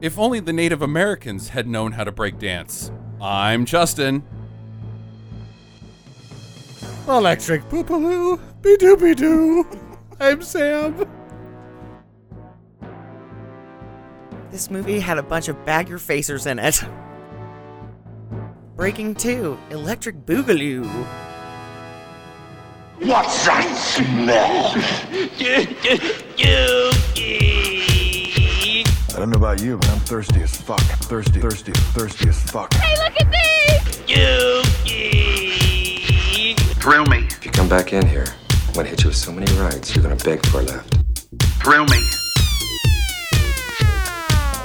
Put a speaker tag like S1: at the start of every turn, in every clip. S1: If only the Native Americans had known how to break dance. I'm Justin.
S2: Electric poopaloo, be doo be doo. I'm Sam.
S3: This movie had a bunch of bag your facers in it. Breaking 2 Electric Boogaloo.
S4: What's that smell?
S5: I don't know about you, but I'm thirsty as fuck. Thirsty, thirsty, thirsty as fuck.
S4: Thrill me,
S6: If you come back in here, I'm gonna hit you with so many rights, you're gonna beg for a left.
S4: thrill me,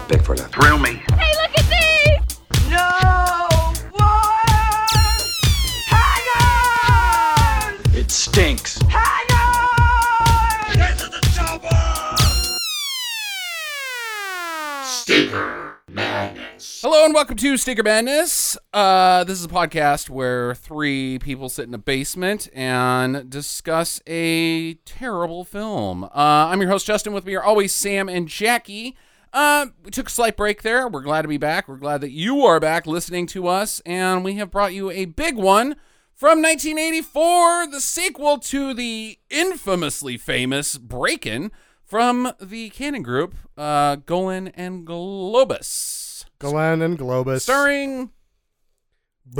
S6: Beg for a left.
S4: thrill me.
S7: It stinks.
S1: Hello and welcome to Stinker Madness. Uh, this is a podcast where three people sit in a basement and discuss a terrible film. Uh, I'm your host Justin. With me are always Sam and Jackie. Uh, we took a slight break there. We're glad to be back. We're glad that you are back listening to us, and we have brought you a big one from 1984, the sequel to the infamously famous Breakin' from the Cannon Group, uh, Golan and Globus.
S2: Glenn and Globus.
S1: Starring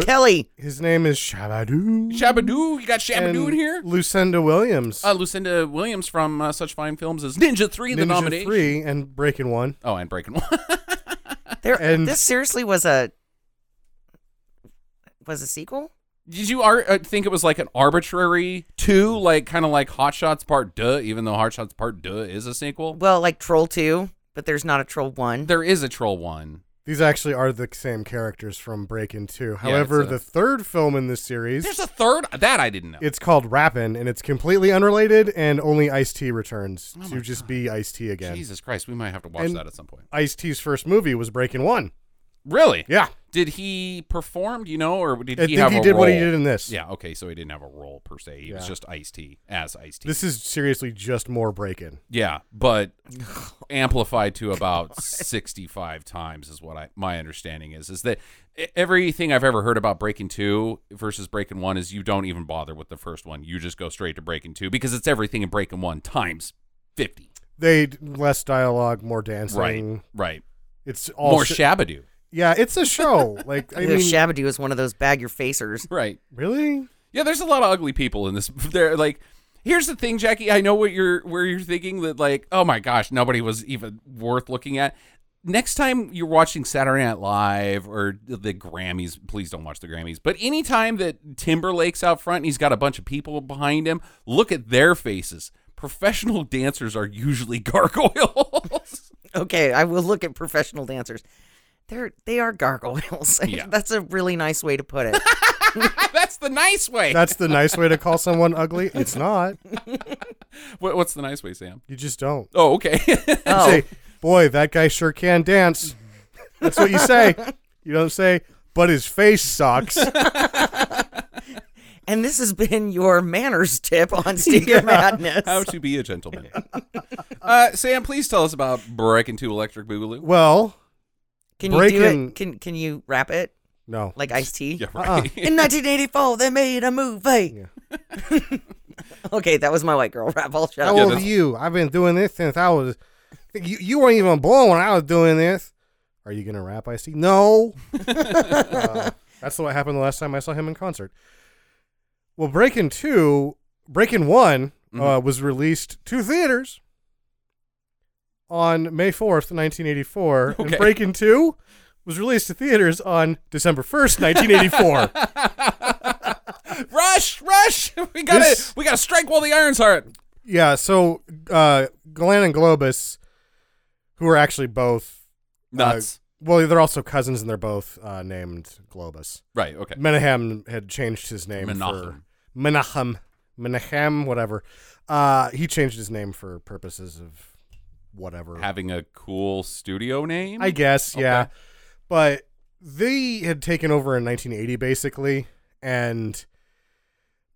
S3: Kelly.
S2: His name is Shabadoo.
S1: Shabadoo. You got Shabadoo in
S2: And
S1: here.
S2: Lucinda Williams.
S1: Uh, Lucinda Williams from uh, such fine films as Ninja 3, The
S2: Ninja
S1: Nomination.
S2: Three and Breaking One.
S1: Oh, and Breaking One.
S3: There,
S2: And-
S3: this seriously was a was a sequel.
S1: Did you ar- uh, think it was like an arbitrary two, like kind of like Hot Shots Part Duh, even though Hot Shots Part Duh is a sequel?
S3: Well, like Troll Two, but there's not a Troll One.
S1: There is a Troll 1.
S2: These actually are the same characters from Breaking Two.
S1: Yeah,
S2: However,
S1: it's a-
S2: the third film in this series,
S1: There's a third? That I didn't know.
S2: it's called Rappin', and it's completely unrelated, and only Ice T returns
S1: Oh my
S2: to just be Ice T again.
S1: Jesus Christ, we might have to watch
S2: And-
S1: that at some point.
S2: Ice T's first movie was Breaking One.
S1: Really?
S2: Yeah,
S1: Did he perform, do you know, or did
S2: I
S1: he
S2: think
S1: have
S2: he
S1: a
S2: did
S1: role?
S2: what he did in this.
S1: Yeah, okay, so he didn't have a role per se. He was
S2: Yeah.
S1: just Ice T as Ice T.
S2: This is seriously just more Breaking.
S1: Yeah, but amplified to about 65 times is what I my understanding is is that e- everything I've ever heard about Breaking 2 versus Breaking 1 is you don't even bother with the first one. You just go straight to Breaking 2 because it's everything in Breaking 1 times 50.
S2: They less dialogue, more dancing.
S1: Right. Right.
S2: It's all
S1: More
S2: shi-
S1: Shabadoo.
S2: Yeah, it's a show. Like I
S3: You know,
S2: mean,
S3: Shabadoo is one of those bag your facers.
S1: Right.
S2: really?
S1: Yeah, there's a lot of ugly people in this. They're like, here's the thing, Jackie. I know what you're where you're thinking that like, oh my gosh, nobody was even worth looking at. Next time you're watching Saturday Night Live or the Grammys, please don't watch the Grammys. But anytime that Timberlake's out front and he's got a bunch of people behind him, look at their faces. Professional dancers are usually gargoyles.
S3: Okay, I will look at professional dancers. They're they are gargoyles.
S1: Yeah.
S3: That's a really nice way to put it.
S1: That's the nice way.
S2: That's the nice way to call someone ugly. It's not.
S1: What- What's the nice way, Sam?
S2: You just don't.
S1: Oh, okay.
S3: Oh,
S2: Say, boy, that guy sure can dance. That's what you say. You don't say, but his face sucks.
S3: and this has been your manners tip on Stinker Madness.
S1: How to be a gentleman. Uh, Sam, please tell us about Breaking Two Electric Boogaloo.
S2: well,
S3: Can you do
S2: Breaking-
S3: it? Can can you rap it
S2: no.
S3: like Ice T?
S1: Yeah,
S2: Uh-uh.
S1: right.
S3: In 1984, they made a movie. okay, that was my white girl rap. I'll shut
S2: How
S1: Yeah,
S3: up.
S2: old are
S1: that's-
S2: you? I've been doing this since I was. You, you weren't even born when I was doing this. Are you gonna rap? I see. No. Uh, that's what happened the last time I saw him in concert. Well, Breaking Two, Breaking One
S1: Mm-hmm.
S2: uh, was released to theaters on May fourth, nineteen eighty four,
S1: Okay.
S2: and Breaking Two was released to theaters on December first, nineteen eighty four.
S1: rush, rush! We gotta,
S2: This- Uh,
S1: we gotta strike while the iron's hot.
S2: Yeah, so uh, Glenn and Globus, who are actually both
S1: Nuts.
S2: Well, they're also cousins, and they're both uh, named Globus.
S1: right. Okay.
S2: Menahem had changed his name
S1: Menachem.
S2: for Menahem, Menahem, whatever. Uh, he changed his name for purposes of whatever.
S1: Having a cool studio name.
S2: I guess, yeah.
S1: Okay.
S2: But they had taken over in 1980, basically, and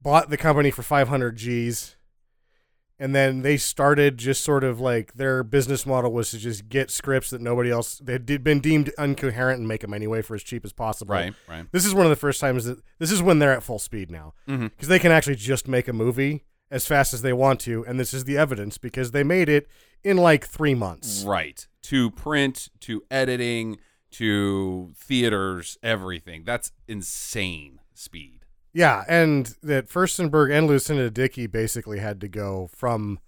S2: bought the company for 500 G's, and then they started just sort of like their business model was to just get scripts that nobody else they had been deemed incoherent and make them anyway for as cheap as possible.
S1: Right, right.
S2: This is one of the first times that this is when they're at full speed now because
S1: Mm-hmm.
S2: they can actually just make a movie as fast as they want to, and this is the evidence because they made it in like three months.
S1: Right. To print, to editing, to theaters, everything. That's insane speed.
S2: Yeah, and that Furstenberg and Lucinda Dickey basically had to go from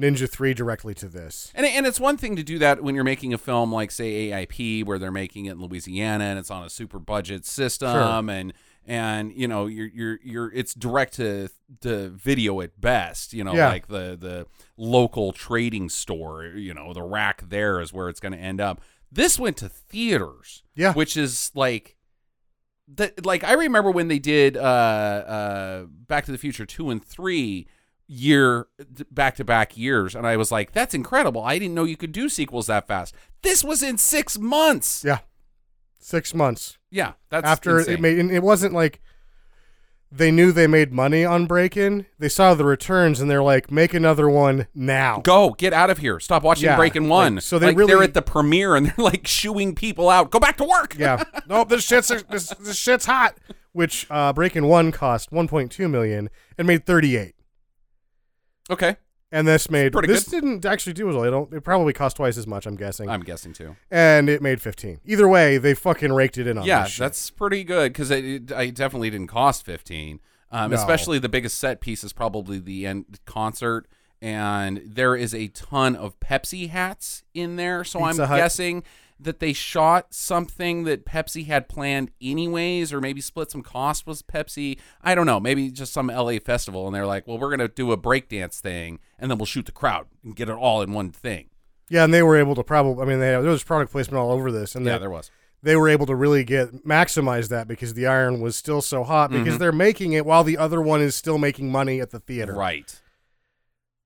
S2: Ninja Three directly to this.
S1: And, and it's one thing to do that when you're making a film like, say, AIP, where they're making it in Louisiana and it's on a super budget system, and and you know you're you're you're it's direct to to video at best. You know,
S2: Yeah.
S1: like the the local trading store. You know, the rack there is where it's going to end up. This went to theaters,
S2: Yeah.
S1: which is like that like I remember when they did uh uh Back to the Future 2 and 3 year back to back years and I was like that's incredible. I didn't know you could do sequels that fast. This was in 6 months. Yeah,
S2: Yeah, six months.
S1: that's
S2: after
S1: insane.
S2: it made and it wasn't like they knew they made money on break in they saw the returns and they're like make another one now
S1: Go, get out of here. Stop watching
S2: Yeah,
S1: Breaking 1.
S2: like, so they
S1: Like, they're
S2: really-
S1: at the premiere and they're like shooing people out. Go back to work.
S2: yeah nope this shit's this, this shit's hot which uh break in one cost 1.2 million and made 38
S1: Okay.
S2: and this made
S1: pretty
S2: this
S1: good.
S2: didn't actually do as well. It don't. It probably cost twice as much. I'm guessing.
S1: I'm guessing too.
S2: and it made 15. Either way, they fucking raked it in on
S1: yeah,
S2: this shit.
S1: that's pretty good because it, it, I definitely didn't cost fifteen. Um,
S2: No.
S1: Especially the biggest set piece is probably the end concert, and there is a ton of Pepsi hats in there. So
S2: Pizza
S1: I'm
S2: Hut.
S1: guessing that they shot something that Pepsi had planned anyways, or maybe split some cost with Pepsi. I don't know. Maybe just some LA festival, and they're like, "Well, we're gonna do a breakdance thing, and then we'll shoot the crowd and get it all in one thing."
S2: yeah, and they were able to probably. I mean, they, there was product placement all over this, and
S1: Yeah,
S2: they-
S1: there was.
S2: they were able to really get maximize that because the iron was still so hot because
S1: Mm-hmm.
S2: they're making it while the other one is still making money at the theater.
S1: Right.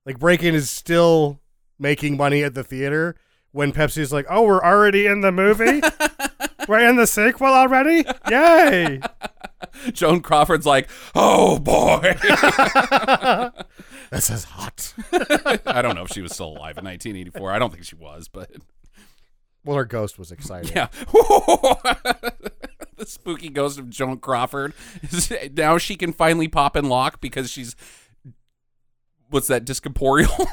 S2: Like Breaking is still making money at the theater when Pepsi's like, "Oh, we're already in the movie. we're in the sequel already. Yay!"
S1: Joan Crawford's like, "Oh boy."
S2: this is hot.
S1: I don't know if she was still alive in 1984. I don't think she was, but
S2: Well, her ghost was excited.
S1: yeah. the spooky ghost of Joan Crawford. now she can finally pop and lock because she's what's that discorporeal?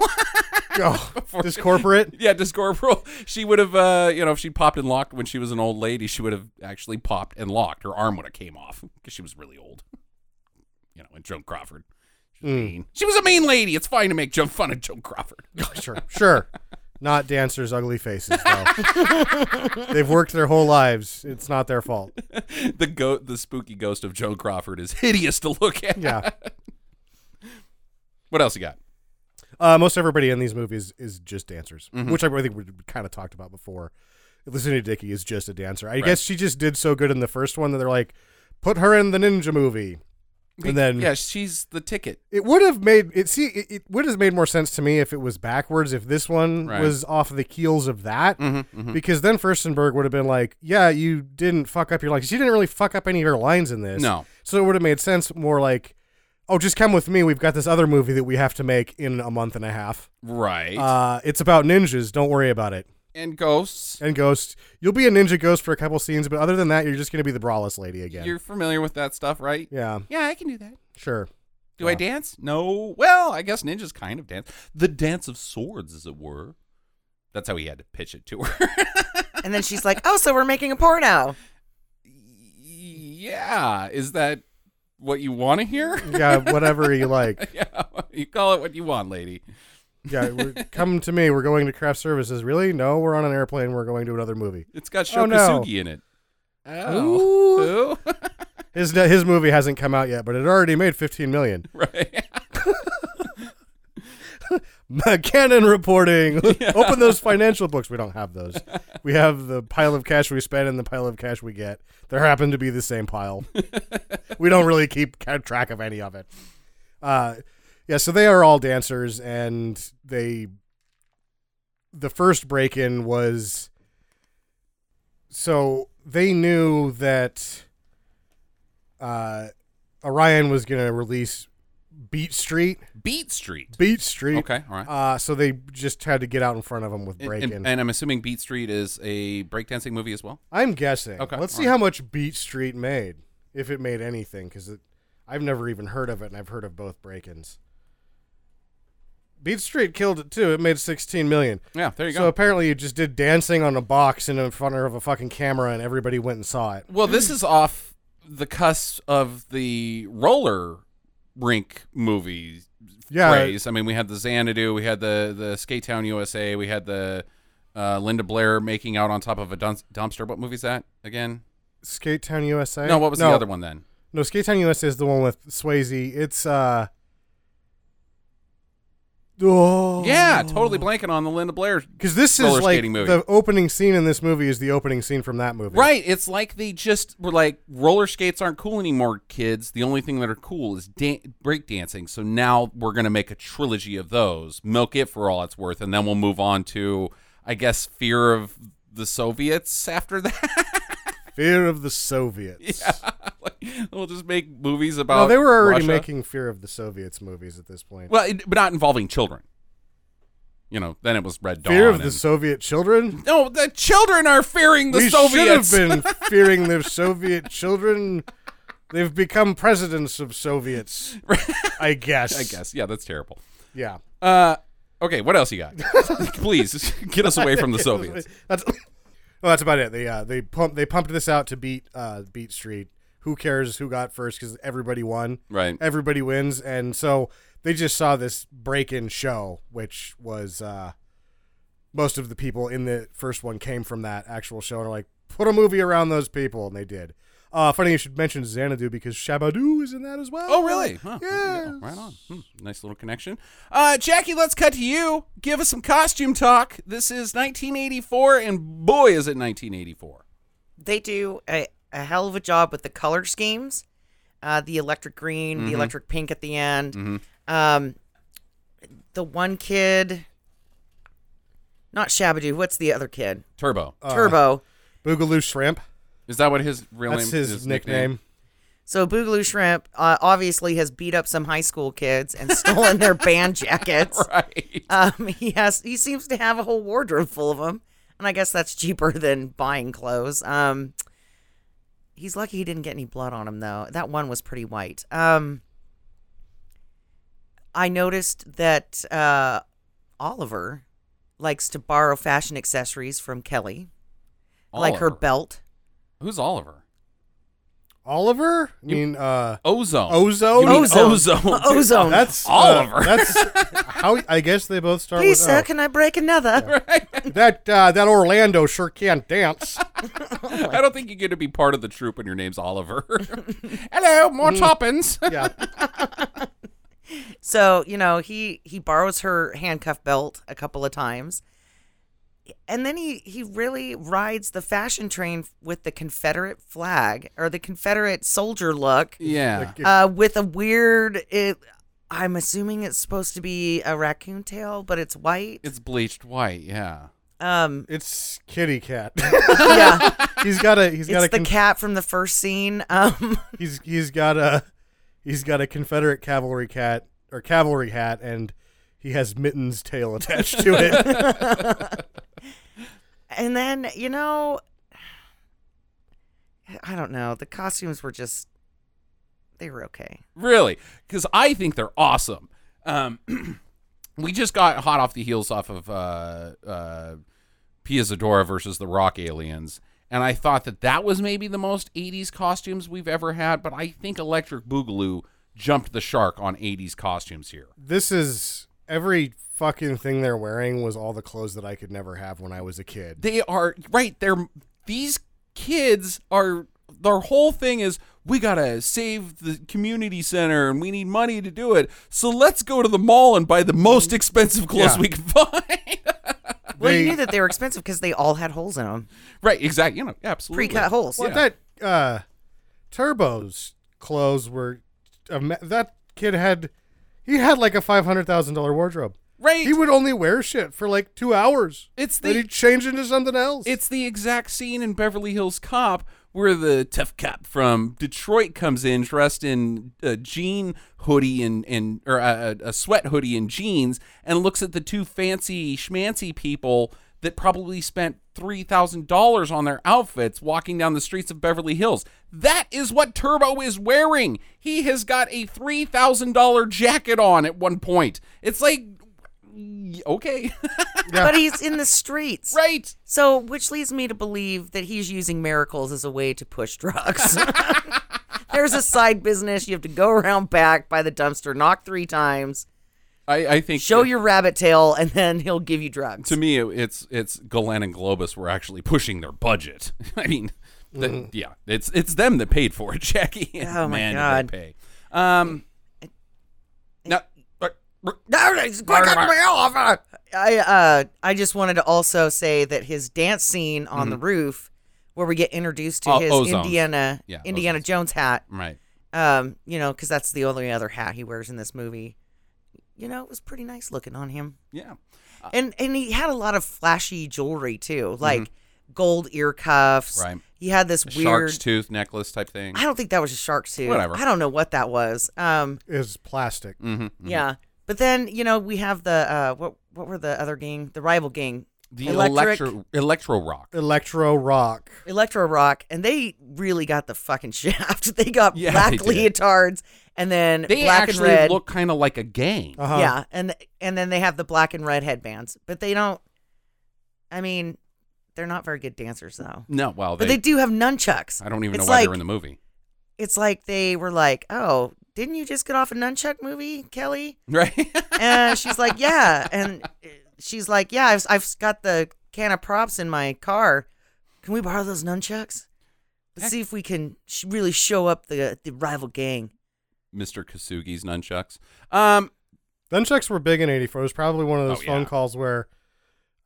S2: Oh, this corporate.
S1: yeah, discorporeal. She would have uh, you know, if she popped and locked when she was an old lady, she would have actually popped and locked. Her arm would have came off because she was really old. You know, and Joan Crawford. She was, mean. she was a mean lady. It's fine to make jump fun of Joan Crawford.
S2: Sure, sure. Not dancers' ugly faces. Though. They've worked their whole lives. It's not their fault.
S1: the goat, the spooky ghost of Joan Crawford is hideous to look at.
S2: Yeah.
S1: What else you got?
S2: Uh, most everybody in these movies is just dancers, which I think we kind of talked about before. Lucinda Dickey is just a dancer. I guess she just did so good in the first one that they're like, put her in the ninja movie, and then
S1: yeah, she's the ticket.
S2: it would have made it. See, it, it would have made more sense to me if it was backwards. If this one
S1: Right. Mm-hmm,
S2: was off the keels of that, because then Furstenberg would have been like, yeah, you didn't fuck up your lines. She didn't really fuck up any of her lines in this.
S1: No.
S2: so it would have made sense more like. Oh, just come with me. We've got this other movie that we have to make in a month and a half.
S1: Right.
S2: Uh, it's about ninjas. Don't worry about it.
S1: and ghosts.
S2: And ghosts. You'll be a ninja ghost for a couple scenes, but other than that, you're just gonna be the braless lady again.
S1: You're familiar with that stuff, right?
S2: yeah,
S1: Yeah, I can do that.
S2: sure.
S1: Do I dance? No. Well, I guess ninjas kind of dance. The dance of swords, as it were. That's how he had to pitch it to her.
S3: And then she's like, "Oh, so we're making a porno."
S1: yeah. Is that what you want to hear?
S2: Yeah, whatever you like.
S1: yeah. You call it what you want, lady.
S2: Yeah, we're, come to me. We're going to craft services. Really? No, we're on an airplane. We're going to another movie.
S1: It's got Shokasugi
S2: Oh, no.
S1: in it. Oh. Ooh.
S2: His his movie hasn't come out yet, but it already made 15 million.
S1: right.
S2: McKinnon reporting. Open those financial books. We don't have those. We have the pile of cash we spend and the pile of cash we get. There happen to be the same pile. we don't really keep ca- track of any of it. Uh, yeah, so they are all dancers, and they. The first break in was. So they knew that. Uh, Orion was going to release Beat Street
S1: Beat Street.
S2: Beat Street.
S1: Okay, all right.
S2: Uh, so they just had to get out in front of him with break
S1: and,
S2: in.
S1: and, and I'm assuming Beat Street is a breakdancing movie as well.
S2: I'm guessing.
S1: Okay,
S2: Let's
S1: all
S2: see
S1: right.
S2: how much Beat Street made, if it made anything, because I've never even heard of it, and I've heard of both break-ins. Beat Street killed it too. It made 16 million.
S1: Yeah, there you
S2: so
S1: go.
S2: apparently, you just did dancing on a box in front of a fucking camera, and everybody went and saw it.
S1: Well, this is off the cusp of the roller rink movie
S2: Yeah.
S1: craze. I mean, we had the Xanadu, we had the the Skate Town USA, we had the uh, Linda Blair making out on top of a dump- dumpster. What movie's that again?
S2: Skate Town USA.
S1: No, what was the other one then?
S2: No, Skate Town USA is the one with Swayze. It's uh. Oh.
S1: Yeah, totally blanking on the Linda Blair.
S2: Because this
S1: roller
S2: is like
S1: skating movie.
S2: the opening scene in this movie is the opening scene from that movie.
S1: Right, it's like they just were like roller skates aren't cool anymore, kids. The only thing that are cool is dan- break dancing. So now we're gonna make a trilogy of those, milk it for all it's worth, and then we'll move on to, I guess, fear of the Soviets after that.
S2: Fear of the Soviets.
S1: like, we'll just make movies about.
S2: No, they were already
S1: Russia.
S2: making Fear of the Soviets movies at this point.
S1: well, it, but not involving children. You know, then it was Red Dawn.
S2: Fear of the
S1: and-
S2: Soviet children?
S1: no, the children are fearing the
S2: we
S1: Soviets.
S2: should have been fearing the Soviet children. They've become presidents of Soviets, I guess.
S1: I guess, yeah, that's terrible.
S2: Yeah.
S1: Uh, okay, what else you got? Please get us away from the Soviets.
S2: That's well, that's about it. They uh, they pump they pumped this out to beat uh, beat Street. Who cares who got first? Because everybody won.
S1: Right.
S2: Everybody wins, and so they just saw this break in show, which was uh, most of the people in the first one came from that actual show, and are like, put a movie around those people, and they did. Uh, funny you should mention Xanadu because Shabadoo is in that as well.
S1: Oh, really? Huh.
S2: Yeah.
S1: Right on. Hmm, Nice little connection. Uh, Jackie, let's cut to you. Give us some costume talk. This is 1984, and boy, is it 1984.
S3: they do a, a hell of a job with the color schemes uh, the electric green
S1: Mm-hmm.
S3: the electric pink at the end um, the one kid not shabadoo what's the other kid
S1: Turbo.
S3: Uh, turbo
S2: Boogaloo Shrimp.
S1: Is that what his real
S2: That's
S1: name
S2: his, nickname.
S3: so boogaloo shrimp uh, obviously has beat up some high school kids and stolen their band jackets
S1: Right.
S3: um, he has he seems to have a whole wardrobe full of them and i guess that's cheaper than buying clothes um, he's lucky he didn't get any blood on him though that one was pretty white um, i noticed that uh, oliver likes to borrow fashion accessories from kelly like her
S1: Oliver.
S3: belt
S1: Who's Oliver?
S2: Oliver? I mean, uh,
S1: Ozone.
S2: Ozone?
S1: You mean
S3: Ozone.
S1: Ozone.
S3: ozone
S2: That's uh,
S1: Oliver.
S2: that's how I guess they both start
S3: please
S2: with
S3: sir
S2: O.
S3: can i break another
S2: that uh, that Orlando sure can't dance.
S1: I don't think you get to be part of the troop when your name's Oliver. Hello, more toppins.
S2: yeah,
S3: So you know he he borrows her handcuff belt a couple of times, and then he he really rides the fashion train with the Confederate flag or the Confederate soldier look,
S1: yeah.
S3: uh, with a weird. It, I'm assuming it's supposed to be a raccoon tail, but it's white.
S1: It's bleached white, yeah.
S3: Um,
S2: it's Kitty Cat.
S3: yeah,
S2: he's got a he's got
S3: it's
S2: a
S3: the
S2: con-
S3: cat from the first scene. Um,
S2: he's he's got a he's got a Confederate cavalry cat or cavalry hat, and he has Mitten's tail attached to it.
S3: and then you know i don't know the costumes were just they were okay
S1: Really, because I think they're awesome. Um, we just got hot off the heels off of uh, uh, Pia Zadora versus the Rock Aliens, and I thought that that was maybe the most 80s costumes we've ever had, but I think Electric Boogaloo jumped the shark on 80s costumes here.
S2: this is every fucking thing they're wearing was all the clothes that I could never have when I was a kid.
S1: They are, right, they're, these kids are, their whole thing is, we gotta save the community center and we need money to do it. So let's go to the mall and buy the most
S3: Mm-hmm.
S1: expensive clothes
S2: Yeah.
S1: we can find.
S3: well
S2: They-
S3: you knew that they were expensive because they all had holes in them
S1: Right, exactly. You know, absolutely.
S3: pre-cut holes
S2: Well, that uh, Turbo's clothes were um, that kid had he had like a five hundred thousand dollar wardrobe.
S1: Right.
S2: He would only wear shit for like two hours.
S1: It's
S2: then
S1: the-
S2: he'd change into something else.
S1: It's the exact scene in Beverly Hills Cop where the tough cop from Detroit comes in dressed in a jean hoodie and, and or a, a a sweat hoodie and jeans and looks at the two fancy schmancy people that probably spent $3,000 on their outfits walking down the streets of Beverly Hills. That is what Turbo is wearing. He has got a $3,000 jacket on at one point. It's like, okay,
S3: But he's in the streets.
S1: right.
S3: So, which leads me to believe that he's using miracles as a way to push drugs. There's a side business. You have to go around back by the dumpster, knock three times,
S1: I, I think
S3: show your rabbit tail, and then he'll give you drugs.
S1: to me, it- it's it's Galan and Globus were actually pushing their budget. I mean, the, yeah, it's it's them that paid for it, Jackie. And
S3: Mm-hmm. Oh, my
S1: man, did
S3: God.
S1: they pay. Um, no,
S3: No, no, it's quick, cut me off. I uh, I just wanted to also say that his dance scene on
S1: Mm-hmm.
S3: the roof, where we get introduced to
S1: Oh,
S3: his
S1: Ozones.
S3: Indiana
S1: Yeah,
S3: Indiana
S1: Ozones.
S3: Jones hat,
S1: right.
S3: um, you know, because that's the only other hat he wears in this movie. You know, it was pretty nice looking on him.
S1: Yeah, Uh,
S3: and and he had a lot of flashy jewelry too, like gold ear cuffs.
S1: Mm-hmm. Right.
S3: He had this weird.
S1: shark's tooth necklace type thing.
S3: I don't think that was a shark tooth.
S1: Whatever.
S3: I don't know what that was. Um.
S2: is plastic.
S1: Mm-hmm.
S3: Yeah. But then you know we have the uh what what were the other gang the rival gang
S1: The
S3: Electric-
S1: electro electro rock.
S2: Electro rock.
S3: Electro Rock and they really got the fucking shaft. they got
S1: Yeah,
S3: black
S1: they did.
S3: leotards and then
S1: They
S3: black
S1: actually
S3: and red.
S1: look kind of like a gang.
S2: Uh-huh.
S3: Yeah, and and then they have the black and red headbands, but they don't. I mean, they're not very good dancers though.
S1: no, well, they,
S3: But they do have nunchucks.
S1: I don't even know
S3: It's
S1: why
S3: like,
S1: they're in the movie.
S3: It's like they were like, "Oh, didn't you just get off a nunchuck movie, Kelly?"
S1: Right?
S3: And she's like, "Yeah," and eh, she's like, "Yeah, I've, I've got the can of props in my car. Can we borrow those nunchucks? Let's see if we can sh- really show up the the rival gang."
S1: Mr. Kasugi's nunchucks. Um,
S2: Nunchucks were big in '84. It was probably one of those
S1: Oh,
S2: phone
S1: yeah.
S2: calls where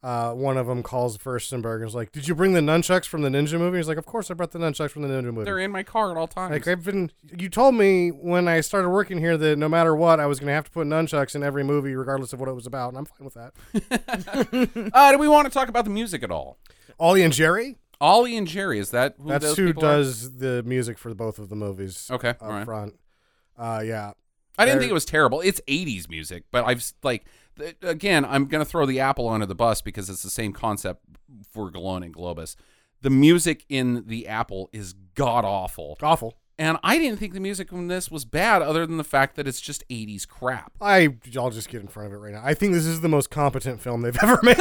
S2: uh, one of them calls Furstenberg and is like, "Did you bring the nunchucks from the Ninja movie?" He's like, "Of course I brought the nunchucks from the Ninja movie."
S1: they're in my car at all times.
S2: Like I've been, you told me when I started working here that no matter what, I was gonna have to put nunchucks in every movie, regardless of what it was about, and I'm fine with that.
S1: Uh, do we want to talk about the music at all?
S2: Ollie and Jerry,
S1: Ollie and Jerry, is that who
S2: that's
S1: those
S2: who
S1: people are?
S2: does the music for both of the movies.
S1: Okay,
S2: up
S1: all right.
S2: front. Uh, yeah,
S1: I didn't
S2: They're-
S1: think it was terrible. It's 80s music, but I've s- like th- again, I'm going to throw the apple under the bus because it's the same concept for Galone and Globus. The music in the apple is god awful.
S2: awful.
S1: And I didn't think the music in this was bad other than the fact that it's just 80s crap.
S2: I I'll just get in front of it right now. I think this is the most competent film they've ever made.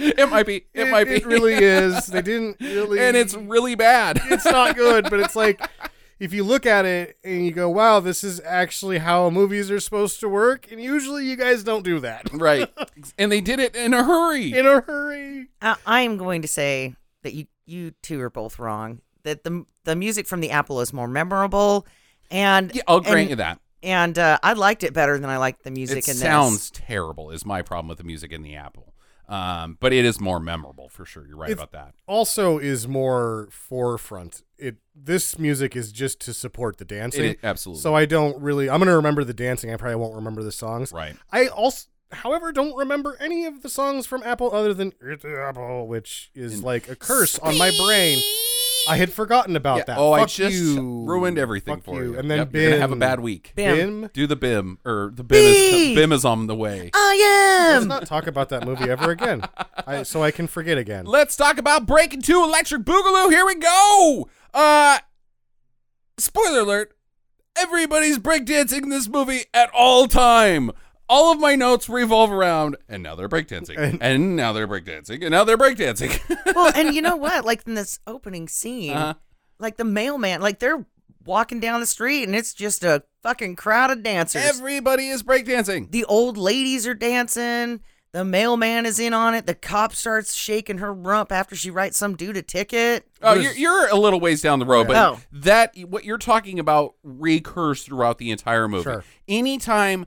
S1: It might be. It, might be.
S2: It really is. They didn't really.
S1: and it's really bad.
S2: it's not good, but it's like if you look at it and you go, "Wow, this is actually how movies are supposed to work," and usually you guys don't do that
S1: right. And they did it in a hurry.
S2: in a hurry.
S3: I, I am going to say that you you two are both wrong. That the the music from the Apple is more memorable, and
S1: Yeah, oh, I'll grant
S3: and-
S1: you that.
S3: And uh, I liked it better than I liked the music
S1: it
S3: in
S1: sounds terrible is my problem with the music in the apple um, but it is more memorable for sure you're right
S2: It's-
S1: about that
S2: Also, is more forefront. It this music is just to support the dancing.
S1: It is- absolutely.
S2: So I don't really. I'm gonna remember the dancing. I probably won't remember the songs.
S1: right
S2: I also. However, don't remember any of the songs from Apple other than "It's Apple," which is like a curse on my brain. I had forgotten about
S1: Yeah.
S2: that.
S1: oh i
S2: Fuck
S1: just
S2: you.
S1: ruined everything
S2: Fuck
S1: for you,
S2: And then
S1: Yep,
S2: Bim.
S1: you're gonna have a bad week
S3: Bim.
S2: Bim.
S1: do the bim or the bim is,
S3: Bim!
S1: bim is on the way
S3: this. I
S2: Let's
S3: am.
S2: not talk about that movie ever again, I, so I can forget again.
S1: let's talk about breaking two electric boogaloo here we go uh spoiler alert everybody's breakdancing in this movie at all time all of my notes revolve around and now they're breakdancing and, and now they're breakdancing and now they're breakdancing
S3: well, and you know what? Like in this opening scene,
S1: Uh-huh.
S3: like the mailman, like they're walking down the street and it's just a fucking crowd of dancers.
S1: Everybody is breakdancing.
S3: the old ladies are dancing. The mailman is in on it. The cop starts shaking her rump after she writes some dude a ticket.
S1: Oh, you're, you're a little ways down the road, but
S3: Oh.
S1: that what you're talking about recurs throughout the entire movie.
S2: Sure.
S1: Anytime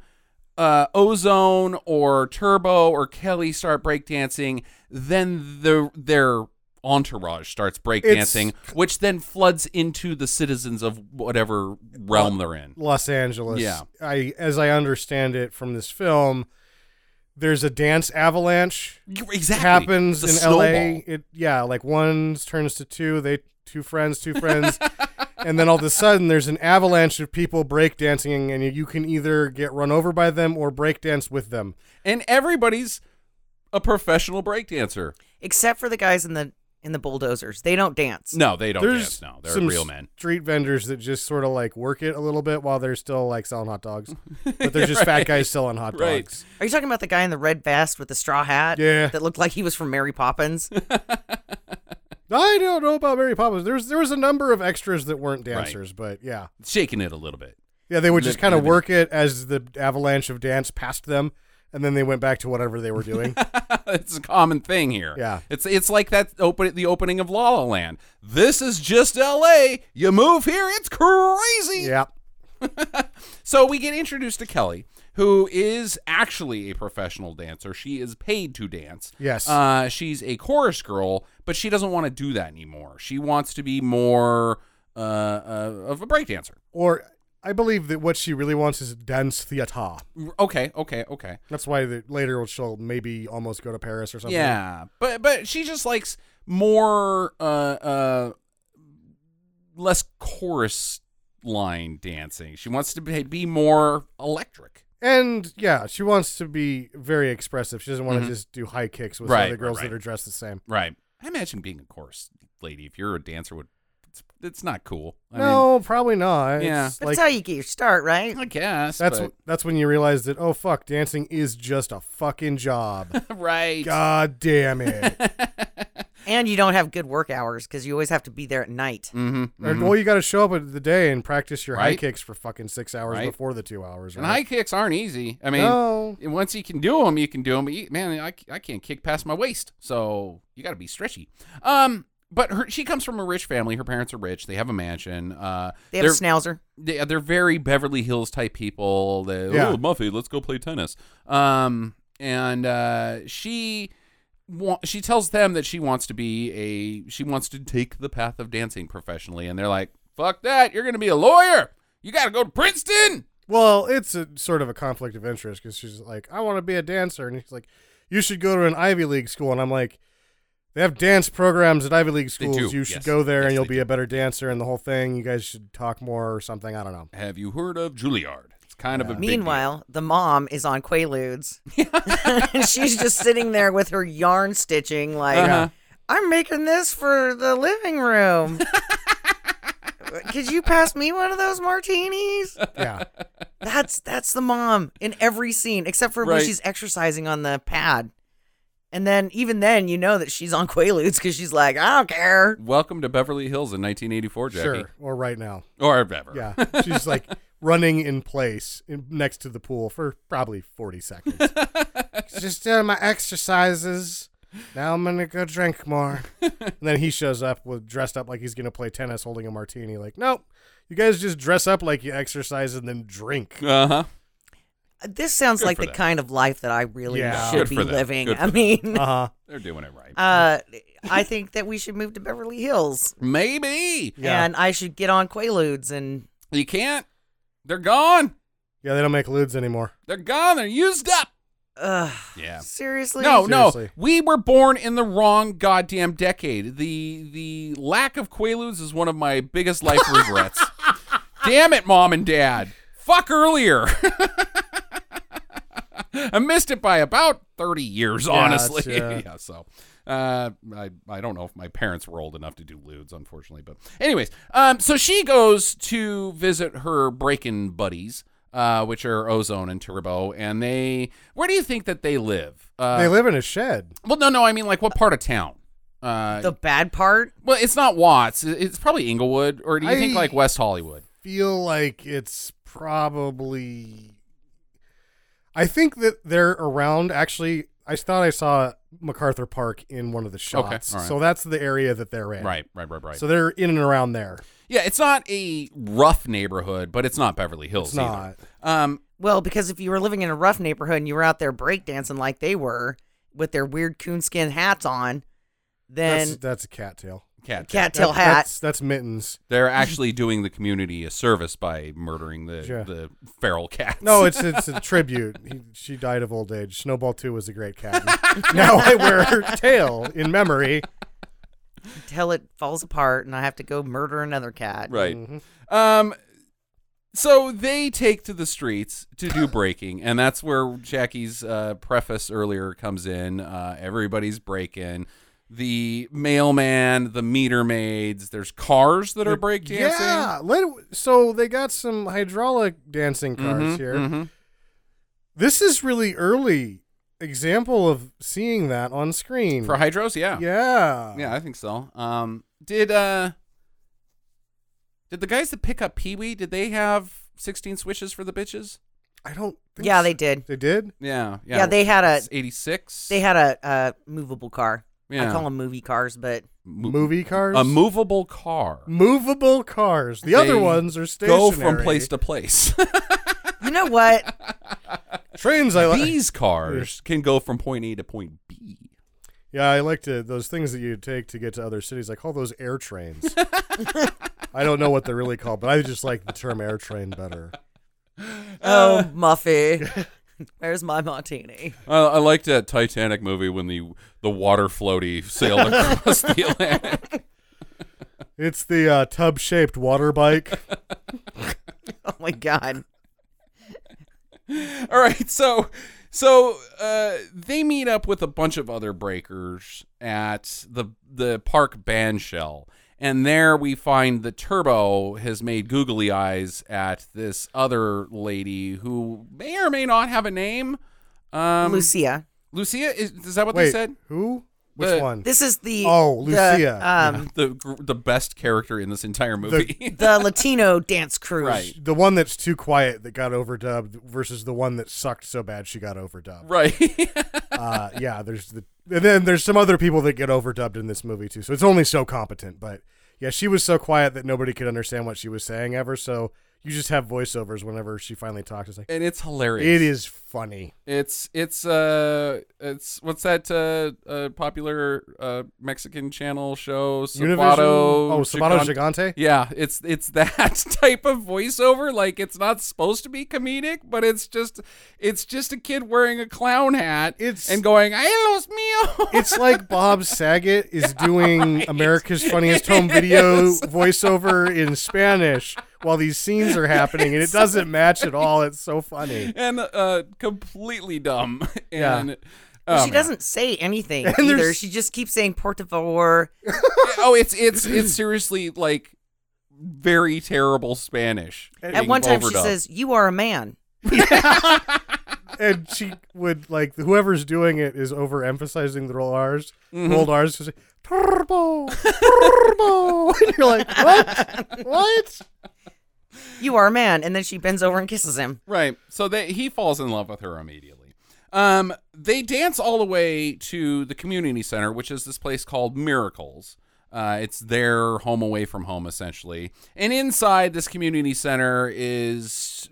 S1: uh, Ozone or Turbo or Kelly start breakdancing, then the, their entourage starts
S2: It's-
S1: breakdancing, which then floods into the citizens of whatever
S2: Uh,
S1: realm they're in.
S2: Los Angeles.
S1: Yeah.
S2: I as I understand it from this film, there's a dance avalanche
S1: You- Exactly.
S2: happens
S1: The
S2: in
S1: snowball.
S2: LA. It yeah, like one turns to two, they two friends, two friends. and then all of a sudden there's an avalanche of people breakdancing and you can either get run over by them or breakdance with them.
S1: And everybody's a professional breakdancer.
S3: except for the guys in the in the bulldozers. They don't dance.
S1: No, they don't
S2: There's
S1: dance. No, they're
S2: some
S1: real men.
S2: Street vendors that just sort of like work it a little bit while they're still like selling hot dogs. But they're just fat guys selling hot dogs.
S1: Right.
S3: Are you talking about the guy in the red vest with the straw hat?
S2: Yeah.
S3: That looked like he was from Mary Poppins.
S2: I don't know about Mary Poppins. There's there was a number of extras that weren't dancers, but yeah,
S1: Shaking it a little bit.
S2: yeah, they would just
S1: Li-
S2: kind of
S1: living-
S2: work it as the avalanche of dance passed them, and then they went back to whatever they were doing.
S1: it's a common thing here.
S2: Yeah.
S1: It's it's like that open the opening of La La Land. This is just L.A. You move here, it's crazy.
S2: yeah,
S1: So we get introduced to Kelly, who is actually a professional dancer. She is paid to dance.
S2: Yes.
S1: Uh, she's a chorus girl, but she doesn't want to do that anymore. She wants to be more uh, uh, of a breakdancer.
S2: or I believe that what she really wants is dance theater.
S1: Okay, okay, okay.
S2: That's why the, later she'll maybe almost go to Paris or something.
S1: Yeah, but but she just likes more uh uh less chorus line dancing. She wants to be, be more electric.
S2: and yeah, she wants to be very expressive. She doesn't want to just do high kicks with
S1: Mm-hmm. Right,
S2: other girls
S1: right, right.
S2: that are dressed the same.
S1: Right. I imagine being a chorus lady if you're a dancer would it's, it's not cool. I
S2: no, probably not.
S1: Yeah.
S2: It's
S3: But
S2: like-
S3: that's how you get your start, right?
S1: mean, I guess
S2: That's
S1: but-
S2: that's when you realize that oh fuck, dancing is just a fucking job.
S1: right.
S2: God damn it!
S3: And you don't have good work hours because you always have to be there at night.
S1: hmm
S2: Or, well, you got to show up at the day and practice your high
S1: Right.
S2: kicks for fucking six hours
S1: Right.
S2: before the two hours.
S1: And
S2: right?
S1: high kicks aren't easy. I mean,
S2: No.
S1: once you can do them, you can do them. But you, man, I, I can't kick past my waist, so you got to be stretchy. Um, but her, she comes from a rich family. Her parents are rich. They have a mansion. Uh,
S3: They have a
S1: they're-
S3: schnauzer.
S1: they, they're very Beverly Hills type people. They,
S2: Yeah.
S1: Oh, Muffy, let's go play tennis. Um, and uh, she wa- she tells them that she wants to be a she wants to take the path of dancing professionally, and they're like, "Fuck that! You're gonna be a lawyer. You got to go to Princeton."
S2: well, it's a sort of a conflict of interest because she's like, I want to be a dancer, and he's like, you should go to an Ivy League school, and I'm like. They have dance programs at Ivy League
S1: They
S2: schools.
S1: do,
S2: You should
S1: yes.
S2: go there
S1: Yes,
S2: and you'll
S1: they
S2: be
S1: do.
S2: a better dancer and the whole thing. You guys should talk more or something. I don't know.
S1: Have you heard of Juilliard? It's kind of a big deal.
S3: Meanwhile, the mom is on Quaaludes, and she's just sitting there with her yarn stitching, like,
S1: Uh-huh.
S3: "I'm making this for the living room. Could you pass me one of those martinis?"
S2: Yeah.
S3: That's that's the mom in every scene, except for when
S1: Right.
S3: she's exercising on the pad. And then even then, you know that she's on Quaaludes because she's like, "I don't care."
S1: Welcome to Beverly Hills in 1984, Jackie.
S2: sure. Or right now.
S1: Or ever.
S2: Yeah, she's like running in place in, next to the pool for probably 40 seconds. Just doing my exercises. Now I'm gonna go drink more. and then he shows up with dressed up like he's gonna play tennis, holding a martini. Like, nope, you guys just dress up like you exercise and then drink.
S1: Uh huh.
S3: This sounds
S1: Good
S3: like
S1: for
S3: the
S1: them.
S3: kind of life that I really
S2: Yeah.
S1: Good
S3: should be
S1: for them.
S3: living.
S1: Good
S3: I
S1: for them.
S3: mean,
S2: Uh huh.
S1: They're doing it right.
S3: uh, I think that we should move to Beverly Hills,
S1: Maybe.
S2: Yeah.
S3: and I should get on Quaaludes. And
S1: You can't. They're gone.
S2: Yeah, they don't make ludes anymore.
S1: They're gone. They're used up.
S3: uh,
S1: Yeah.
S3: seriously,
S1: No, no.
S2: Seriously.
S1: We were born in the wrong goddamn decade. The the lack of Quaaludes is one of my biggest life regrets. Damn it, mom and dad. Fuck earlier. I missed it by about 30 years, honestly. Yeah,
S2: it's, uh,
S1: so uh, I, I don't know if my parents were old enough to do lewds, unfortunately. But, anyways, um, so she goes to visit her break-in buddies, uh, which are Ozone and Turbo. And they, where do you think that they live? Uh,
S2: they live in a shed.
S1: well, no, no. I mean, like, what part of town? Uh,
S3: the bad part.
S1: well, it's not Watts. It- It's probably Inglewood, or do you think
S2: I-
S1: like West Hollywood?
S2: Feel like it's probably. I think that they're around. Actually, I thought I saw MacArthur Park in one of the shots.
S1: all right.
S2: So that's the area that they're in.
S1: Right, right, right, right.
S2: So they're in and around there.
S1: yeah, it's not a rough neighborhood, but it's not Beverly Hills
S2: It's not.
S1: either. Um,
S3: Well, because if you were living in a rough neighborhood and you were out there breakdancing like they were with their weird coonskin hats on, then
S2: That's, that's a cattail.
S1: Cat.
S3: cattail
S2: That-
S3: hat.
S2: That's, that's mittens.
S1: They're actually doing the community a service by murdering the
S2: Sure.
S1: the feral cats.
S2: No, it's it's a tribute. He, she died of old age. Snowball Two was a great cat. now I wear her tail in memory.
S3: until it falls apart and I have to go murder another cat.
S1: right.
S2: Mm-hmm.
S1: Um, so they take to the streets to do breaking, and that's where Jackie's uh, preface earlier comes in. Uh, everybody's breaking. The mailman, the meter maids. There's cars that are break dancing.
S2: Yeah. Let it- so they got some hydraulic dancing cars
S1: Mhm,
S2: here.
S1: mhm.
S2: This is really early example of seeing that on screen.
S1: for hydros. Yeah.
S2: yeah.
S1: Yeah, I think so. Um, did uh, did the guys that pick up Pee Wee did they have sixteen switches for the bitches?
S2: I don't. Think
S3: Yeah,
S2: so.
S3: they did.
S2: They did.
S1: Yeah, yeah.
S3: Yeah, they had a
S1: eighty six.
S3: they had a, a movable car.
S1: yeah.
S3: I call them movie cars, but
S1: Mo-
S2: Movie cars.
S1: a movable car.
S2: Movable cars. The other
S1: They
S2: ones are stationary.
S1: Go from place to place.
S3: you know what?
S2: trains. I like.
S1: These cars can go from point A to point B.
S2: Yeah, I like to those things that you take to get to other cities. I call those air trains. I don't know what they're really called, but I just like the term air train better.
S3: Oh, Muffy. Where's my martini?
S1: Uh, I liked that Titanic movie when the the water floaty sailed across the Atlantic.
S2: It's the uh, tub-shaped water bike.
S3: Oh my god.
S1: All right, so so uh, they meet up with a bunch of other breakers at the the park band shell, and there we find the Turbo has made googly eyes at this other lady who may or may not have a name. Um,
S3: Lucia.
S1: Lucia is, is that what
S2: Wait,
S1: they said?
S2: who? Which
S1: The-
S2: one?
S3: This is the
S2: Oh,
S3: the,
S2: Lucia.
S3: um
S1: The gr- the best character in this entire movie.
S3: the Latino dance crew.
S1: Right.
S2: the one that's too quiet that got overdubbed versus the one that sucked so bad she got overdubbed.
S1: right.
S2: Uh, yeah, there's the and then there's some other people that get overdubbed in this movie too. So it's only so competent, but yeah, she was so quiet that nobody could understand what she was saying ever. So you just have voiceovers whenever she finally talks. It's like
S1: and it's hilarious.
S2: It is funny.
S1: It's it's uh it's what's that uh, uh popular uh Mexican channel show
S2: Univision-
S1: Sabato
S2: oh, Sabato
S1: Gigante-
S2: Gigante.
S1: Yeah, it's it's that type of voiceover like it's not supposed to be comedic but it's just it's just a kid wearing a clown hat
S2: It's-
S1: and going ay los mío.
S2: It's like Bob Saget is doing America's Funniest Home Video voiceover in Spanish while these scenes are happening, and it doesn't match at all. It's so funny.
S1: and uh completely dumb
S2: Yeah.
S1: and
S3: she doesn't say anything either.
S2: there's-
S3: She just keeps saying por favor.
S1: oh it's it's it's seriously like very terrible Spanish.
S3: At
S1: being
S3: one time, she
S1: overdubbed.
S3: says, "You are a man."
S2: And she would like whoever's doing it is overemphasizing the roll R's,
S1: Mm-hmm.
S2: rolled R's. She's like, turbo, turbo, and you're like, what? What?
S3: You are a man, and then she bends over and kisses him.
S1: Right. So they, he falls in love with her immediately. Um, they dance all the way to the community center, which is this place called Miracles. Uh, it's their home away from home, essentially. And inside this community center is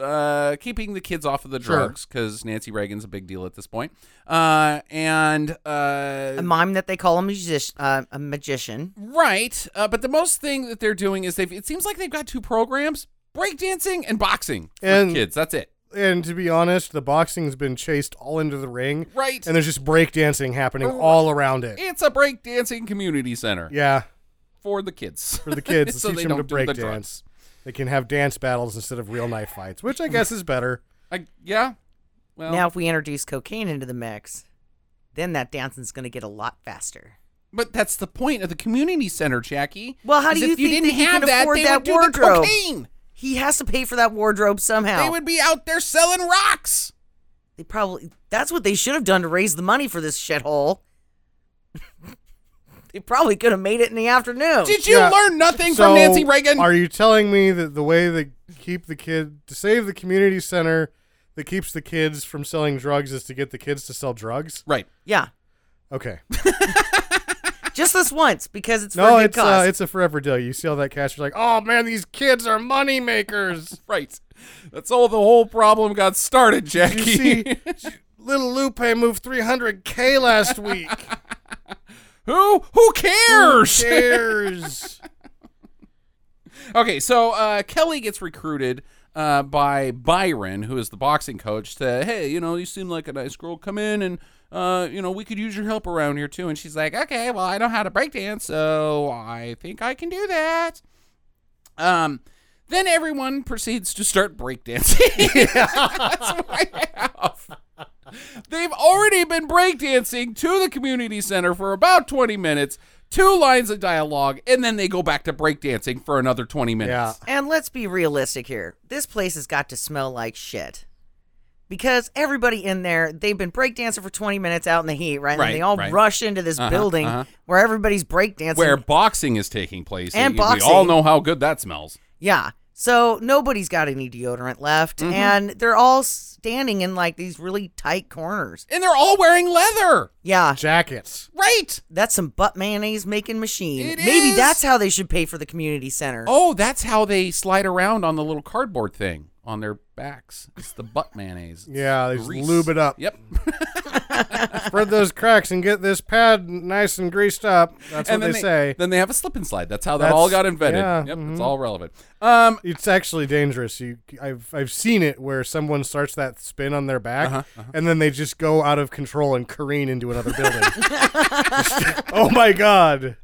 S1: uh, keeping the kids off of the
S2: Sure.
S1: drugs because Nancy Reagan's a big deal at this point. Uh, and uh,
S3: A mime that they call a musician, uh, a magician.
S1: right. Uh, but the most thing that they're doing is they've. It seems like they've got two programs: breakdancing and boxing for
S2: And-
S1: kids. That's it.
S2: And to be honest, the boxing's been chased all into the ring.
S1: Right. Oh,
S2: And there's just breakdancing happening all around it.
S1: It's a breakdancing community center
S2: Yeah,
S1: for the kids.
S2: for the kids,
S1: so
S2: teach
S1: they
S2: them to
S1: don't do
S2: break
S1: the
S2: dance.
S1: drugs.
S2: They can have dance battles instead of real knife fights, which I guess is better.
S1: I, yeah. Well,
S3: Now, if we introduce cocaine into the mix, then that dancing's going to get a lot faster.
S1: but that's the point of the community center, Jackie.
S3: Well, how do
S1: is
S3: you
S1: if you
S3: think
S1: didn't
S3: that you
S1: have
S3: could
S1: that,
S3: afford
S1: they
S3: that
S1: would do
S3: wardrobe?
S1: the cocaine.
S3: He has to pay for that wardrobe somehow.
S1: They would be out there selling rocks.
S3: They probably. That's what they should have done to raise the money for this shithole. they probably could have made it in the afternoon.
S1: Did you
S2: Yeah.
S1: learn nothing
S2: So,
S1: from Nancy Reagan?
S2: Are you telling me that the way they keep the kid to save the community center that keeps the kids from selling drugs is to get the kids to sell drugs?
S1: right.
S3: yeah,
S2: Okay.
S3: just this once because it's for
S2: No,
S3: a good
S2: it's
S3: cause.
S2: uh, it's a forever deal. You see all that cash, you're like, oh man, these kids are money makers.
S1: Right. That's all the whole problem got started, Jackie.
S2: You see, Little Lupe moved 300k last week.
S1: Who? Who cares?
S2: Cheers.
S1: Okay, so uh, Kelly gets recruited uh, by Byron, who is the boxing coach, to hey, you know, you seem like a nice girl. Come in and uh, you know, we could use your help around here too. And she's like, okay, well, I know how to breakdance, so I think I can do that. Um, then everyone proceeds to start breakdancing. That's what I have. They've already been breakdancing to the community center for about 20 minutes, two lines of dialogue, and then they go back to breakdancing for another 20
S2: yeah.
S1: minutes.
S3: And let's be realistic here. This place has got to smell like shit. Because everybody in there, they've been breakdancing for 20 minutes out in the heat, right?
S1: Right,
S3: and they all
S1: right.
S3: rush into this building
S1: uh-huh.
S3: where everybody's breakdancing.
S1: Where boxing is taking place.
S3: And
S1: we
S3: boxing.
S1: all know how good that smells.
S3: Yeah. So nobody's got any deodorant left.
S1: Mm-hmm.
S3: And they're all standing in like these really tight corners.
S1: And they're all wearing leather.
S3: Yeah.
S2: Jackets.
S1: Right.
S3: That's some butt mayonnaise making machine.
S1: It
S3: Maybe
S1: is.
S3: that's how they should pay for the community center.
S1: Oh, that's how they slide around on the little cardboard thing on their backs. It's the butt mayonnaise. It's
S2: Yeah, they just
S1: grease.
S2: lube it up.
S1: Yep.
S2: Spread those cracks and get this pad nice and greased up. That's
S1: and
S2: what
S1: then
S2: they, say.
S1: Then they have a slip and slide. That's how that
S2: That's-
S1: all got invented.
S2: yeah,
S1: yep,
S2: mhm.
S1: it's all relevant. Um,
S2: It's actually dangerous. You, I've I've seen it where someone starts that spin on their back,
S1: Uh-huh,
S2: and then they just go out of control and careen into another building. oh my god!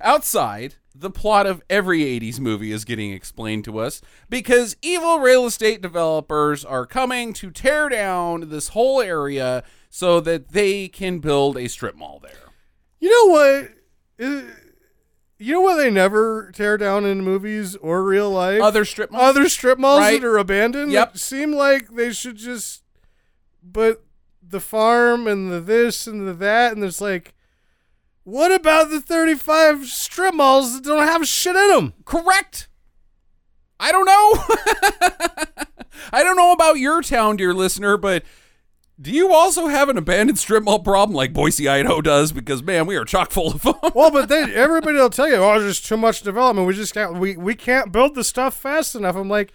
S1: outside, the plot of every 80s movie is getting explained to us because evil real estate developers are coming to tear down this whole area so that they can build a strip mall there.
S2: You know what? Uh, You know what they never tear down in movies or real life?
S1: Other strip malls?
S2: other strip malls
S1: Right.
S2: that are abandoned
S1: Yep.
S2: that seem like they should just but the farm and the this and the that and it's like what about the 35 strip malls that don't have shit in them
S1: Correct. I don't know. I don't know about your town, dear listener, but do you also have an abandoned strip mall problem like Boise, Idaho does? Because, man, we are chock full of them.
S2: well but then everybody will tell you oh there's too much development we just can't we, we can't build the stuff fast enough i'm like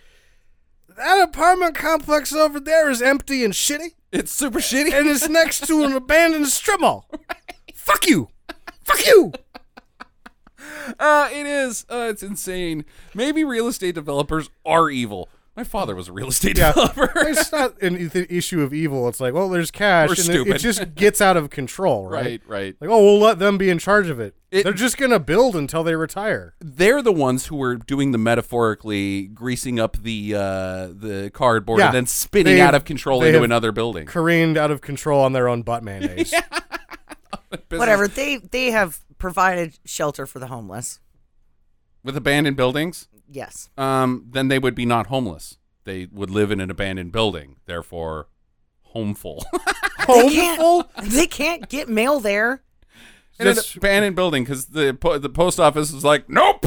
S2: that apartment complex over there is empty and shitty
S1: It's super shitty.
S2: and it's next to an abandoned strip mall fuck you fuck you
S1: Uh, it is. Uh, it's insane. Maybe real estate developers are evil. My father was a real estate developer.
S2: it's not an i- the issue of evil. It's like, well, there's cash,
S1: We're
S2: and it-
S1: stupid.
S2: it just gets out of control, right?
S1: right, right.
S2: Like, oh, we'll let them be in charge of it.
S1: It-
S2: They're just gonna build until they retire.
S1: They're the ones who were doing the metaphorically greasing up the uh, the cardboard
S2: Yeah.
S1: and then spinning
S2: They-
S1: out of control
S2: they
S1: into
S2: have
S1: another building.
S2: Careened out of control on their own butt mayonnaise.
S1: Business
S3: Whatever. They they have provided shelter for the homeless.
S1: With abandoned buildings,
S3: Yes.
S1: um, then they would be not homeless. They would live in an abandoned building, therefore homeful.
S3: They can't, they can't get mail there.
S1: in an
S2: Just-
S1: abandoned building because the po- the post office was like, nope.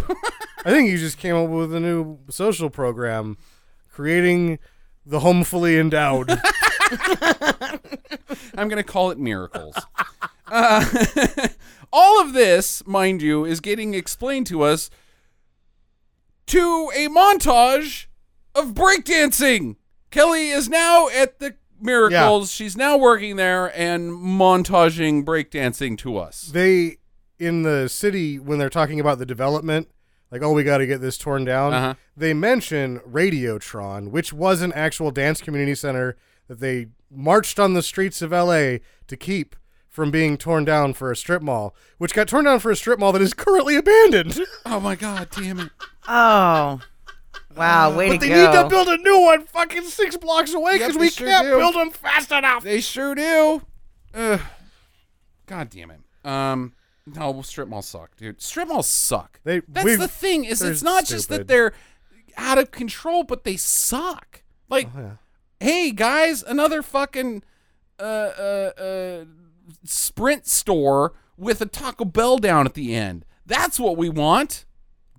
S2: I think you just came up with a new social program, creating the homefully endowed.
S1: I'm going to call it miracles. Uh, all of this, mind you, is getting explained to us to a montage of breakdancing. Kelly is now at the miracles. She's now working there and montaging breakdancing to us.
S2: they in the city when they're talking about the development like oh we got to get this torn down
S1: Uh-huh.
S2: they mention radiotron which was an actual dance community center that they marched on the streets of la to keep from being torn down for a strip mall which got torn down for a strip mall that is currently abandoned
S1: Oh my god, damn it.
S3: Oh. Wow. Way
S2: but
S3: to
S2: they
S3: go.
S2: need to build a new one fucking six blocks away
S1: Yep,
S2: because
S1: they
S2: we
S1: sure
S2: can't
S1: do.
S2: build them fast enough
S1: They sure do. Ugh. God damn it. Um, no, well, strip malls suck, dude. Strip malls suck.
S2: They-
S1: That's
S2: we've-
S1: the thing is,
S2: they're
S1: it's not just that
S2: stupid.
S1: they're out of control, but they suck. Like,
S2: Oh,
S1: hey guys, another fucking uh, uh, uh, Sprint store with a Taco Bell down at the end. That's what we want.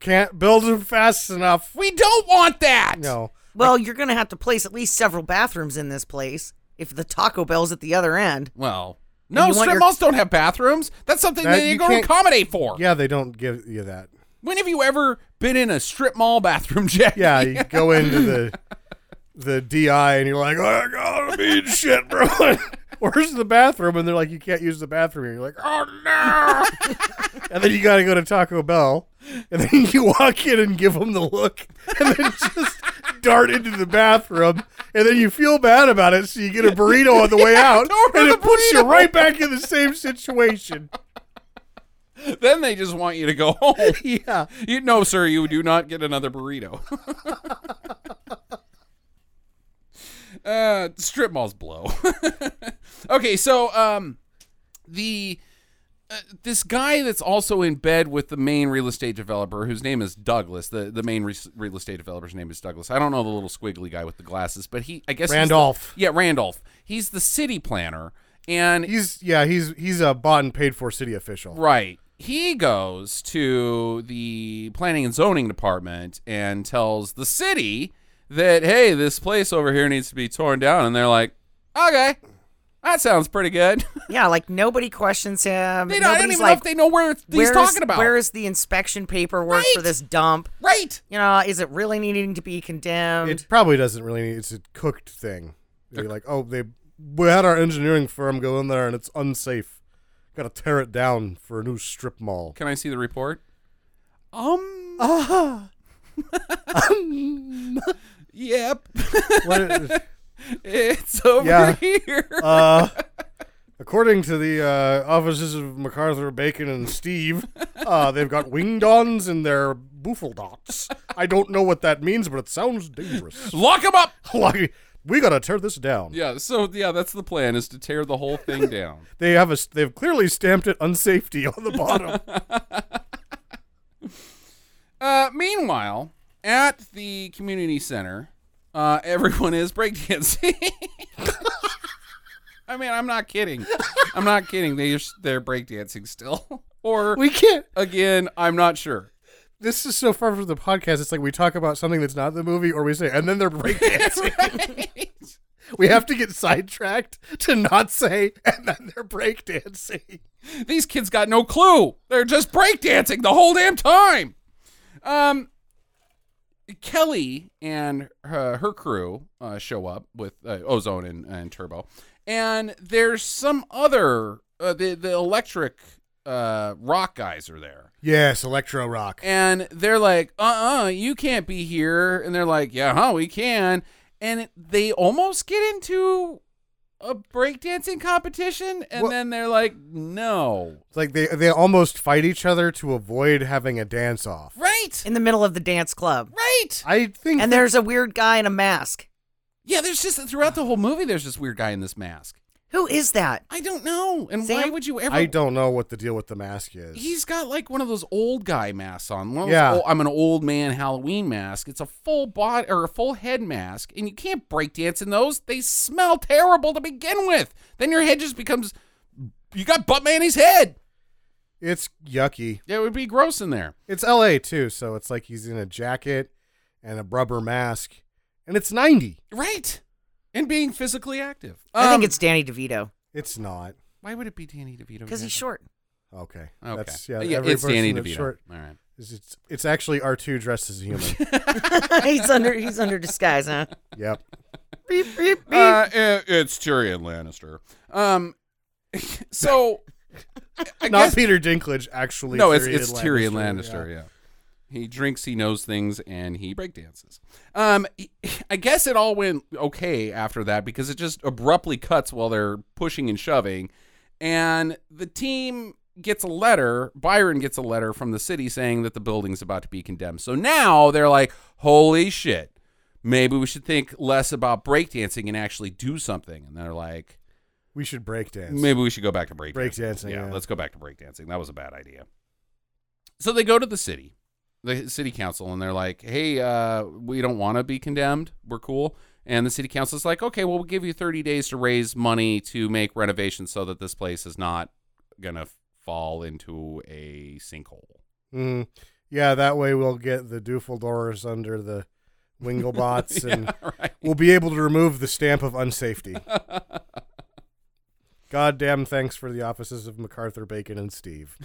S2: can't build them fast enough
S1: We don't want that.
S2: no
S3: well, you're going to have to place at least several bathrooms in this place if the Taco Bell's at the other end.
S1: Well,
S3: you
S1: no,
S3: want
S1: strip
S3: your-
S1: malls don't have bathrooms. That's something
S2: That
S1: that they're
S2: you
S1: going to
S2: can't-
S1: accommodate for.
S2: yeah they don't give you that
S1: When have you ever been in a strip mall bathroom, Jack?
S2: Yeah, you go into the the DI and you're like, oh god, I'm eating shit, bro. Where's the bathroom? And they're like, you can't use the bathroom. here." You're like, oh
S1: Ah!
S2: no. and then you got to go to Taco Bell, and then you walk in and give them the look, and then just dart into the bathroom, and then you feel bad about it, so you get a burrito on the way out,
S1: order
S2: and
S1: the
S2: it puts you
S1: burrito.
S2: right back in the same situation.
S1: Then they just want you to go home.
S2: yeah.
S1: You no, sir, you do not get another burrito. uh, strip malls blow. okay, so um, the uh, this guy that's also in bed with the main real estate developer, whose name is Douglas. The the main re- real estate developer's name is Douglas. I don't know the little squiggly guy with the glasses, but he I guess he's the-
S2: Randolph.
S1: yeah, Randolph. He's the city planner, and
S2: He's yeah, he's he's a bought and paid for city official.
S1: Right. He goes to the planning and zoning department and tells the city that, hey, this place over here needs to be torn down. And they're like, okay, that sounds pretty good.
S3: Yeah, like nobody questions him.
S1: they don't, I
S3: Nobody's
S1: don't even know
S3: like,
S1: if they know where it's- he's
S3: "Where's-
S1: talking about.
S3: Where is the inspection paperwork for
S1: Right.
S3: this dump?
S1: right.
S3: You know, is it really needing to be condemned?
S2: It probably doesn't really need. It's a cooked thing. They're like, oh, they we had our engineering firm go in there and it's unsafe. Got to tear it down for a new strip mall.
S1: Can I see the report? Um. yep.
S2: What is-
S1: It's over
S2: Yeah.
S1: here.
S2: uh, according to the uh, offices of MacArthur, Bacon, and Steve, uh, they've got wingdons in their boofledots. I don't know what that means, but it sounds dangerous.
S1: Lock him up.
S2: Like, we got to tear this down.
S1: Yeah. So yeah, that's the plan is to tear the whole thing down.
S2: They have a. s- They've clearly stamped it unsafety on the bottom.
S1: Uh, meanwhile, at the community center, uh, everyone is breakdancing. I mean, I'm not kidding. I'm not kidding. They just, they're breakdancing still. Or
S2: we can't.
S1: again, I'm not sure.
S2: this is so far from the podcast. It's like we talk about something that's not the movie, or we say, and then they're breakdancing. We have to get sidetracked to not say, and then they're breakdancing.
S1: These kids got no clue. They're just breakdancing the whole damn time. Um, Kelly and her, her crew uh, show up with uh, Ozone and, and Turbo, and there's some other uh, the the electric uh, rock guys are there,
S2: Yes, electro rock.
S1: and they're like, "Uh, uh you can't be here," and they're like, "Yeah, huh, we can," and it, they almost get into a breakdancing competition, and
S2: Well-
S1: then they're like, "No."
S2: It's like they they almost fight each other to avoid having a dance off.
S1: Right.
S3: in the middle of the dance club.
S1: Right.
S2: I think
S3: And there's a weird guy in a mask.
S1: Yeah, there's just throughout the whole movie there's this weird guy in this mask.
S3: Who is that?
S1: I don't know. And why
S3: Sam?
S1: would you ever
S2: I don't know what the deal with the mask is.
S1: He's got like one of those old guy masks on. One of those
S2: Yeah.
S1: old- I'm an old man Halloween mask. It's a full body or a full head mask, and you can't break dance in those. They smell terrible to begin with. Then your head just becomes you got butt mayonnaise head.
S2: it's yucky.
S1: It would be gross in there.
S2: It's L.A. too, so it's like he's in a jacket and a rubber mask, and it's ninety.
S1: Right. And being physically active.
S3: I
S1: Um,
S3: think it's Danny DeVito
S2: It's not.
S1: why would it be Danny DeVito?
S3: because
S1: again?
S3: he's short.
S2: Okay.
S1: Okay.
S2: That's yeah. every
S1: it's Danny
S2: person that's
S1: DeVito.
S2: short-
S1: All right.
S2: It's, it's, it's actually R2 dressed as a human.
S3: he's under he's under disguise, huh?
S2: yep.
S3: Beep, beep, beep.
S1: Uh, it- it's Tyrion Lannister. Um, so I
S2: Not
S1: guess
S2: Peter Dinklage, actually.
S1: no, it's it's Tyrion Lannister. Yeah. he drinks, he knows things, and he breakdances. Um, I guess it all went okay after that because it just abruptly cuts while they're pushing and shoving, and the team gets a letter. Byron gets a letter from the city saying that the building's about to be condemned. So now they're like, "Holy shit." Maybe we should think less about breakdancing and actually do something. And they're like,
S2: We should breakdance.
S1: Maybe we should go back to breakdancing.
S2: Breakdancing,
S1: Yeah,
S2: yeah.
S1: let's go back to breakdancing. That was a bad idea. So they go to the city, the city council, and they're like, hey, uh, we don't want to be condemned. We're cool. And the city council's like, okay, well, we'll give you 30 days to raise money to make renovations so that this place is not going to fall into a sinkhole.
S2: Mm, yeah, that way we'll get the Doofeldors under the Winglebots and
S1: Right.
S2: we'll be able to remove the stamp of unsafety. Goddamn thanks for the offices of MacArthur, Bacon, and Steve.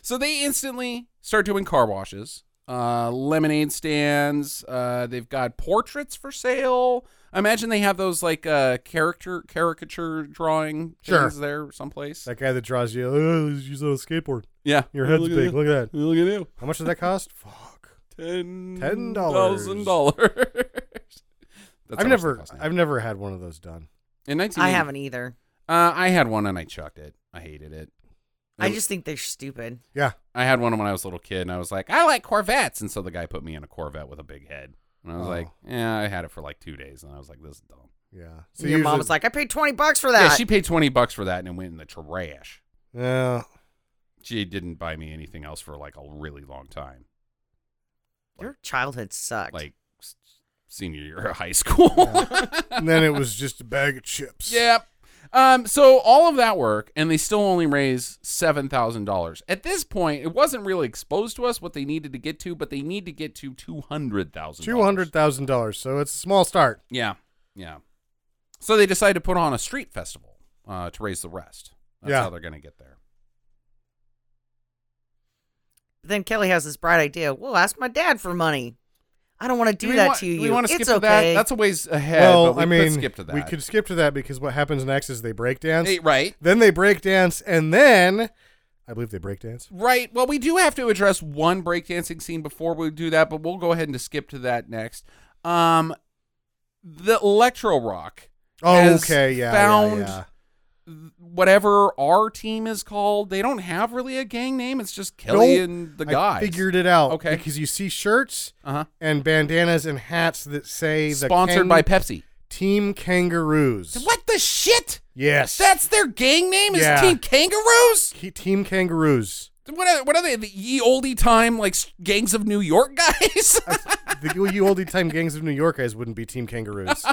S1: so they instantly start doing car washes. Uh, uh, lemonade stands. Uh, they've got portraits for sale. I imagine they have those like uh, character caricature drawing
S2: Sure.
S1: things there someplace.
S2: That guy that draws you, oh, use a skateboard.
S1: yeah,
S2: Your head's
S1: Look at
S2: big.
S1: you.
S2: Look at that.
S1: Look at you.
S2: How much does that cost? Fuck.
S1: Ten
S2: $10.
S1: thousand dollars. That's how
S2: I've
S1: much they
S2: never,
S1: cost now.
S2: I've never had one of those done.
S1: in nineteen.
S3: I haven't either.
S1: Uh, I had one and I chucked it. I hated it.
S3: I
S1: Nope.
S3: just think they're stupid.
S2: Yeah,
S1: I had one when I was a little kid, and I was like, I like Corvettes, and so the guy put me in a Corvette with a big head, and I was
S2: Oh.
S1: like, Yeah, I had it for like two days, and I was like, This is dumb.
S2: yeah.
S3: And your mom
S2: usually-
S3: was like, I paid 20 bucks for that.
S1: Yeah, she paid twenty bucks for that, and it went in the trash.
S2: yeah.
S1: She didn't buy me anything else for like a really long time,
S3: Your childhood sucked.
S1: like s- senior year of high school.
S2: And then it was just a bag of chips.
S1: Yep. Um, so all of that work, and they still only raise seven thousand dollars. At this point, it wasn't really exposed to us what they needed to get to, but they need to get to two hundred thousand.
S2: Two hundred thousand dollars. So it's a small start.
S1: Yeah, yeah. So they decide to put on a street festival uh, to raise the rest. That's
S2: Yeah.
S1: how they're going to get there.
S3: then Kelly has this bright idea. Well, ask my dad for money. I don't want to do,
S1: we
S3: that
S1: want-
S3: to you.
S1: We want to
S3: it's
S1: skip to that.
S3: okay.
S1: That's a ways ahead.
S2: well,
S1: but we
S2: I mean,
S1: could skip to that.
S2: we could skip to that because what happens next is they break dance.
S1: Hey, right.
S2: Then they break dance, and then I believe they break dance.
S1: Right. Well, we do have to address one breakdancing scene before we do that, but we'll go ahead and just skip to that next. Um, the electro rock,
S2: Oh,
S1: Has
S2: okay, yeah,
S1: found-
S2: yeah, yeah.
S1: whatever our team is called, they don't have really a gang name. It's just Kelly
S2: Nope.
S1: and the
S2: I
S1: guys.
S2: figured it out.
S1: Okay.
S2: because you see shirts
S1: Uh-huh.
S2: and bandanas and hats that say the
S1: Sponsored
S2: Kang-
S1: by Pepsi.
S2: Team Kangaroos.
S1: What the shit?
S2: Yes,
S1: That's their gang name is
S2: Yeah.
S1: Team Kangaroos?
S2: Ke- Team Kangaroos.
S1: What are, what are they? The ye oldie time, like s- gangs of New York guys?
S2: the you oldie time gangs of New York guys wouldn't be Team Kangaroos.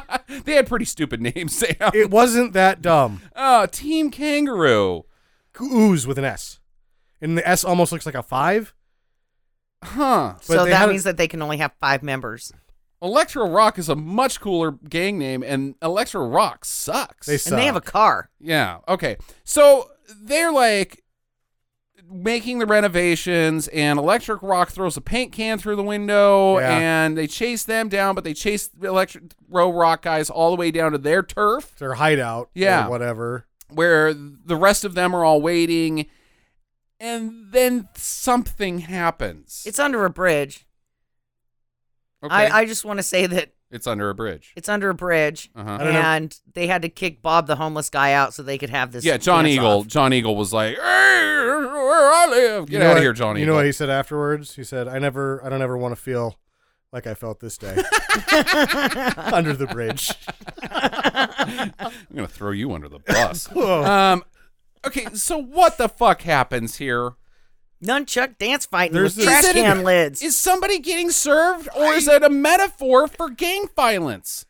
S1: they had pretty stupid names, Sam.
S2: it wasn't that dumb.
S1: oh, Team Kangaroo.
S2: Ooze with an S, and the S almost looks like a five.
S1: Huh.
S2: But
S3: so
S2: they had
S3: that
S2: a-
S3: means that they can only have five members.
S1: Electro Rock is a much cooler gang name, and Electro Rock sucks.
S2: They suck.
S3: And they have a car.
S1: yeah. Okay. So they're like making the renovations, and Electric Rock throws a paint can through the window,
S2: Yeah.
S1: and they chase them down, but they chase the Electric Rock guys all the way down to their turf,
S2: their hideout.
S1: Yeah.
S2: or whatever.
S1: where the rest of them are all waiting, and then something happens.
S3: It's under a bridge.
S1: okay.
S3: I, I just want to say that
S1: it's under a bridge.
S3: it's under a bridge.
S1: Uh-huh.
S2: I don't know.
S3: And they had to kick Bob the homeless guy out so they could have this.
S1: Yeah, John
S3: dance
S1: Eagle.
S3: off.
S1: John Eagle was like, "Hey, "Where I live, get
S2: You know
S1: out of
S2: what-
S1: here, John
S2: You
S1: Eagle."
S2: know what he said afterwards? He said, "I never, I don't ever want to feel like I felt this day under the bridge."
S1: I'm gonna throw you under the bus.
S2: Whoa.
S1: um, okay, so what the fuck happens here?
S3: Nunchuck dance fighting
S2: There's
S3: with
S2: this-
S3: trash
S1: Is it a-
S3: can lids.
S1: Is somebody getting served, or is it a metaphor for gang violence?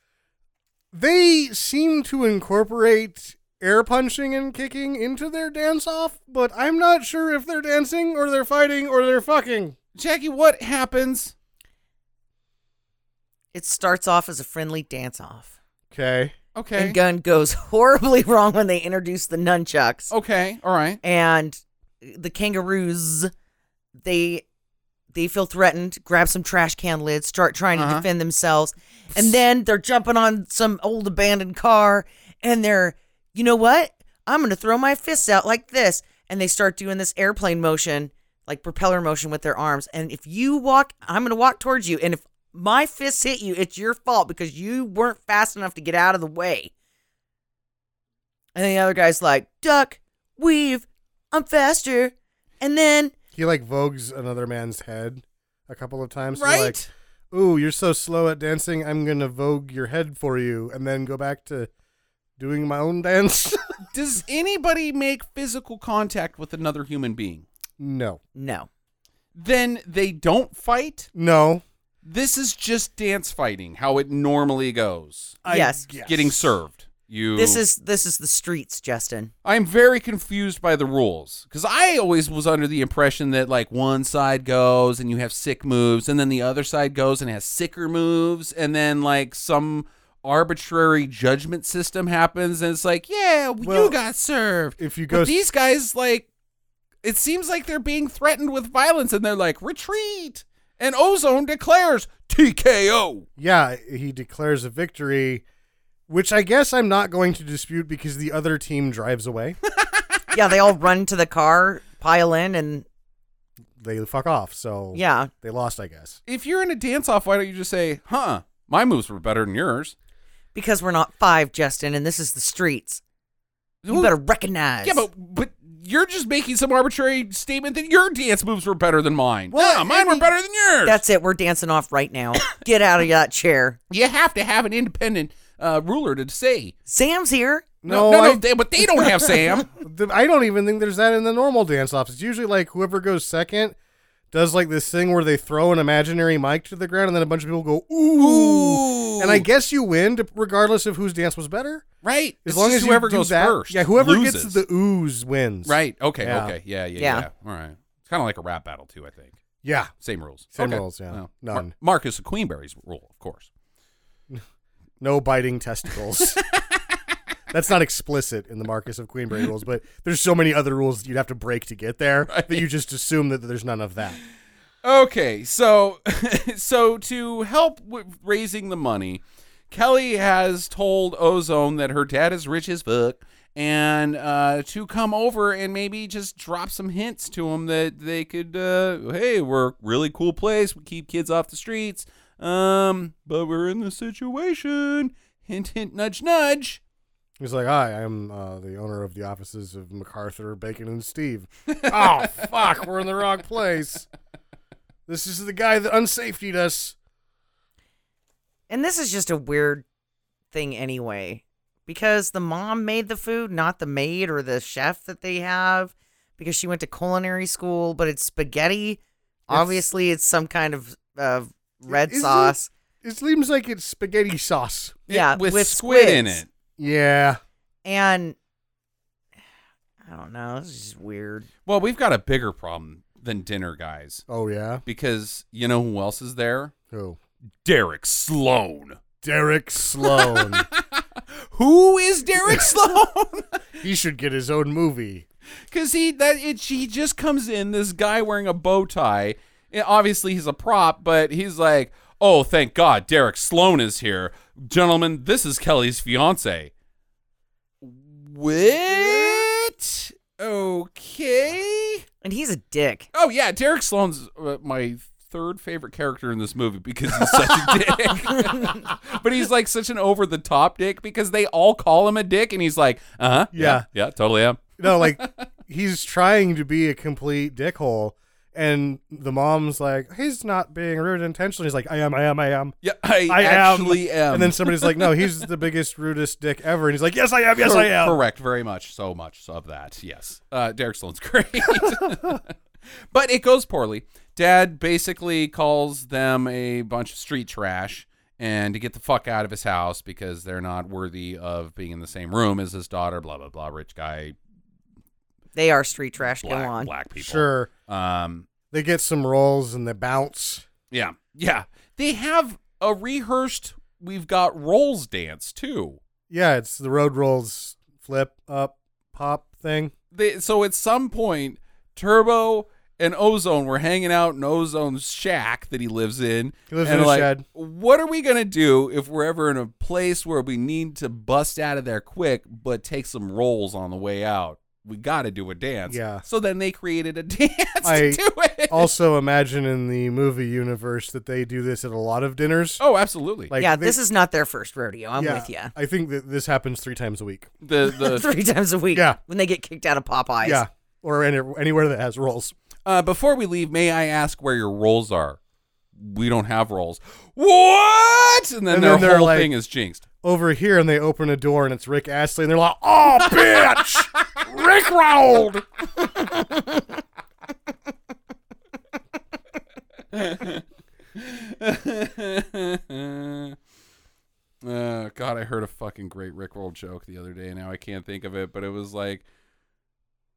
S2: they seem to incorporate air punching and kicking into their dance off, but I'm not sure if they're dancing or they're fighting or they're fucking.
S1: Jackie, what happens?
S3: It starts off as a friendly dance off.
S2: Okay.
S1: Okay,
S3: And Gun goes horribly wrong when they introduce the nunchucks.
S1: okay, all right.
S3: And the kangaroos, they they feel threatened, grab some trash can lids, start trying to
S1: Uh-huh.
S3: defend themselves. And then they're jumping on some old abandoned car and they're, you know what? I'm going to throw my fists out like this. And they start doing this airplane motion, like propeller motion with their arms. And if you walk, I'm going to walk towards you. And if my fists hit you, it's your fault because you weren't fast enough to get out of the way. And the other guy's like, duck, weave, I'm faster. And then
S2: He like vogues another man's head a couple of times. So
S1: Right?
S2: Like, Ooh, you're so slow at dancing. I'm gonna vogue your head for you, and then go back to doing my own dance.
S1: Does anybody make physical contact with another human being?
S2: no,
S3: no.
S1: Then they don't fight.
S2: no.
S1: This is just dance fighting, how it normally goes.
S3: yes.
S1: getting served. You.
S3: This is this is the streets, Justin.
S1: I'm very confused by the rules because I always was under the impression that like one side goes and you have sick moves, and then the other side goes and has sicker moves, and then like some arbitrary judgment system happens, and it's like, yeah, well,
S2: Well,
S1: you got served.
S2: if you
S1: But
S2: go s-
S1: these guys like, it seems like they're being threatened with violence, and they're like, retreat. and Ozone declares TKO.
S2: yeah, he declares a victory, which I guess I'm not going to dispute because the other team drives away.
S3: yeah, they all run to the car, pile in, and
S2: they fuck off. So
S3: yeah,
S2: they lost, I guess.
S1: If you're in a dance off, why don't you just say, huh, my moves were better than yours?
S3: because we're not five, Justin, and this is the streets. You
S1: Well,
S3: better recognize.
S1: Yeah, but but you're just making some arbitrary statement that your dance moves were better than mine.
S3: Well,
S1: Well, mine were better than yours.
S3: that's it. We're dancing off right now. Get out of that chair.
S1: you have to have an independent uh, ruler to say.
S3: Sam's here.
S1: No, no, no,
S2: I,
S1: they, but they don't have Sam.
S2: th- I don't even think there's that in the normal dance offs. It's usually like whoever goes second does like this thing where they throw an imaginary mic to the ground and then a bunch of people go ooh,
S1: Ooh.
S2: and I guess you win to, regardless of whose dance was better.
S1: right
S2: As
S1: It's
S2: long
S1: just
S2: as you
S1: whoever
S2: do
S1: goes
S2: that-
S1: first,
S2: yeah, whoever
S1: loses.
S2: gets the ooze wins.
S1: right. Okay,
S2: Yeah.
S1: okay, yeah, yeah, yeah,
S3: Yeah.
S1: All right, it's kind of like a rap battle too. I think
S2: Yeah.
S1: same rules.
S2: Same
S1: Okay.
S2: rules, yeah.
S1: Well,
S2: None.
S1: Mar- Marcus of Queenberry's rule, of course.
S2: No biting testicles. That's not explicit in the Marcus of Queenberry rules, but there's so many other rules that you'd have to break to get there that you just assume that there's none of that.
S1: Okay, so so to help with raising the money, Kelly has told Ozone that her dad is rich as fuck, and uh, to come over and maybe just drop some hints to him that they could, uh, hey, we're a really cool place. We keep kids off the streets, um, but we're in this situation. Hint, hint, nudge, nudge.
S2: He's like, "Hi, I'm uh, the owner of the offices of MacArthur, Bacon, and Steve." oh fuck, we're in the wrong place. This is the guy that unsafetied us.
S3: And this is just a weird thing anyway, because the mom made the food, not the maid or the chef that they have, because she went to culinary school, but it's spaghetti. Obviously, it's some kind of uh, red
S2: Is it-
S3: sauce.
S2: It seems like it's spaghetti sauce.
S3: Yeah,
S1: with,
S3: with
S1: squid in
S3: squids.
S1: it.
S2: Yeah,
S3: And I don't know. This is just weird.
S1: Well, we've got a bigger problem than dinner, guys,
S2: Oh yeah.
S1: because you know who else is there?
S2: Who?
S1: Derek Sloan.
S2: Derek Sloan.
S1: Who is Derek Sloan?
S2: he should get his own movie.
S1: Because he that it he just comes in this guy wearing a bow tie. And obviously he's a prop, but he's like, oh, thank God, Derek Sloan is here, gentlemen. This is Kelly's fiance. What? Okay.
S3: And he's a dick.
S1: Oh yeah, Derek Sloan's uh, my third favorite character in this movie because he's such a dick. but he's like such an over the top dick because they all call him a dick, and he's like, uh huh,
S2: Yeah.
S1: yeah, totally am.
S2: No, like he's trying to be a complete dickhole, and the mom's like, "He's not being rude intentionally." He's like, "I am, I am, I am."
S1: Yeah, I,
S2: I
S1: actually am.
S2: And then somebody's like, "No, he's the biggest rudest dick ever," and he's like, "Yes, I am. Yes, I am."
S1: Correct, very much, so much of that. Yes, uh, Derek Sloan's great, but it goes poorly. Dad basically calls them a bunch of street trash and to get the fuck out of his house because they're not worthy of being in the same room as his daughter. Blah blah blah. Rich guy,
S3: They are street trash.
S1: black
S3: Go on.
S1: black people.
S2: Sure,
S1: Um.
S2: they get some rolls and they bounce.
S1: Yeah. Yeah. They have a rehearsed. We've got rolls dance too.
S2: Yeah, it's the road rolls, flip up, pop thing.
S1: they so at some point Turbo and Ozone were hanging out in Ozone's shack that he lives in.
S2: He lives
S1: and
S2: in a
S1: like,
S2: shed.
S1: What are we gonna do if we're ever in a place where we need to bust out of there quick, but take some rolls on the way out? We got to do a dance.
S2: Yeah.
S1: So then they created a dance
S2: I
S1: to do it.
S2: Also, imagine in the movie universe that they do this at a lot of dinners.
S1: oh, absolutely.
S2: Like
S3: yeah,
S2: they-
S3: this is not their first rodeo. I'm with you.
S2: I think that this happens three times a week.
S1: the the
S3: Three times a week.
S2: Uh, Yeah.
S3: When they get kicked out of Popeyes.
S2: Yeah, or any, anywhere that has rolls.
S1: Uh, before we leave, may I ask where your rolls are? We don't have rolls. What? And then
S2: And
S1: their
S2: then they're
S1: whole
S2: like-
S1: thing is jinxed.
S2: Over here, and they open a door, and it's Rick Astley, and they're like, "Oh, bitch, Rick rolled."
S1: oh Uh, God, I heard a fucking great Rickroll joke the other day. and Now I can't think of it, but it was like,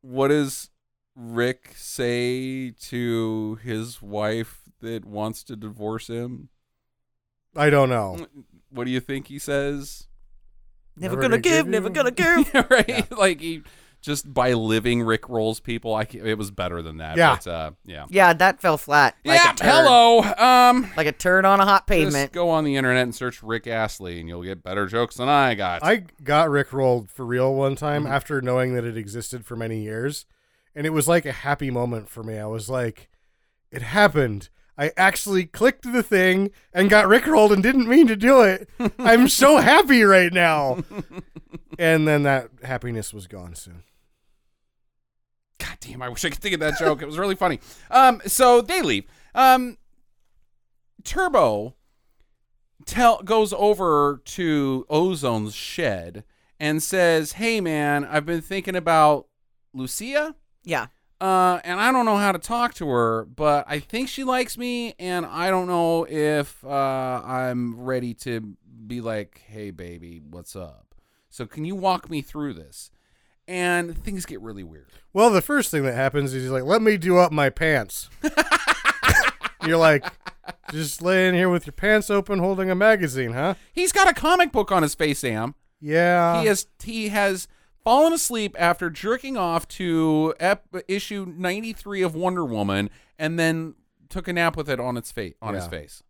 S1: what does Rick say to his wife that wants to divorce him?
S2: I don't know.
S1: What do you think he says?
S3: Never,
S2: Never
S3: gonna
S2: gonna
S3: give,
S2: give
S3: never
S2: you-
S3: gonna give.
S1: right? Like he just by living Rick rolls people. I ca- it was better than that.
S2: Yeah.
S1: but, uh, yeah.
S3: Yeah, that fell flat. Like
S1: yeah.
S3: a turd,
S1: Hello. Um.
S3: Like a turd on a hot
S1: Just
S3: pavement.
S1: go on the internet and search Rick Astley, and you'll get better jokes than I got.
S2: I got rickrolled for real one time after knowing that it existed for many years, and it was like a happy moment for me. I was like, "It happened! I actually clicked the thing and got rickrolled and didn't mean to do it. I'm so happy right now." and then that happiness was gone soon.
S1: God damn, I wish I could think of that joke. It was really funny. Um, so they leave. Um, Turbo tell goes over to Ozone's shed and says, "Hey man, I've been thinking about Lucia,
S3: Yeah.
S1: uh, and I don't know how to talk to her, but I think she likes me, and I don't know if uh, I'm ready to be like, hey baby, what's up? So can you walk me through this?" And things get really weird.
S2: Well, the first thing that happens is he's like, "Let me do up my pants." You're like, just laying here with your pants open, holding a magazine, huh?
S1: He's got a comic book on his face, Sam.
S2: Yeah.
S1: he has he has fallen asleep after jerking off to ep- issue 93 of Wonder Woman and then took a nap with it on its face on his
S2: Yeah.
S1: face.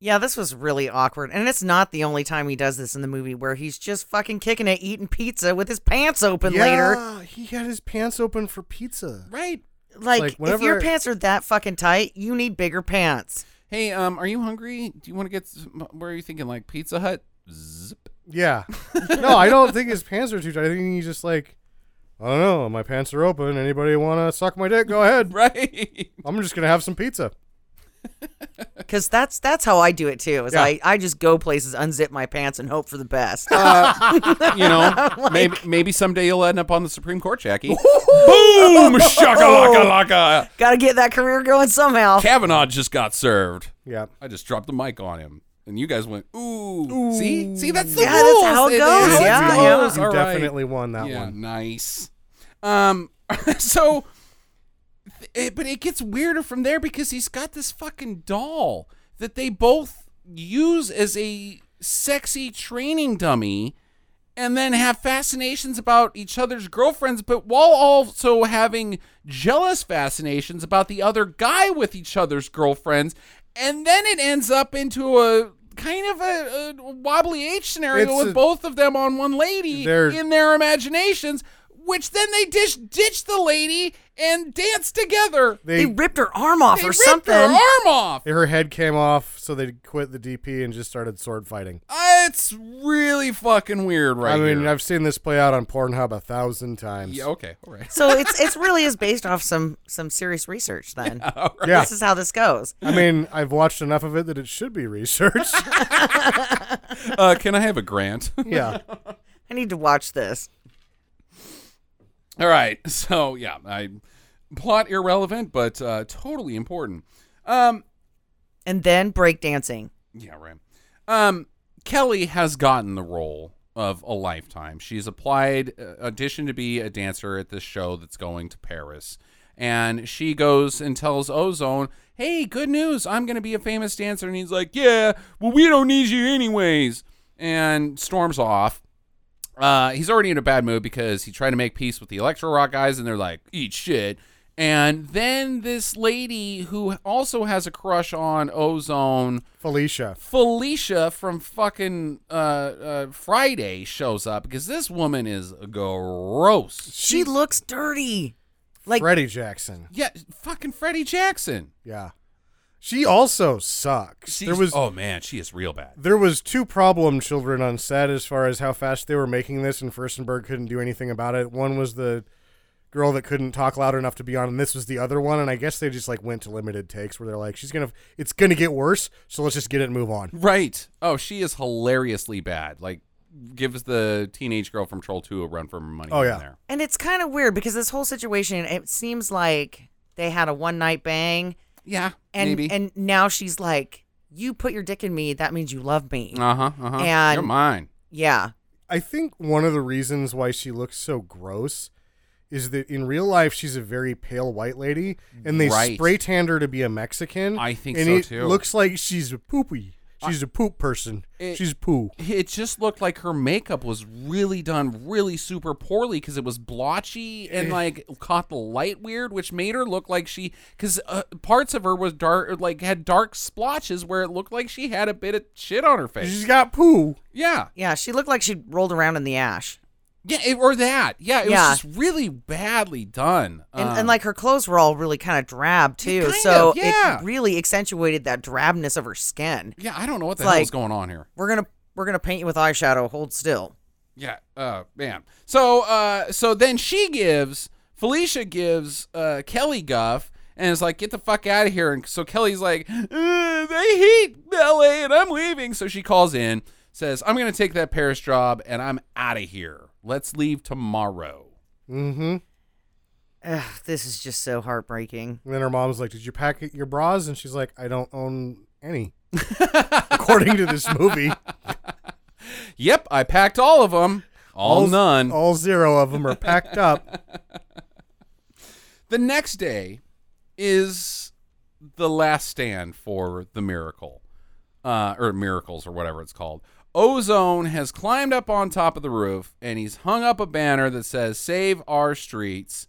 S3: Yeah, this was really awkward. And it's not the only time he does this in the movie where he's just fucking kicking it, eating pizza with his pants open later.
S2: Yeah, He had his pants open for pizza.
S1: Right.
S3: Like,
S2: Like,
S3: if your
S2: whenever-
S3: pants are that fucking tight, you need bigger pants.
S1: Hey, um are you hungry? Do you want to get some, where are you thinking like Pizza Hut? Zip.
S2: Yeah. No, I don't think his pants are too tight. I think he's just like, I don't know, my pants are open. Anybody want to suck my dick? Go ahead.
S1: Right.
S2: I'm just going to have some pizza.
S3: Cause that's that's how I do it too. Is
S2: Yeah.
S3: I, I just go places, unzip my pants, and hope for the best.
S1: Uh, you know, maybe maybe someday you'll end up on the Supreme Court, Jackie. Boom! Shakalaka laka.
S3: Gotta get that career going somehow.
S1: Kavanaugh just got served.
S2: Yeah.
S1: I just dropped the mic on him, and you guys went, "Ooh, see, see, that's the
S3: Yeah, that's
S1: rules.
S3: how it goes.
S1: is.
S3: Yeah,
S1: That's
S2: you,
S1: the
S3: yeah.
S1: rules.
S2: you
S1: All right.
S2: definitely won that
S1: yeah,
S2: one.
S1: nice. Um, so, it, but it gets weirder from there because he's got this fucking doll that they both use as a sexy training dummy. And then have fascinations about each other's girlfriends, but while also having jealous fascinations about the other guy with each other's girlfriends. And then it ends up into a kind of a, a wobbly H scenario
S2: It's
S1: with
S2: a-
S1: both of them on one lady
S2: They're-
S1: in their imaginations, which then they dish, ditch the lady and dance together.
S3: They
S2: They,
S3: ripped her arm off
S1: They
S3: or
S1: ripped
S3: something.
S1: her arm off.
S2: her head came off, so they quit the DP and just started sword fighting.
S1: Uh, It's really fucking weird, right?
S2: I mean,
S1: here.
S2: I've seen this play out on Pornhub a thousand times.
S1: yeah, okay, all right.
S3: So it's it's really is based off some some serious research. Then
S2: Yeah.
S3: this is how this goes.
S2: I mean, I've watched enough of it that it should be researched.
S1: Uh, can I have a grant?
S2: yeah.
S3: I need to watch this.
S1: all right, so yeah, I plot irrelevant, but uh, totally important. Um,
S3: And then breakdancing.
S1: Yeah, right. Um, Kelly has gotten the role of a lifetime. She's applied, uh, auditioned to be a dancer at this show that's going to Paris. And she goes and tells Ozone, hey, good news. I'm going to be a famous dancer. And he's like, yeah, well, we don't need you anyways. And storms off. Uh, he's already in a bad mood because he tried to make peace with the electro rock guys, and they're like, "Eat shit." And then this lady who also has a crush on Ozone
S2: Felicia.
S1: Felicia from fucking uh, uh, Friday shows up because this woman is gross.
S3: She looks dirty. Like
S2: Freddie Jackson.
S1: Yeah, fucking Freddie Jackson.
S2: Yeah. She also sucks.
S1: She's,
S2: there was
S1: oh man, she is real bad.
S2: there was two problem children on set as far as how fast they were making this, and Furstenberg couldn't do anything about it. One was the girl that couldn't talk loud enough to be on, and this was the other one. And I guess they just like went to limited takes where they're like, "She's gonna, it's gonna get worse, so let's just get it and move on."
S1: Right. Oh, she is hilariously bad. Like gives the teenage girl from Troll Two a run for her money.
S2: Oh,
S1: in
S2: yeah.
S1: There.
S3: and it's kind of weird because this whole situation it seems like they had a one night bang
S1: Yeah.
S3: and
S1: maybe.
S3: and now she's like you put your dick in me that means you love me.
S1: uh huh. Uh huh.
S3: and-
S1: You're mine.
S3: yeah.
S2: I think one of the reasons why she looks so gross is that in real life she's a very pale white lady, and they
S1: Right.
S2: spray tanned her to be a Mexican.
S1: I think
S2: and
S1: so,
S2: it
S1: too.
S2: Looks like she's a poopy. She's a poop person.
S1: It-
S2: She's poo.
S1: it just looked like her makeup was really done really super poorly because it was blotchy and
S2: Eh.
S1: like caught the light weird which made her look like she because uh, parts of her was dark like had dark splotches where it looked like she had a bit of shit on her
S2: She's
S1: face
S2: got poo.
S1: yeah
S3: Yeah, she looked like she rolled around in the ash.
S1: yeah it- or that yeah it
S3: Yeah.
S1: was just really badly done
S3: And,
S1: Um,
S3: and like her clothes were all really kind of drab too,
S1: kind
S3: so
S1: of, yeah.
S3: it really accentuated that drabness of her skin.
S1: yeah i don't know what the
S3: it's
S1: hell is
S3: like-
S1: going on here
S3: We're gonna we're gonna paint you with eyeshadow. Hold still.
S1: Yeah. Uh, man. So, uh, so then she gives Felicia gives uh, Kelly guff and is like, "Get the fuck out of here!" And so Kelly's like, "Uh, "They hate LA, and I'm leaving." So she calls in, says, "I'm gonna take that Paris job, and I'm out of here. Let's leave tomorrow."
S2: Mm-hmm.
S3: Ugh, this is just so heartbreaking.
S2: And then her mom's like, "Did you pack your bras?" And she's like, "I don't own any." According to this movie,
S1: Yep, I packed all of them. All, none.
S2: all zero of them are packed up.
S1: the next day is the last stand for the miracle uh, or miracles or whatever it's called ozone has climbed up on top of the roof and he's hung up a banner that says save our streets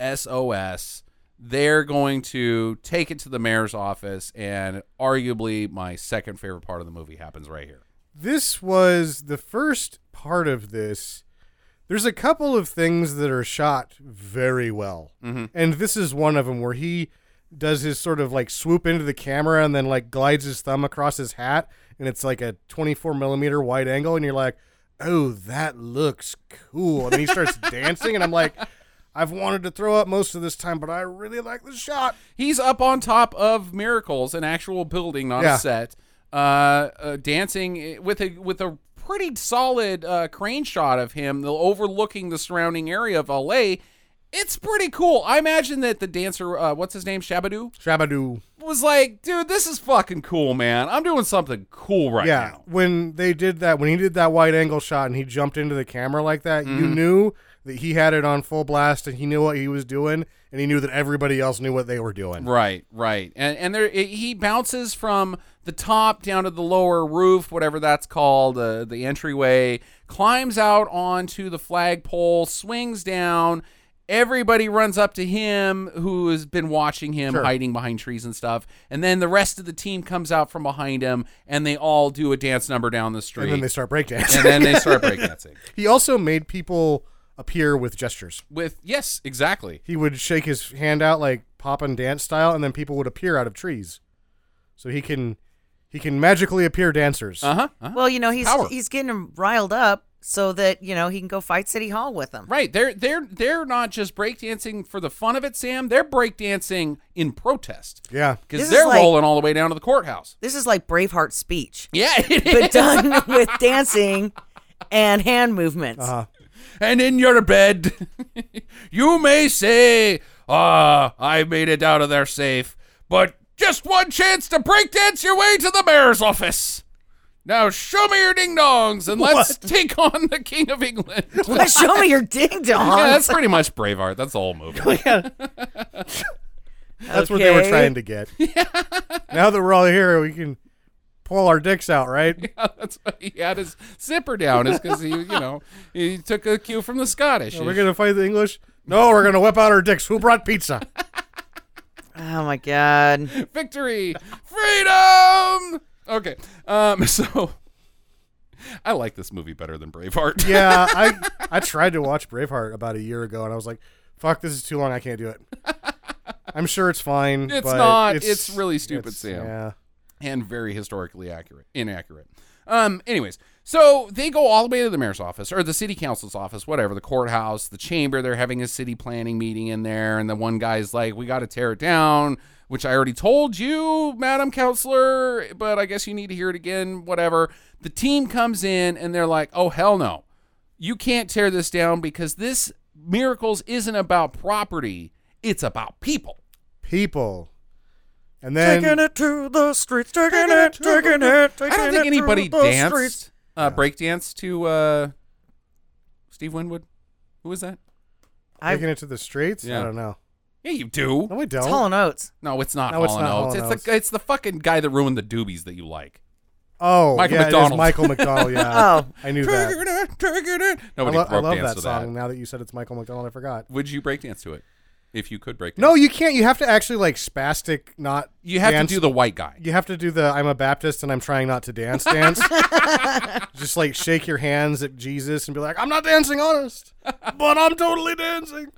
S1: sos they're going to take it to the mayor's office and arguably my second favorite part of the movie happens right here
S2: This was the first part of this. There's a couple of things that are shot very well, and this is one of them where he does his sort of like swoop into the camera and then like glides his thumb across his hat, and it's like a 24 millimeter wide angle, and you're like, "Oh, that looks cool!" And then he starts dancing, and I'm like. I've wanted to throw up most of this time, but I really like the shot.
S1: He's up on top of miracles, an actual building, not
S2: Yeah.
S1: a set. Uh, uh, dancing with a with a pretty solid uh, crane shot of him, the- overlooking the surrounding area of LA. It's pretty cool. I imagine that the dancer, uh, what's his name, Shabadoo,
S2: Shabadoo.
S1: was like, "Dude, this is fucking cool, man. I'm doing something cool right
S2: yeah,
S1: now."
S2: when they did that, when he did that wide angle shot and he jumped into the camera like that, you
S1: Mm-hmm.
S2: knew that he had it on full blast and he knew what he was doing and he knew that everybody else knew what they were doing.
S1: Right, right, and and there it, he bounces from the top down to the lower roof, whatever that's called, uh, the entryway. Climbs out onto the flagpole, swings down. Everybody runs up to him, who has been watching him, hiding behind trees and stuff. And then the rest of the team comes out from behind him, and they all do a dance number down the street.
S2: And then they start breakdancing.
S1: And then they start breakdancing.
S2: he also made people appear with gestures.
S1: With yes, exactly.
S2: He would shake his hand out like pop and dance style and then people would appear out of trees. So he can he can magically appear dancers.
S1: Uh huh. Uh-huh.
S3: Well, you know he's
S1: Power.
S3: he's getting 'em riled up so that you know he can go fight City Hall with them.
S1: Right. They're they're they're not just breakdancing for the fun of it, Sam. They're breakdancing in protest
S2: Yeah.
S1: because
S3: This
S1: they're
S3: is like-
S1: rolling all the way down to the courthouse.
S3: This is like Braveheart's speech,
S1: Yeah.
S3: but done with dancing and hand movements.
S2: Uh-huh.
S1: and in your bed, you may say, "Ah, I made it out of there safe," but just one chance to breakdance your way to the mayor's office. Now show me your ding dongs and let's take on the king of England.
S3: Well, Show me your ding dong.
S1: yeah, that's pretty much Braveheart. That's the whole movie.
S2: That's what they were trying to get. Now that we're all here, we can pull our dicks out, right?
S1: That's why he had his zipper down, is because he, you know, he took a cue from the Scottish.
S2: We're gonna fight the English. No, we're gonna whip out our dicks. Who brought pizza?
S3: Oh my god.
S1: Victory, freedom. Okay, um, so I like this movie better than Braveheart.
S2: yeah, I I tried to watch Braveheart about a year ago, and I was like, "Fuck, this is too long. I can't do it." I'm sure it's fine.
S1: It's
S2: but
S1: not. It's really stupid,
S2: it's-
S1: Sam.
S2: Yeah,
S1: and very historically accurate, inaccurate. Um, anyways, so they go all the way to the mayor's office or the city council's office, whatever, the courthouse, the chamber. They're having a city planning meeting in there, and the one guy's like, "We got to tear it down," which I already told you, Madam Counselor, but I guess you need to hear it again. Whatever. The team comes in, and they're like, "Oh hell no, you can't tear this down because this miracles isn't about property; it's about people."
S2: people. And then
S3: it to the streets, taking it, taking it, taking
S1: I don't think anybody danced uh, breakdance to uh, Steve Winwood. Who was that?
S2: taking
S3: I,
S2: it to the streets.
S1: Yeah.
S2: I don't know.
S1: Yeah, you do.
S2: No, I don't.
S3: it's Hall and Oates.
S1: No, it's not.
S2: No, it's
S1: Hall and
S2: not
S1: Oates.
S2: Hall and
S1: It's the it's the fucking guy that ruined the Doobies that you like.
S2: Oh,
S1: Michael
S2: yeah, it is
S1: McDonald.
S2: Michael McDonald. Yeah,
S3: Oh.
S2: I knew that.
S1: Nobody
S2: I, lo- I
S1: broke
S2: love
S1: dance
S2: that
S1: to
S2: song.
S1: that.
S2: Now that you said it's Michael McDonald, I forgot.
S1: Would you break dance to it if you could break?
S2: No, you can't. You have to actually like spastic, not
S1: you have
S2: dance.
S1: to do the white guy.
S2: You have to do the I'm a Baptist and I'm trying not to dance dance. Just like shake your hands at Jesus and be like, I'm not dancing honest, but I'm totally dancing.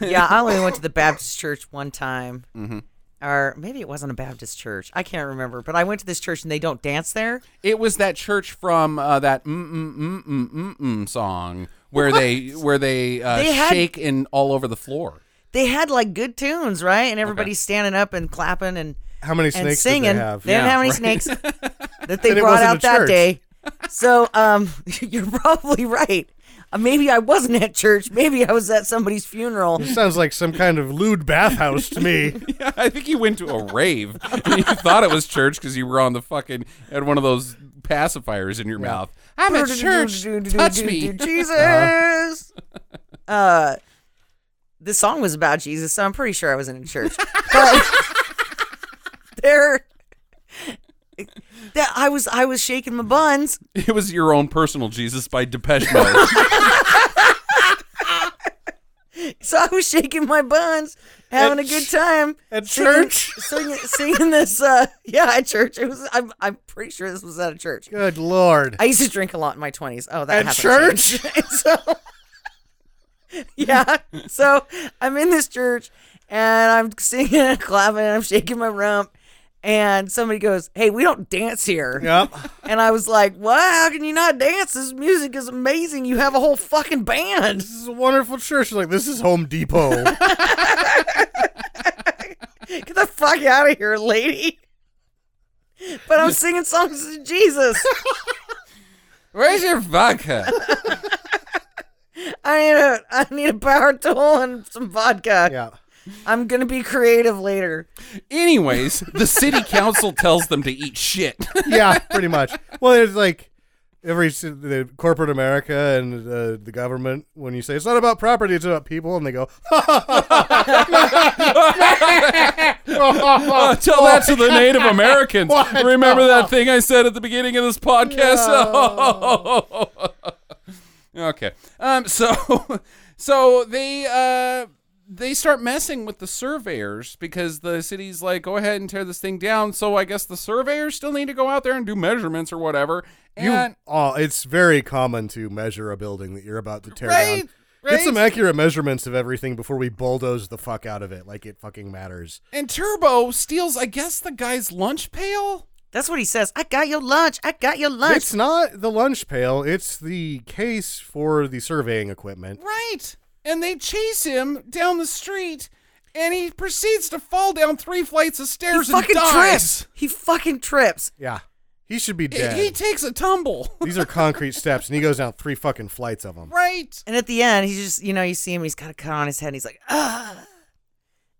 S3: yeah, I only went to the Baptist church one time.
S2: Mm-hmm.
S3: Or maybe it wasn't a Baptist church. I can't remember. But I went to this church and they don't dance there.
S1: It was that church from uh, that mm mm mm mm mm mm song where they where they, uh,
S3: They had-
S1: shake in all over the floor.
S3: They had like good tunes, right? And everybody's standing up and clapping and,
S2: How many
S3: and
S2: snakes
S3: singing.
S2: did they have?
S1: Yeah,
S3: didn't have any
S1: right.
S3: snakes that they
S2: And it
S3: brought
S2: wasn't
S3: out
S2: a
S3: that
S2: church.
S3: day. So um, you're probably right. Uh, maybe I wasn't at church. Maybe I was at somebody's funeral.
S2: Sounds like some kind of lewd bathhouse to me.
S1: Yeah, I think you went to a rave. and you thought it was church because you were on the fucking had one of those pacifiers in your mouth. I'm at church. Touch me.
S3: Jesus. Uh, this song was about Jesus, so I'm pretty sure I wasn't in church. But there, that I was, I was shaking my buns.
S1: It was your own personal Jesus by Depeche Mode.
S3: So I was shaking my buns, having a good time
S2: at
S3: singing-
S2: church?
S3: singing, singing this. Uh, yeah, at church. It was. I'm, I'm pretty sure this was at a church.
S2: Good lord.
S3: I used to drink a lot in my twenties. Oh, that
S2: At
S3: happened.
S2: church?
S3: so, yeah. So I'm in this church, and I'm singing and clapping, and I'm shaking my rump, and somebody goes, "Hey, we don't dance here."
S2: Yep.
S3: And I was like, "What? How can you not dance? This music is amazing. You have a whole fucking band."
S2: This is a wonderful church. She's like, this is Home Depot.
S3: Get the fuck out of here, lady. But I'm singing songs to Jesus.
S1: Where's your vodka?
S3: I need a I need a power tool and some vodka.
S2: yeah.
S3: I'm gonna be creative later.
S1: Anyways, the city council tells them to eat shit.
S2: Yeah, pretty much. Well, it's like every s- the corporate America and uh, the government when you say it's not about property, it's about people, and they go,
S1: Uh, tell that to the Native Americans.
S2: What?
S1: Remember that thing I said at the beginning of this podcast? okay. Um. So, so they uh they start messing with the surveyors because the city's like, go ahead and tear this thing down. So I guess the surveyors still need to go out there and do measurements or whatever.
S2: you.
S1: And
S2: Oh, it's very common to measure a building that you're about to tear
S1: Right,
S2: down.
S1: right.
S2: Get some accurate measurements of everything before we bulldoze the fuck out of it. Like it fucking matters.
S1: and Turbo steals, I guess, the guy's lunch pail.
S3: That's what he says. I got your lunch. I got your lunch.
S2: It's not the lunch pail. It's the case for the surveying equipment.
S1: Right. And they chase him down the street, and he proceeds to fall down three flights of
S3: he
S1: stairs and
S3: fucking
S1: dies.
S3: trips. He fucking trips.
S2: Yeah, he should be
S1: He-
S2: dead.
S1: He takes a tumble.
S2: These are concrete steps, and he goes down three fucking flights of them.
S1: right.
S3: And at the end, he's just you know, you see him, he's got a cut on his head, and he's like, ah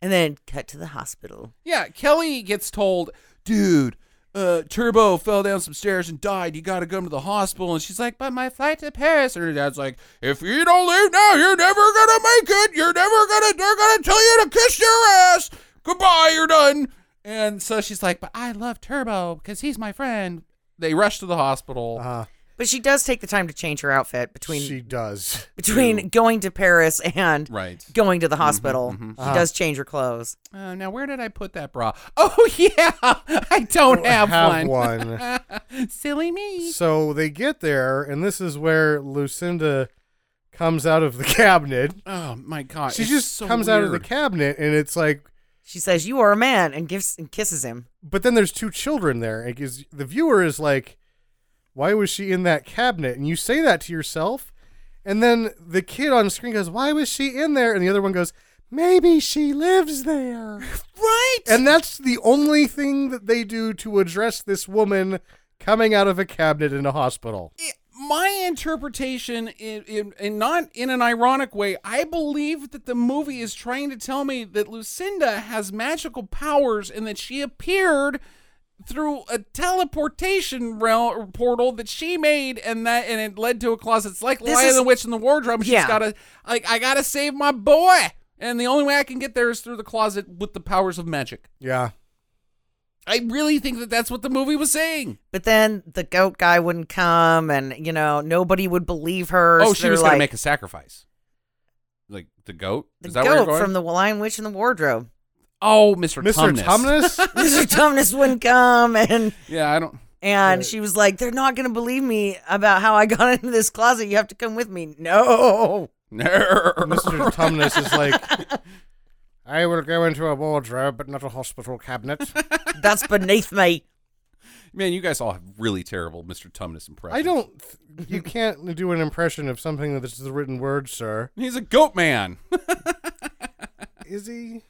S3: and then cut to the hospital.
S1: Yeah. Kelly gets told, dude. Uh, Turbo fell down some stairs and died. You gotta come to the hospital. And she's like, "But my flight to Paris." And her dad's like, "If you don't leave now, you're never gonna make it. You're never gonna. They're gonna tell you to kiss your ass. Goodbye. You're done." And so she's like, "But I love Turbo because he's my friend." They rush to the hospital.
S2: Uh,
S3: But she does take the time to change her outfit between
S2: she does.
S3: between going to Paris and
S1: Right. Mm-hmm, uh-huh.
S3: going to the hospital. She does change her clothes.
S1: Uh, now, where did I put that bra? Oh, yeah. I don't have, one.
S2: Have one.
S1: Silly me.
S2: So they get there, and this is where Lucinda comes out of the cabinet.
S1: Oh, my God.
S2: She
S1: it's
S2: just
S1: so
S2: comes out of the
S1: weird.
S2: cabinet, and it's like,
S3: She says, "You are a man," and gives and kisses him.
S2: but then there's two children there. It gives, the viewer is like, why was she in that cabinet? And you say that to yourself. And then the kid on screen goes, why was she in there? And the other one goes, maybe she lives there.
S1: Right?
S2: and that's the only thing that they do to address this woman coming out of a cabinet in a hospital.
S1: it- my interpretation, in, in, and not in an ironic way, I believe that the movie is trying to tell me that Lucinda has magical powers and that she appeared through a teleportation rel- portal that she made, and that and it led to a closet. It's like
S3: This
S1: Lion
S3: is-
S1: the Witch in the Wardrobe. She's
S3: Yeah.
S1: gotta like I gotta save my boy, and the only way I can get there is through the closet with the powers of magic.
S2: Yeah.
S1: I really think that that's what the movie was saying.
S3: But then the goat guy wouldn't come, and you know nobody would believe her.
S1: oh,
S3: so
S1: she
S3: they're
S1: was
S3: like,
S1: gonna make a sacrifice, like the goat.
S3: the
S1: Is that where you're
S3: goat
S1: going?
S3: from the Lion Witch in the Wardrobe.
S1: oh, Mr.
S2: Mr.
S1: Tumnus.
S2: Tumnus?
S3: Mr. Tumnus wouldn't come, and
S1: Yeah, I don't.
S3: and she was like, "They're not gonna believe me about how I got into this closet. You have to come with me." No,
S2: Mr. Tumnus is like, I will go into a wardrobe, but not a hospital cabinet.
S3: that's beneath me.
S1: Man, you guys all have really terrible Mr. Tumnus impressions.
S2: I don't. th- You can't do an impression of something that's the written word, sir.
S1: He's a goat man.
S2: Is he?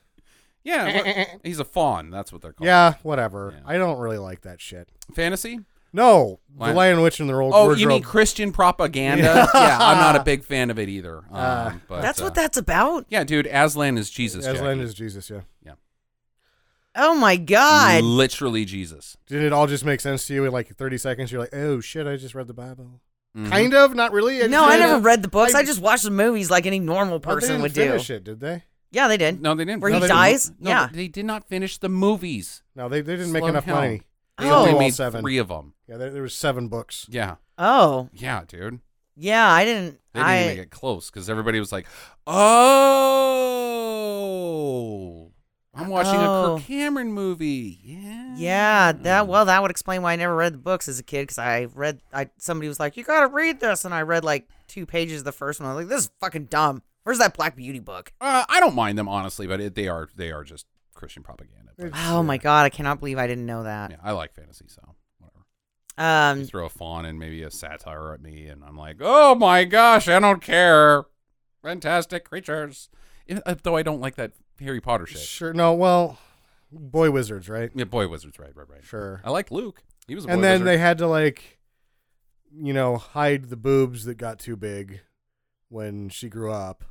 S1: yeah, what- he's a fawn. That's what they're called.
S2: Yeah, whatever.
S1: Yeah.
S2: I don't really like that shit.
S1: Fantasy?
S2: No, the
S1: Lion-
S2: Lion Witch and the Old
S1: Oh,
S2: Wardrobe.
S1: you mean Christian propaganda? Yeah. I'm not a big fan of it either. Um, but,
S3: That's what
S1: uh,
S3: that's about.
S1: Yeah, dude, Aslan is Jesus.
S2: Aslan
S1: Jackie.
S2: is Jesus, yeah.
S3: Oh my god.
S1: literally Jesus.
S2: Did it all just make sense to you in like 30 seconds? You're like, oh shit, I just read the Bible.
S1: Mhm.
S2: Kind of, not really. just
S3: No, I
S2: kinda-
S3: never read the books.
S2: I-
S3: I, just watched the movies like any normal
S2: Oh, they
S3: person
S2: didn't
S3: would do.
S2: finish it, did they?
S3: Yeah, they did.
S1: No, they didn't.
S3: Where
S1: no,
S3: he
S1: they didn't-
S3: dies?
S1: no,
S3: yeah.
S1: They did not finish the movies.
S2: No, they, they didn't make
S1: Slow
S2: enough
S1: down.
S2: money.
S1: They
S3: Oh.
S1: only
S2: All
S1: made
S2: seven.
S1: three of them.
S2: Yeah, there, there was seven books.
S1: Yeah,
S3: Oh,
S1: yeah, dude.
S3: yeah. I didn't.
S1: They didn't
S3: I
S1: even get close because everybody was like, "Oh, I'm watching a
S3: Oh.
S1: Kirk Cameron movie." Yeah.
S3: Yeah, that well, that would explain why I never read the books as a kid because I read. I somebody was like, "You gotta read this," and I read like two pages of the first one. I was like, "This is fucking dumb." Where's that Black Beauty book?
S1: Uh, I don't mind them honestly, but it, they are they are just Christian propaganda. But,
S2: It's-
S3: Oh my god, I cannot believe I didn't know that.
S1: yeah, I like fantasy, so whatever. You
S3: Um,
S1: throw a fawn and maybe a satire at me, and I'm like, oh my gosh, I don't care. Fantastic creatures. Even- uh, Though I don't like that Harry Potter shit.
S2: Sure. No, well, boy wizards, right?
S1: Yeah, boy wizards, right, right, right.
S2: Sure.
S1: I like Luke. He was a boy
S2: and then
S1: wizard.
S2: they had to like, you know, hide the boobs that got too big when she grew up.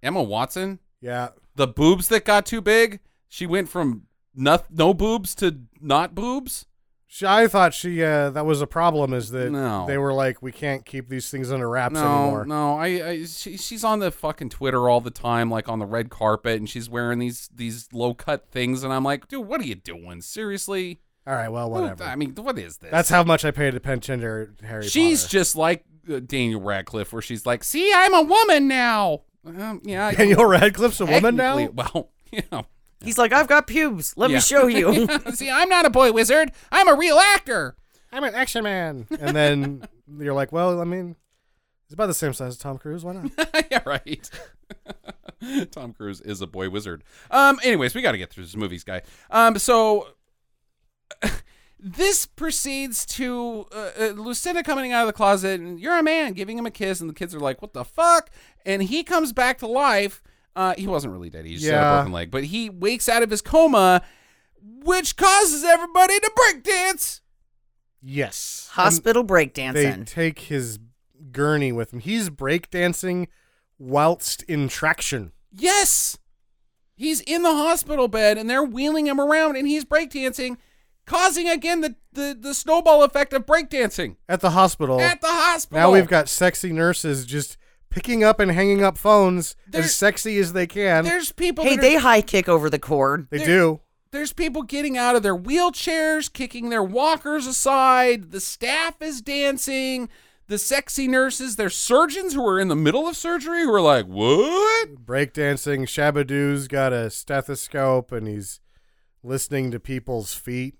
S1: Emma Watson,
S2: Yeah,
S1: the boobs that got too big. She went from no, no boobs to not boobs.
S2: she, I thought she uh, that was a problem is that
S1: No.
S2: they were like, we can't keep these things under wraps
S1: no,
S2: anymore.
S1: no. I, I she, she's on the fucking Twitter all the time, like on the red carpet, and she's wearing these these low cut things, and I'm like, dude, what are you doing? Seriously?
S2: All right, well,
S1: Who-
S2: whatever.
S1: I mean, what is this?
S2: That's how much I paid attention to Harry
S1: she's
S2: Potter.
S1: just like uh, Daniel Radcliffe, where she's like, "See, I'm a woman now." Um, yeah, I-
S2: Daniel Radcliffe's a woman
S1: technically-
S2: now.
S1: Well, you know,
S3: he's like, "I've got pubes. Let
S1: yeah.
S3: me show you."
S1: See, I'm not a boy wizard. I'm a real actor.
S2: I'm an action man. And then you're like, well, I mean, it's about the same size as Tom Cruise. Why not?
S1: yeah, right. Tom Cruise is a boy wizard. Um, anyways, we got to get through this movies, guy. Um, so this proceeds to uh, uh, Lucinda coming out of the closet and you're a man giving him a kiss, and the kids are like, "What the fuck?" And he comes back to life. Uh, he wasn't really dead. He just had a
S2: Yeah.
S1: broken leg, but he wakes out of his coma, which causes everybody to breakdance.
S2: yes.
S3: Hospital
S2: And They
S3: breakdancing.
S2: take his gurney with him. He's breakdancing whilst in traction.
S1: Yes. He's in the hospital bed and they're wheeling him around and he's breakdancing, causing again the, the, the snowball effect of breakdancing
S2: At the hospital.
S1: at the hospital.
S2: Oh, now we've got sexy nurses just picking up and hanging up phones
S1: They're-
S2: as sexy as they can.
S1: there's people
S3: Hey,
S1: that are-
S3: they high kick over the cord.
S2: They
S1: they're-
S2: do.
S1: there's people getting out of their wheelchairs, kicking their walkers aside, the staff is dancing, the sexy nurses, there's surgeons who are in the middle of surgery who are like, What?
S2: Breakdancing. Shabadoo's got a stethoscope and he's listening to people's feet.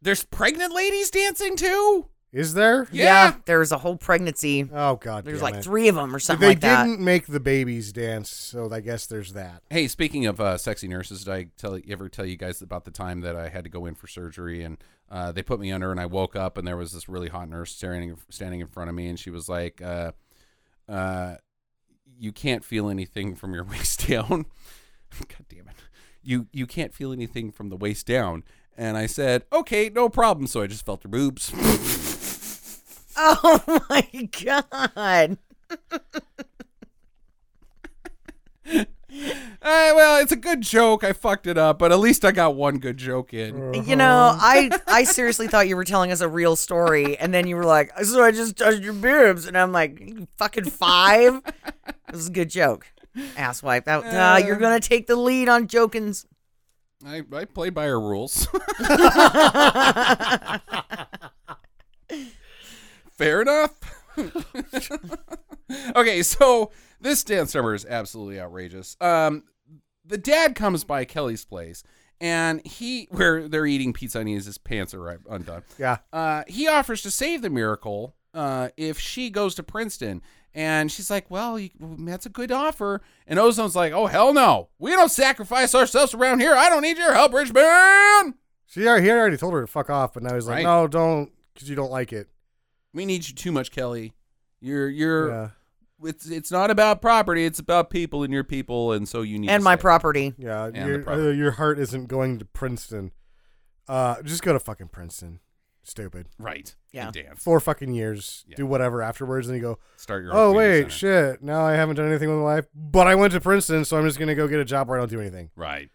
S1: There's pregnant ladies dancing too?
S2: Is there?
S1: Yeah.
S3: Ah, there's a whole pregnancy.
S2: Oh god.
S3: There's
S2: damn
S3: like
S2: it.
S3: three of them or something
S2: they
S3: like that.
S2: didn't make the babies dance, so I guess there's that.
S1: Hey, speaking of uh, sexy nurses, did I tell ever tell you guys about the time that I had to go in for surgery and uh, they put me under and I woke up and there was this really hot nurse staring standing in front of me and she was like, uh, uh, "You can't feel anything from your waist down." God damn it! You you can't feel anything from the waist down. And I said, "Okay, no problem." So I just felt her boobs.
S3: Oh my god.
S1: Uh, well, it's a good joke. I fucked it up, but at least I got one good joke in.
S3: You
S2: Uh-huh.
S3: know, I I seriously thought you were telling us a real story, and then you were like, "So I just touched your boobs," and I'm like, "You "Fucking five?
S2: Uh.
S3: This is a good joke, asswipe. That uh, you're gonna take the lead on jokins."
S1: I, I play by her rules. Fair enough. okay, so this dance number is absolutely outrageous. Um, the dad comes by Kelly's place, and he, where they're eating pizza and he has his pants are right, undone.
S2: Yeah.
S1: Uh, he offers to save the miracle uh, if she goes to Princeton. And she's like, well, you, that's a good offer. And Ozone's like, oh, hell no. We don't sacrifice ourselves around here. I don't need your help, rich man.
S2: She already, he already told her to fuck off, but now he's like,
S1: Right.
S2: no, don't, because you don't like it.
S1: We need you too much, Kelly. You're, you're,
S2: Yeah.
S1: it's, it's not about property. It's about people and your people. And so you need
S3: and
S1: to
S3: my
S1: stay.
S3: property.
S2: Yeah.
S1: the
S2: your,
S1: property.
S2: uh, your heart isn't going to Princeton. Uh, just go to fucking Princeton. Stupid.
S1: Right.
S3: Yeah.
S1: And dance.
S2: Four fucking years.
S1: Yeah.
S2: Do whatever afterwards, and you go,
S1: Start your own
S2: oh
S1: community
S2: wait,
S1: center.
S2: shit. Now I haven't done anything with my life, but I went to Princeton, so I'm just gonna go get a job where I don't do anything.
S1: Right.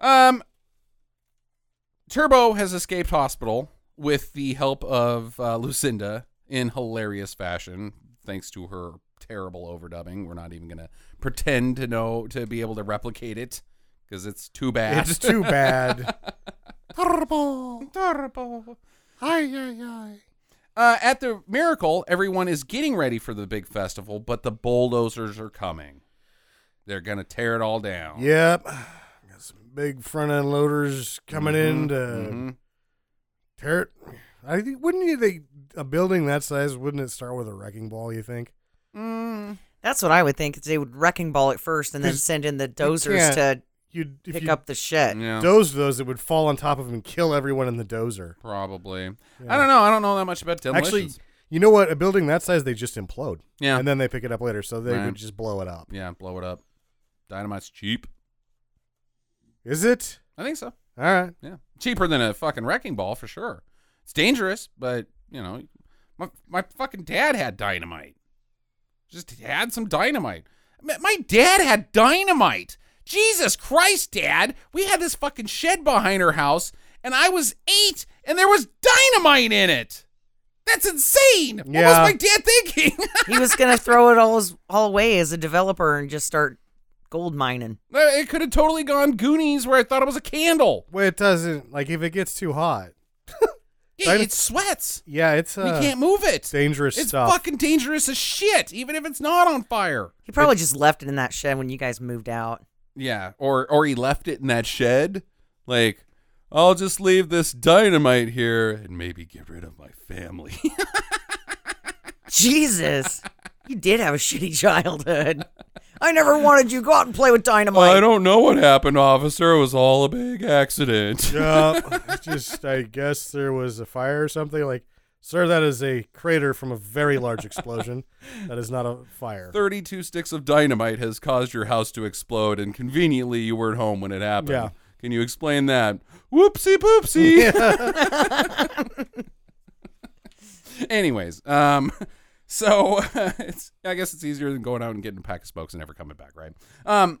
S1: Um Turbo has escaped hospital with the help of uh, Lucinda in hilarious fashion thanks to her terrible overdubbing. We're not even going to pretend to know to be able to replicate it cuz it's too bad.
S2: It's too bad.
S1: Turbo.
S2: Ay, ay, ay.
S1: Uh, at the miracle, everyone is getting ready for the big festival, but the bulldozers are coming. They're going to tear it all down.
S2: Yep. Got some big front end loaders coming in to
S1: Mhm.
S2: tear it. I think wouldn't you think a building that size wouldn't it start with a wrecking ball? You think?
S1: Mm.
S3: That's what I would think. is They would wrecking ball it first and then
S2: 'Cause
S3: send in the
S2: can't
S3: dozers to
S2: You'd if
S3: pick
S2: you
S3: up the shit.
S1: Yeah.
S2: doze those, it would fall on top of them and kill everyone in the dozer.
S1: Probably. I don't know. I don't know that much about demolitions.
S2: Actually, you know what? A building that size, they just implode.
S1: yeah,
S2: And then they pick it up later, so they
S1: Right.
S2: would just blow it up.
S1: yeah, blow it up. Dynamite's cheap.
S2: Is it?
S1: I think so.
S2: All right.
S1: Yeah, cheaper than a fucking wrecking ball for sure. It's dangerous, but you know, my my fucking dad had dynamite. Just had some dynamite. My my dad had dynamite. Jesus Christ, Dad! We had this fucking shed behind our house, and I was eight, and there was dynamite in it. That's insane. What
S2: Yeah.
S1: was my dad thinking?
S3: he was gonna throw it all as, all away as a developer and just start gold mining.
S1: Uh, It could have totally gone Goonies where I thought it was a candle.
S2: Well, it doesn't. Like, if it gets too hot,
S1: Yeah,
S2: Dyn-
S1: it sweats.
S2: yeah, it's
S1: We
S2: uh,
S1: can't move it.
S2: dangerous
S1: It's
S2: stuff.
S1: fucking dangerous as shit, even if it's not on fire.
S3: He probably just left it in that shed when you guys moved out.
S1: Yeah, or or he left it in that shed. Like, I'll just leave this dynamite here and maybe get rid of my family.
S3: Jesus, you did have a shitty childhood. I never wanted you. Go out and play with dynamite.
S1: I don't know what happened, officer. It was all a big accident.
S2: yeah, it's just I guess there was a fire or something. Like, sir, that is a crater from a very large explosion. that is not a fire.
S1: 32 sticks of dynamite has caused your house to explode, and conveniently you weren't home when it happened.
S2: Yeah.
S1: Can you explain that? Whoopsie poopsie. Anyways, um, so it's I guess it's easier than going out and getting a pack of smokes and never coming back, right? Um,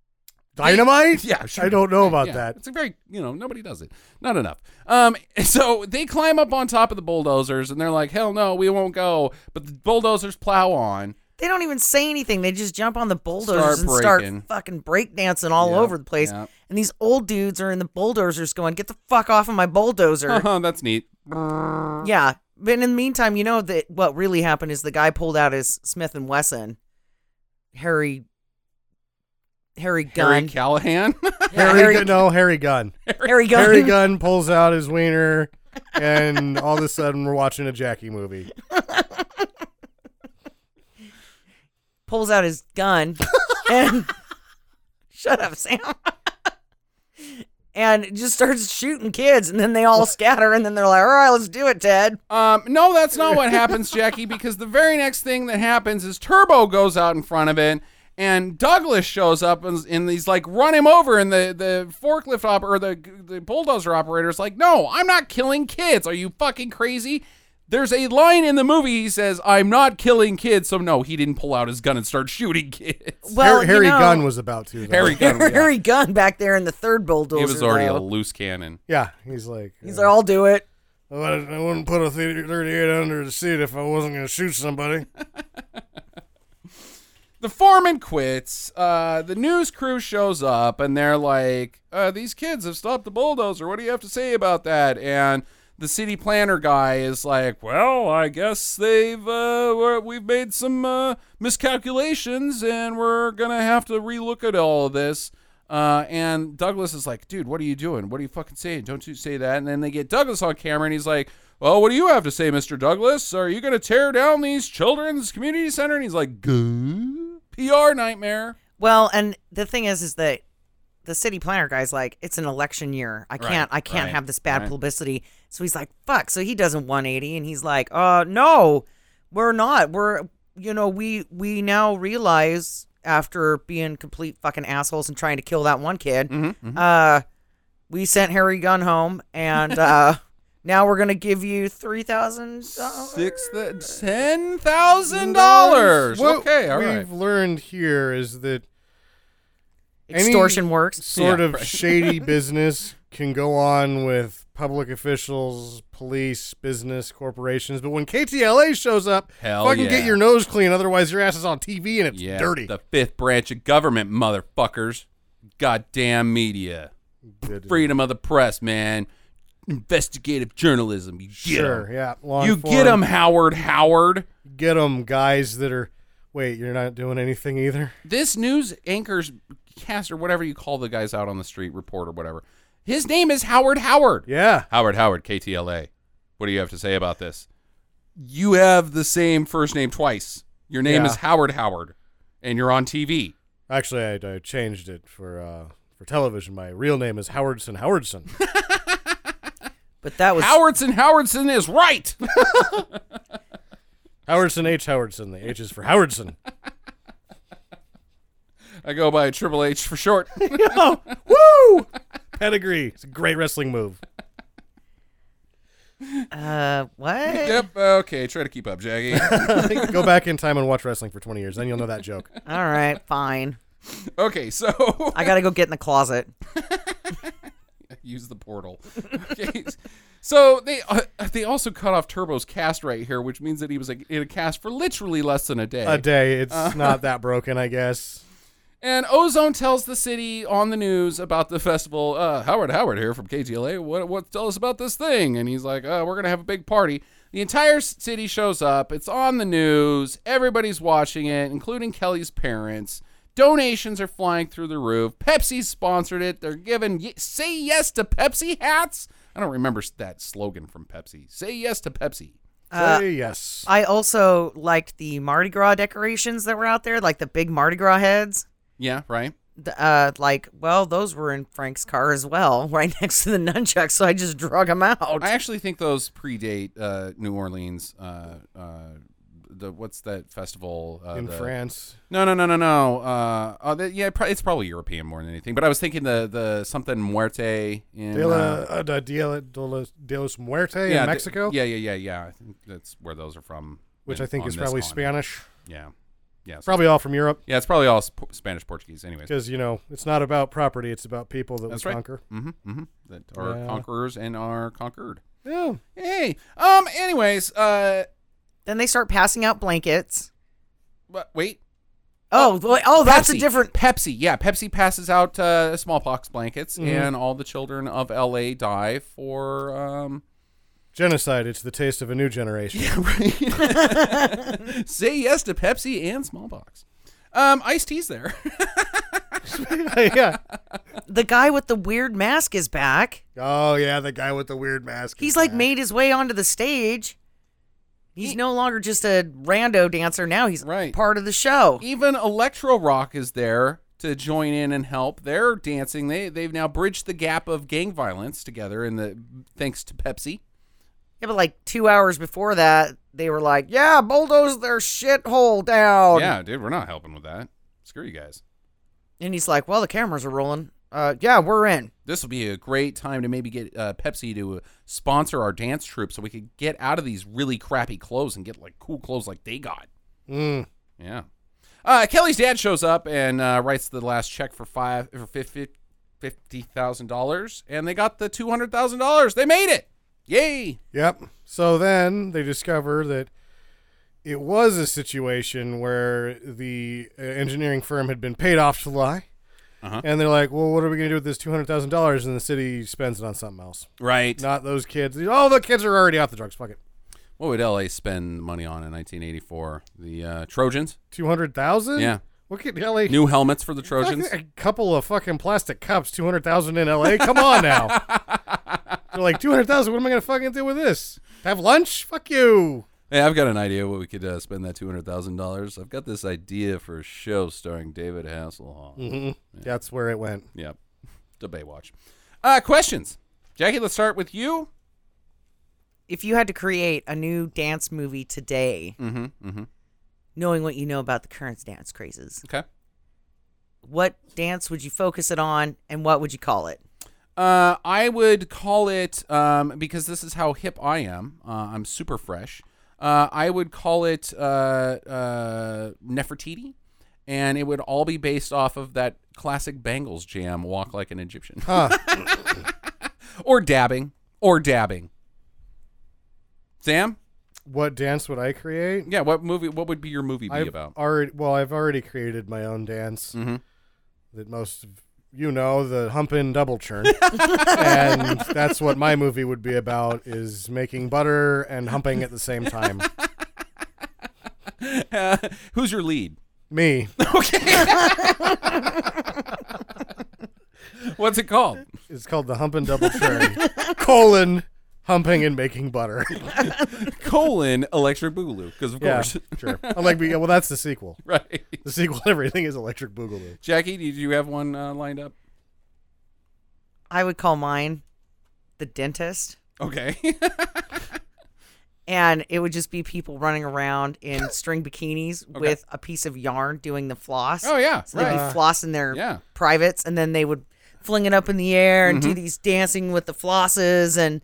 S2: Dynamite?
S1: yeah, sure.
S2: I don't know about
S1: yeah,
S2: that.
S1: It's a very you know nobody does it, not enough. Um, so they climb up on top of the bulldozers and they're like, hell no, we won't go. But the bulldozers plow on.
S3: They don't even say anything. They just jump on the
S1: Start
S3: bulldozers and
S1: breaking.
S3: start fucking breakdancing all
S1: Yep,
S3: over the place.
S1: yep.
S3: And these old dudes are in the bulldozers going, "Get the fuck off of my bulldozer!"
S1: That's neat.
S3: yeah. But in the meantime, you know that what really happened is the guy pulled out his Smith and Wesson, Harry,
S1: Harry
S3: Harry Gun,
S1: Callahan.
S3: Yeah,
S2: Harry,
S3: Harry-
S2: Gun- no, Harry Gun.
S3: Harry Gun,
S2: Harry Gun pulls out his wiener, and all of a sudden we're watching a Jackie movie.
S3: pulls out his gun and shut up, Sam. and just starts shooting kids, and then they all scatter, and then they're like, "All right, let's do it, Ted."
S1: Um, no, that's not what happens, Jackie, because the very next thing that happens is Turbo goes out in front of it, and Douglas shows up and, and he's like, run him over. And the, the forklift op or the, the bulldozer operator's like, no, I'm not killing kids. Are you fucking crazy? There's a line in the movie he says, I'm not killing kids. So, no, he didn't pull out his gun and start shooting kids.
S3: Well,
S2: Harry,
S3: you
S2: Harry
S3: know-
S2: Gunn was about to. Though.
S1: Harry Gunn. Yeah.
S3: Harry Gunn back there in the third bulldozer.
S1: He was already a
S3: though.
S1: loose cannon.
S2: Yeah, he's like.
S3: He's like, "I'll do it."
S2: "Oh, I I wouldn't put a thirty- 38 under the seat if I wasn't going to shoot somebody.
S1: the foreman quits. Uh, the news crew shows up and they're like, uh, "These kids have stopped the bulldozer. What do you have to say about that?" And the city planner guy is like, "Well, I guess they've uh, we're- we've made some uh, miscalculations and we're gonna have to relook at all of this." Uh, and Douglas is like, dude, what are you doing? What are you fucking saying? Don't you say that. And then they get Douglas on camera and he's like, well, what do you have to say, Mr. Douglas? Are you going to tear down these children's community center? And he's like, "Gah, PR nightmare.
S3: Well, and the thing is, is that the city planner guy's like, it's an election year. I can't, I can't
S1: right,
S3: have this bad
S1: right.
S3: publicity. So he's like, fuck. So he does a 180, and he's like, uh, no, we're not. We're, you know, we we now realize after being complete fucking assholes and trying to kill that one kid,
S1: Mm-hmm,
S3: uh, we sent Harry Gunn home, and uh, now we're gonna give you three thousand. uh,
S1: Six, th- ten thousand dollars.
S2: What
S1: Okay, all
S2: we've
S1: right.
S2: learned here is that any
S3: Extortion works.
S2: sort
S1: Yeah,
S2: of
S1: right.
S2: shady business can go on with public officials, police, business, corporations, but when KTLA shows up,
S1: Hell
S2: fucking
S1: yeah.
S2: get your nose clean, otherwise your ass is on TV and it's
S1: Yeah,
S2: dirty.
S1: the fifth branch of government, motherfuckers. Goddamn media,
S2: Good.
S1: freedom of the press, man. Investigative journalism. You get 'em.
S2: Sure, yeah. Long
S1: You
S2: form.
S1: get him, Howard. Howard.
S2: Get them, guys that are. Wait, you're not doing anything either.
S1: This news anchor's cast or whatever you call the guys out on the street, reporter, whatever. His name is Howard Howard.
S2: Yeah,
S1: Howard Howard, KTLA. What do you have to say about this? You have the same first name twice. Your name
S2: Yeah.
S1: is Howard Howard, and you're on TV.
S2: actually, I, I changed it for uh, for television. My real name is Howardson. Howardson.
S3: But that was
S1: Howardson Howardson is right.
S2: Howardson H. Howardson. The H is for Howardson.
S1: I go by Triple H for short. Oh,
S2: Yo, woo! Pedigree. It's a great wrestling move.
S3: uh, what?
S1: yep. Okay. Try to keep up, Jaggy.
S2: Go back in time and watch wrestling for 20 years, then you'll know that joke.
S3: All right, fine.
S1: Okay. So
S3: I gotta go get in the closet.
S1: use the portal. Okay. So they uh, they also cut off Turbo's cast right here, which means that he was like, in a cast for literally less than a day.
S2: A day. It's
S1: Uh-huh.
S2: not that broken, I guess.
S1: And Ozone tells the city on the news about the festival. Uh, Howard Howard here from KTLA. What what tell us about this thing? And he's like, uh, we're gonna have a big party. The entire s- city shows up. It's on the news. Everybody's watching it, including Kelly's parents. Donations are flying through the roof. Pepsi sponsored it. They're giving y- say yes to Pepsi hats. I don't remember s- that slogan from Pepsi. Say yes to Pepsi. Uh,
S2: Say yes.
S3: I also like the Mardi Gras decorations that were out there, like the big Mardi Gras heads.
S1: Yeah, right.
S3: The, uh, like, well, those were in Frank's car as well, right next to the nunchucks. So I just drug them out.
S1: I actually think those predate uh, New Orleans. Uh, uh, the what's that festival uh,
S2: in
S1: the-
S2: France.
S1: No, no, no, no, no. Uh, oh, the, yeah, pro- it's probably European more than anything. But I was thinking the the something muerte in
S2: De la,
S1: uh,
S2: uh, de, de, los, de los Muerte
S1: yeah,
S2: in
S1: the-
S2: Mexico,
S1: yeah, yeah, yeah, yeah. I think that's where those are from.
S2: which
S1: in-
S2: I think
S1: on
S2: is
S1: this
S2: probably
S1: continent.
S2: Spanish.
S1: Yeah, yeah, so-
S2: Probably all from Europe
S1: yeah. It's probably all sp- Spanish Portuguese, anyways.
S2: because, you know, it's not about property, it's about people that
S1: That's
S2: we
S1: right.
S2: conquer.
S1: Mm-hmm, mm-hmm. That are
S2: Yeah.
S1: conquerors and are conquered.
S2: Yeah.
S1: Hey, um. Anyways, uh,
S3: then they start passing out blankets.
S1: but wait.
S3: Oh, well, oh, that's a
S1: Pepsi.
S3: different.
S1: Pepsi. Yeah, Pepsi passes out uh, smallpox blankets, and all the children of LA die for. Um,
S2: Genocide, it's the taste of a new generation.
S1: say yes to Pepsi and smallpox. Um, iced tea's there.
S2: yeah.
S3: The guy with the weird mask is back.
S2: Oh, yeah, the guy with the weird mask.
S3: He's
S2: is
S3: like
S2: back.
S3: made his way onto the stage. He's no longer just a rando dancer. Now he's
S1: Right.
S3: part of the show.
S1: Even Electro Rock is there to join in and help. They're dancing. They they've now bridged the gap of gang violence together, in the thanks to Pepsi.
S3: Yeah, but like two hours before that, they were like, "Yeah, bulldoze their shithole down."
S1: Yeah, Oh, dude, we're not helping with that. Screw you guys.
S3: And he's like, "Well, the cameras are rolling. Uh, yeah, we're in."
S1: This will be a great time to maybe get uh, Pepsi to sponsor our dance troupe so we could get out of these really crappy clothes and get like cool clothes like they got.
S2: Mm.
S1: Yeah. Uh, Kelly's dad shows up and uh, writes the last check for five for fifty fifty thousand dollars, and they got the two hundred thousand dollars. They made it! Yay!
S2: Yep. So then they discover that it was a situation where the uh, engineering firm had been paid off to lie.
S1: Uh-huh.
S2: And they're like, well, what are we going to do with this $200,000? And the city spends it on something else.
S1: Right.
S2: Not those kids. Oh, the kids are already off the drugs. Fuck it.
S1: What would LA spend money on in 1984? The uh, Trojans?
S2: 200000
S1: Yeah.
S2: What could LA?
S1: New helmets for the Trojans?
S2: A couple of fucking plastic cups, 200000 in LA? Come on now. they're like, 200000 What am I going to fucking do with this? Have lunch? Fuck you.
S1: Hey, I've got an idea what we could uh, spend that $200,000. I've got this idea for a show starring David Hasselhoff.
S2: That's where it went.
S1: Yep. To Baywatch. Uh, questions. Jackie, let's start with you.
S3: If you had to create a new dance movie today,
S1: Mm-hmm. Mm-hmm.
S3: knowing what you know about the current dance crazes,
S1: Okay.
S3: what dance would you focus it on and what would you call it?
S1: Uh, I would call it um, because this is how hip I am. Uh, I'm super fresh. Uh, I would call it uh, uh, Nefertiti, and it would all be based off of that classic Bangles jam, "Walk Like an Egyptian," or dabbing, or dabbing. Sam,
S2: What dance would I create?
S1: yeah, what movie? What would be your movie be
S2: I've
S1: about?
S2: already well, I've already created my own dance
S1: Mhm.
S2: that most of you know, the humpin' double churn, and that's what my movie would be about: is making butter and humping at the same time.
S1: who's your lead?
S2: Me,
S1: What's it called?
S2: it's called the humpin' double churn colon humping and making butter.
S1: Colon Electric Boogaloo, because of
S2: yeah,
S1: course,
S2: sure. I like yeah, well, that's the sequel.
S1: right?
S2: The sequel to everything is Electric Boogaloo.
S1: Jackie, did you have one uh, lined up?
S3: I would call mine The Dentist.
S1: Okay.
S3: And it would just be people running around in string bikinis with a piece of yarn doing the floss.
S1: Oh, yeah,
S3: So they'd
S1: right.
S3: be flossing their
S1: Yeah. Mm-hmm.
S3: privates and then they would fling it up in the air and do these dancing with the flosses. And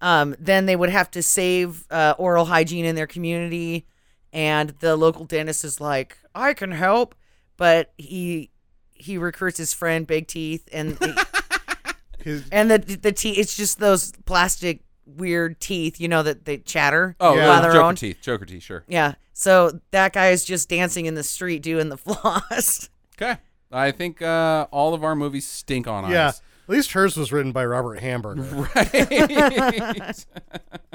S3: um, then they would have to save uh, oral hygiene in their community. And the local dentist is like, I can help. But he he recruits his friend Big Teeth and
S2: His-
S3: and the the teeth it's just those plastic weird teeth you know that they chatter
S1: Oh, yeah.
S2: Yeah.
S3: by their
S1: Joker
S3: own
S1: teeth. Joker teeth. Sure.
S3: yeah so that guy is just dancing in the street doing the floss
S1: Okay. I think uh, all of our movies stink on
S2: Yeah,
S1: us.
S2: at least hers was written by Robert Hamburger.
S1: Right.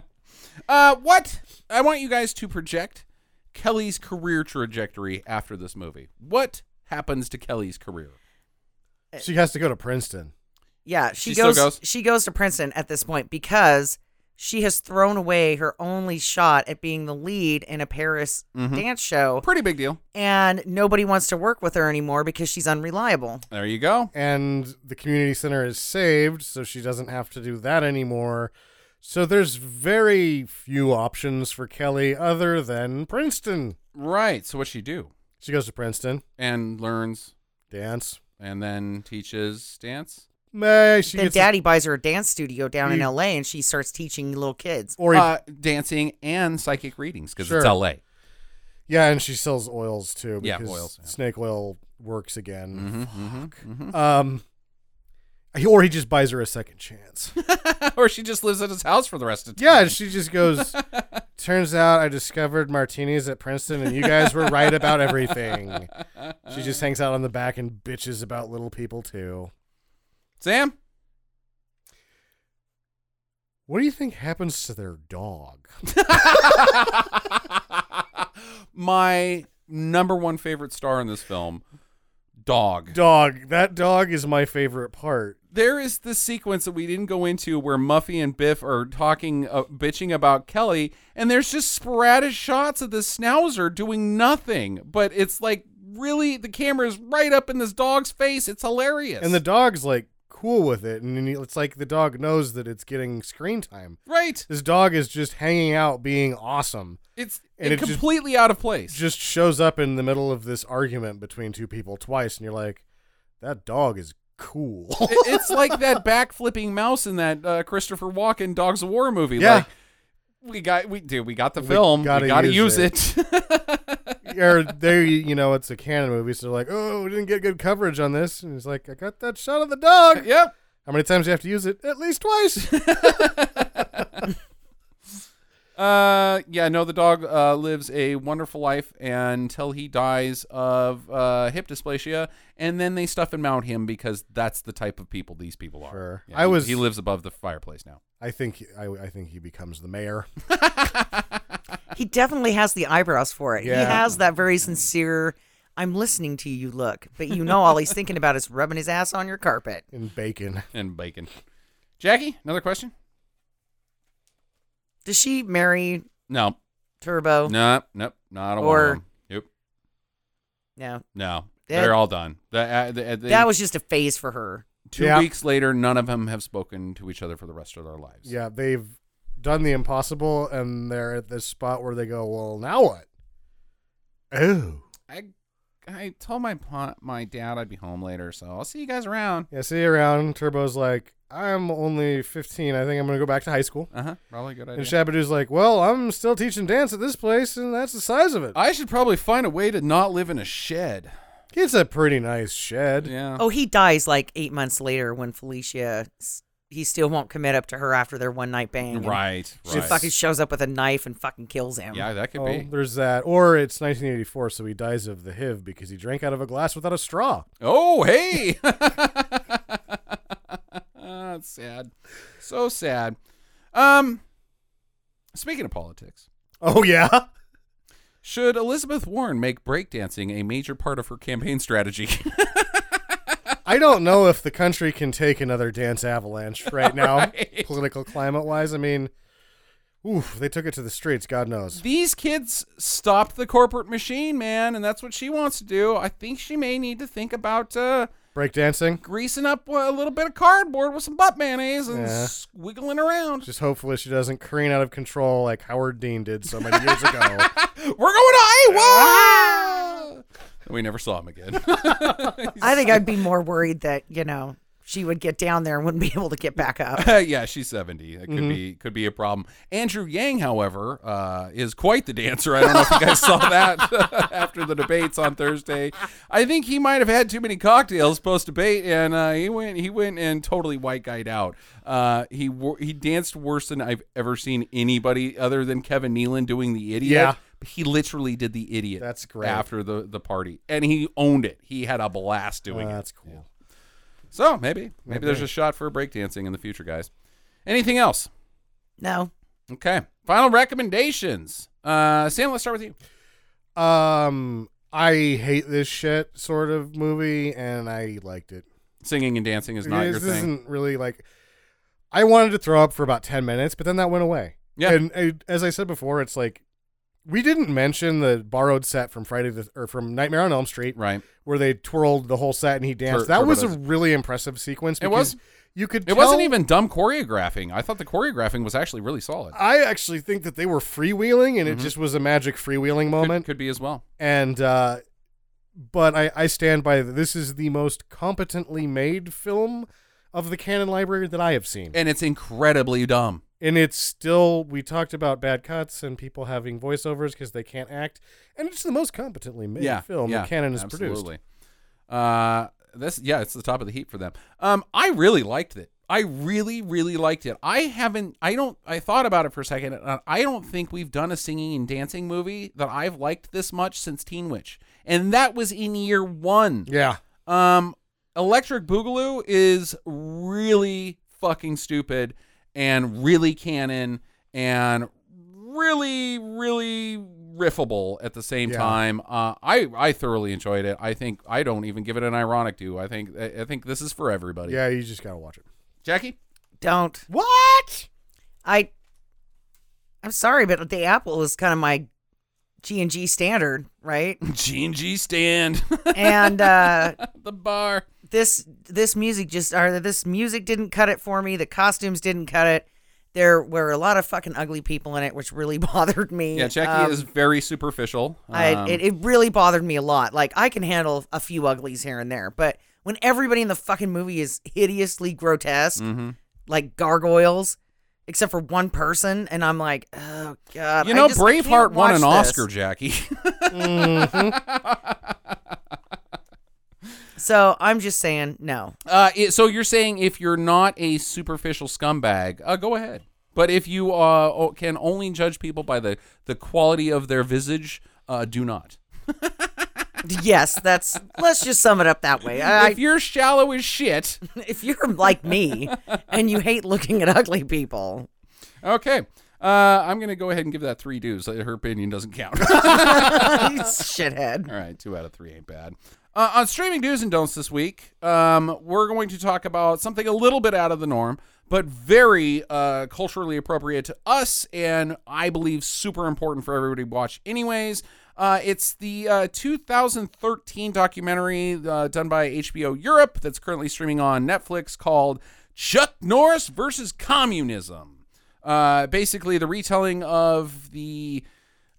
S1: uh, what? I want you guys to project Kelly's career trajectory after this movie. What happens to Kelly's career?
S2: She has to go to Princeton.
S3: yeah she,
S1: She still
S3: goes,
S1: goes?
S3: she goes to princeton at this point because she has thrown away her only shot at being the lead in a paris dance show
S1: Pretty big deal.
S3: and nobody wants to work with her anymore because she's unreliable
S1: There you go.
S2: and the community center is saved, so she doesn't have to do that anymore. So there's very few options for Kelly other than Princeton.
S1: Right. So what she do?
S2: She goes to Princeton,
S1: And learns,
S2: dance.
S1: and then teaches dance.
S2: May she
S3: then
S2: gets a-
S3: daddy buys her a dance studio down in
S2: You-
S3: la and she starts teaching little kids
S2: or he-
S1: uh, dancing and psychic readings because
S2: Sure.
S1: it's L.A.
S2: yeah, and she sells oils too.
S1: Yeah,
S2: because
S1: oils, yeah.
S2: Snake oil works again.
S1: Mhm, mhm, mhm.
S2: Um, he- or he just buys her a second chance.
S1: or she just lives at his house for the rest of time.
S2: Yeah, and she just goes. Turns out I discovered martinis at Princeton, and you guys were right about everything. She just hangs out on the back and bitches about little people too.
S1: Sam?
S2: What do you think happens to their dog?
S1: My number one favorite star in this film, Dog.
S2: Dog. That dog is my favorite part.
S1: There is this sequence that we didn't go into where Muffy and Biff are talking, uh, bitching about Kelly, and there's just sporadic shots of this schnauzer doing nothing. But it's like really, the camera is right up in this dog's face. It's hilarious.
S2: And the dog's like cool with it, and it's like the dog knows that it's getting screen time.
S1: right,
S2: This dog is just hanging out, being awesome.
S1: it's
S2: And
S1: it
S2: it just-
S1: completely out of place.
S2: Just shows up in the middle of this argument between two people twice, and you're like, that dog is cool.
S1: It- it's like that back flipping mouse in that uh, Christopher Walken Dogs of War movie.
S2: Yeah.
S1: Like, we got we do we got the
S2: We
S1: film. We gotta,
S2: gotta
S1: use,
S2: use
S1: it.
S2: or they, you know, it's a canon movie, so they're like, "Oh, we didn't get good coverage on this," and he's like, "I got that shot of the dog."
S1: yep.
S2: How many times do you have to use it? At least twice.
S1: Uh, yeah, no, the dog uh, lives a wonderful life until he dies of uh, hip dysplasia, and then they stuff and mount him because that's the type of people these people are.
S2: Sure.
S1: Yeah,
S2: I
S1: he-
S2: was-
S1: He lives above the fireplace now.
S2: I think I, I think he becomes the mayor.
S3: He definitely has the eyebrows for it. He
S2: Yeah.
S3: has that very sincere, I'm listening to you look, but you know all he's thinking about is rubbing his ass on your carpet.
S2: in bacon.
S1: And bacon. Jackie, another question?
S3: Does she marry
S1: No,
S3: Turbo?
S1: no, nope, not a
S3: Or-
S1: one. Nope,
S3: No.
S1: no.
S3: That-
S1: They're all done. The, uh, the, uh, they-
S3: That was just a phase for her.
S1: two
S2: Yeah.
S1: weeks later. None of them have spoken to each other for the rest of their lives.
S2: Yeah, they've done the impossible, and they're at this spot where they go, "Well, now what?" Oh,
S1: I, I told my pa- my dad I'd be home later, so I'll see you guys around.
S2: yeah. See you around. Turbo's like, "I'm only 15. I think I'm gonna go back to high school."
S1: Uh huh. Probably a good idea.
S2: And Shabadoo's like, "Well, I'm still teaching dance at this place, and that's the size of it.
S1: I should probably find a way to not live in a shed.
S2: It's a pretty nice shed."
S1: Yeah.
S3: Oh, he dies like eight months later when Felicia, s- he still won't commit up to her after their one night bang. and
S1: right.
S3: She
S1: Right.
S3: fucking shows up with a knife and fucking kills him.
S1: yeah, that could
S2: Oh,
S1: be.
S2: there's that, or it's 1984, so he dies of the HIV because he drank out of a glass without a straw.
S1: Oh, hey. That's sad. So sad. Um, speaking of politics,
S2: Oh yeah,
S1: should Elizabeth Warren make breakdancing a major part of her campaign strategy?
S2: I don't know if the country can take another dance avalanche right now, political climate wise. I mean, oof, they took it to the streets. God knows.
S1: These kids stopped the corporate machine, man, and that's what she wants to do. I think she may need to think about uh,
S2: Breakdancing.
S1: greasing up uh, a little bit of cardboard with some butt mayonnaise and
S2: Yeah.
S1: squiggling around.
S2: Just hopefully she doesn't careen out of control like Howard Dean did so many years ago.
S1: We're going to Iowa. we never saw him again.
S3: I think I'd be more worried that, you know, she would get down there and wouldn't be able to get back up.
S1: yeah, she's seventy. It could
S2: Mm-hmm.
S1: be could be a problem. Andrew Yang, however, uh, is quite the dancer. I don't know if you guys saw that after the debates on Thursday. I think he might have had too many cocktails post debate, and uh, he went he went and totally white guyed out. Uh, he wor- he danced worse than I've ever seen anybody other than Kevin Nealon doing the idiot.
S2: Yeah.
S1: He literally did the idiot.
S2: That's great.
S1: After the, the party, and he owned it. He had a blast doing
S2: Uh,
S1: it.
S2: that's cool.
S1: So maybe, maybe there's a shot for breakdancing in the future, guys. Anything else?
S3: No.
S1: Okay. Final recommendations. Uh, Sam, let's start with you.
S2: Um, I hate this shit sort of movie, and I liked it.
S1: Singing and dancing is not
S2: this
S1: your thing.
S2: isn't really like. I wanted to throw up for about ten minutes, but then that went away.
S1: Yeah.
S2: and I, as I said before, it's like we didn't mention the borrowed set from Friday the, or from Nightmare on Elm Street,
S1: Right.
S2: where they twirled the whole set and he danced.
S1: Tur-
S2: that was a
S1: turbo does.
S2: really impressive sequence.
S1: It was.
S2: because You could.
S1: It wasn't
S2: tell-
S1: even dumb choreographing. I thought the choreographing was actually really solid.
S2: I actually think that they were freewheeling, and it just was a magic freewheeling
S1: Mm-hmm. Could,
S2: moment.
S1: could be as well.
S2: And uh, but I, I stand by that. This is the most competently made film of the Canon Library that I have seen.
S1: And it's incredibly dumb.
S2: and it's still we talked about bad cuts and people having voiceovers because they can't act and it's the most competently made
S1: yeah,
S2: film
S1: yeah,
S2: that canon has produced
S1: absolutely. Uh, this yeah, it's the top of the heap for them. Um, I really liked it. I really, really liked it. I haven't. I don't. I thought about it for a second. and I don't think we've done a singing and dancing movie that I've liked this much since Teen Witch, and that was in year one.
S2: yeah
S1: Um, Electric Boogaloo is really fucking stupid and really canon and really, really riffable at the same
S2: Yeah.
S1: time. Uh, I I thoroughly enjoyed it. I think I don't even give it an ironic do. I think I I think this is for everybody.
S2: yeah you just gotta watch it
S1: Jackie.
S3: Don't.
S2: what
S3: I I'm sorry, but the apple is kind of my G and G standard, right?
S1: G and G stand
S3: and uh
S1: the bar.
S3: this this music just or this music didn't cut it for me. The costumes didn't cut it. There were a lot of fucking ugly people in it, which really bothered me.
S1: Yeah, Jackie
S3: Um,
S1: is very superficial.
S3: I,
S1: Um,
S3: it, it really bothered me a lot. Like I can handle a few uglies here and there, but when everybody in the fucking movie is hideously grotesque,
S1: Mm-hmm.
S3: like gargoyles, except for one person, and I'm like, oh god.
S1: you
S3: I
S1: know,
S3: just can't
S1: Braveheart won
S3: watch
S1: an
S3: this.
S1: Oscar, Jackie.
S3: So I'm just saying, no.
S1: Uh, it, so you're saying if you're not a superficial scumbag, uh, go ahead. But if you uh, o- can only judge people by the, the quality of their visage, uh, do not.
S3: yes, that's. Let's just sum it up that way. I,
S1: if you're shallow as shit,
S3: if you're like me and you hate looking at ugly people,
S1: okay. Uh, I'm gonna go ahead and give that three dues. Uh, Her opinion doesn't count.
S3: you shithead.
S1: All right, two out of three ain't bad. Uh, on streaming do's and don'ts this week, um, we're going to talk about something a little bit out of the norm, but very uh, culturally appropriate to us, and I believe super important for everybody to watch, anyways. Uh, it's the uh, 2013 documentary uh, done by HBO Europe that's currently streaming on Netflix called Chuck Norris versus Communism. Uh, basically, the retelling of the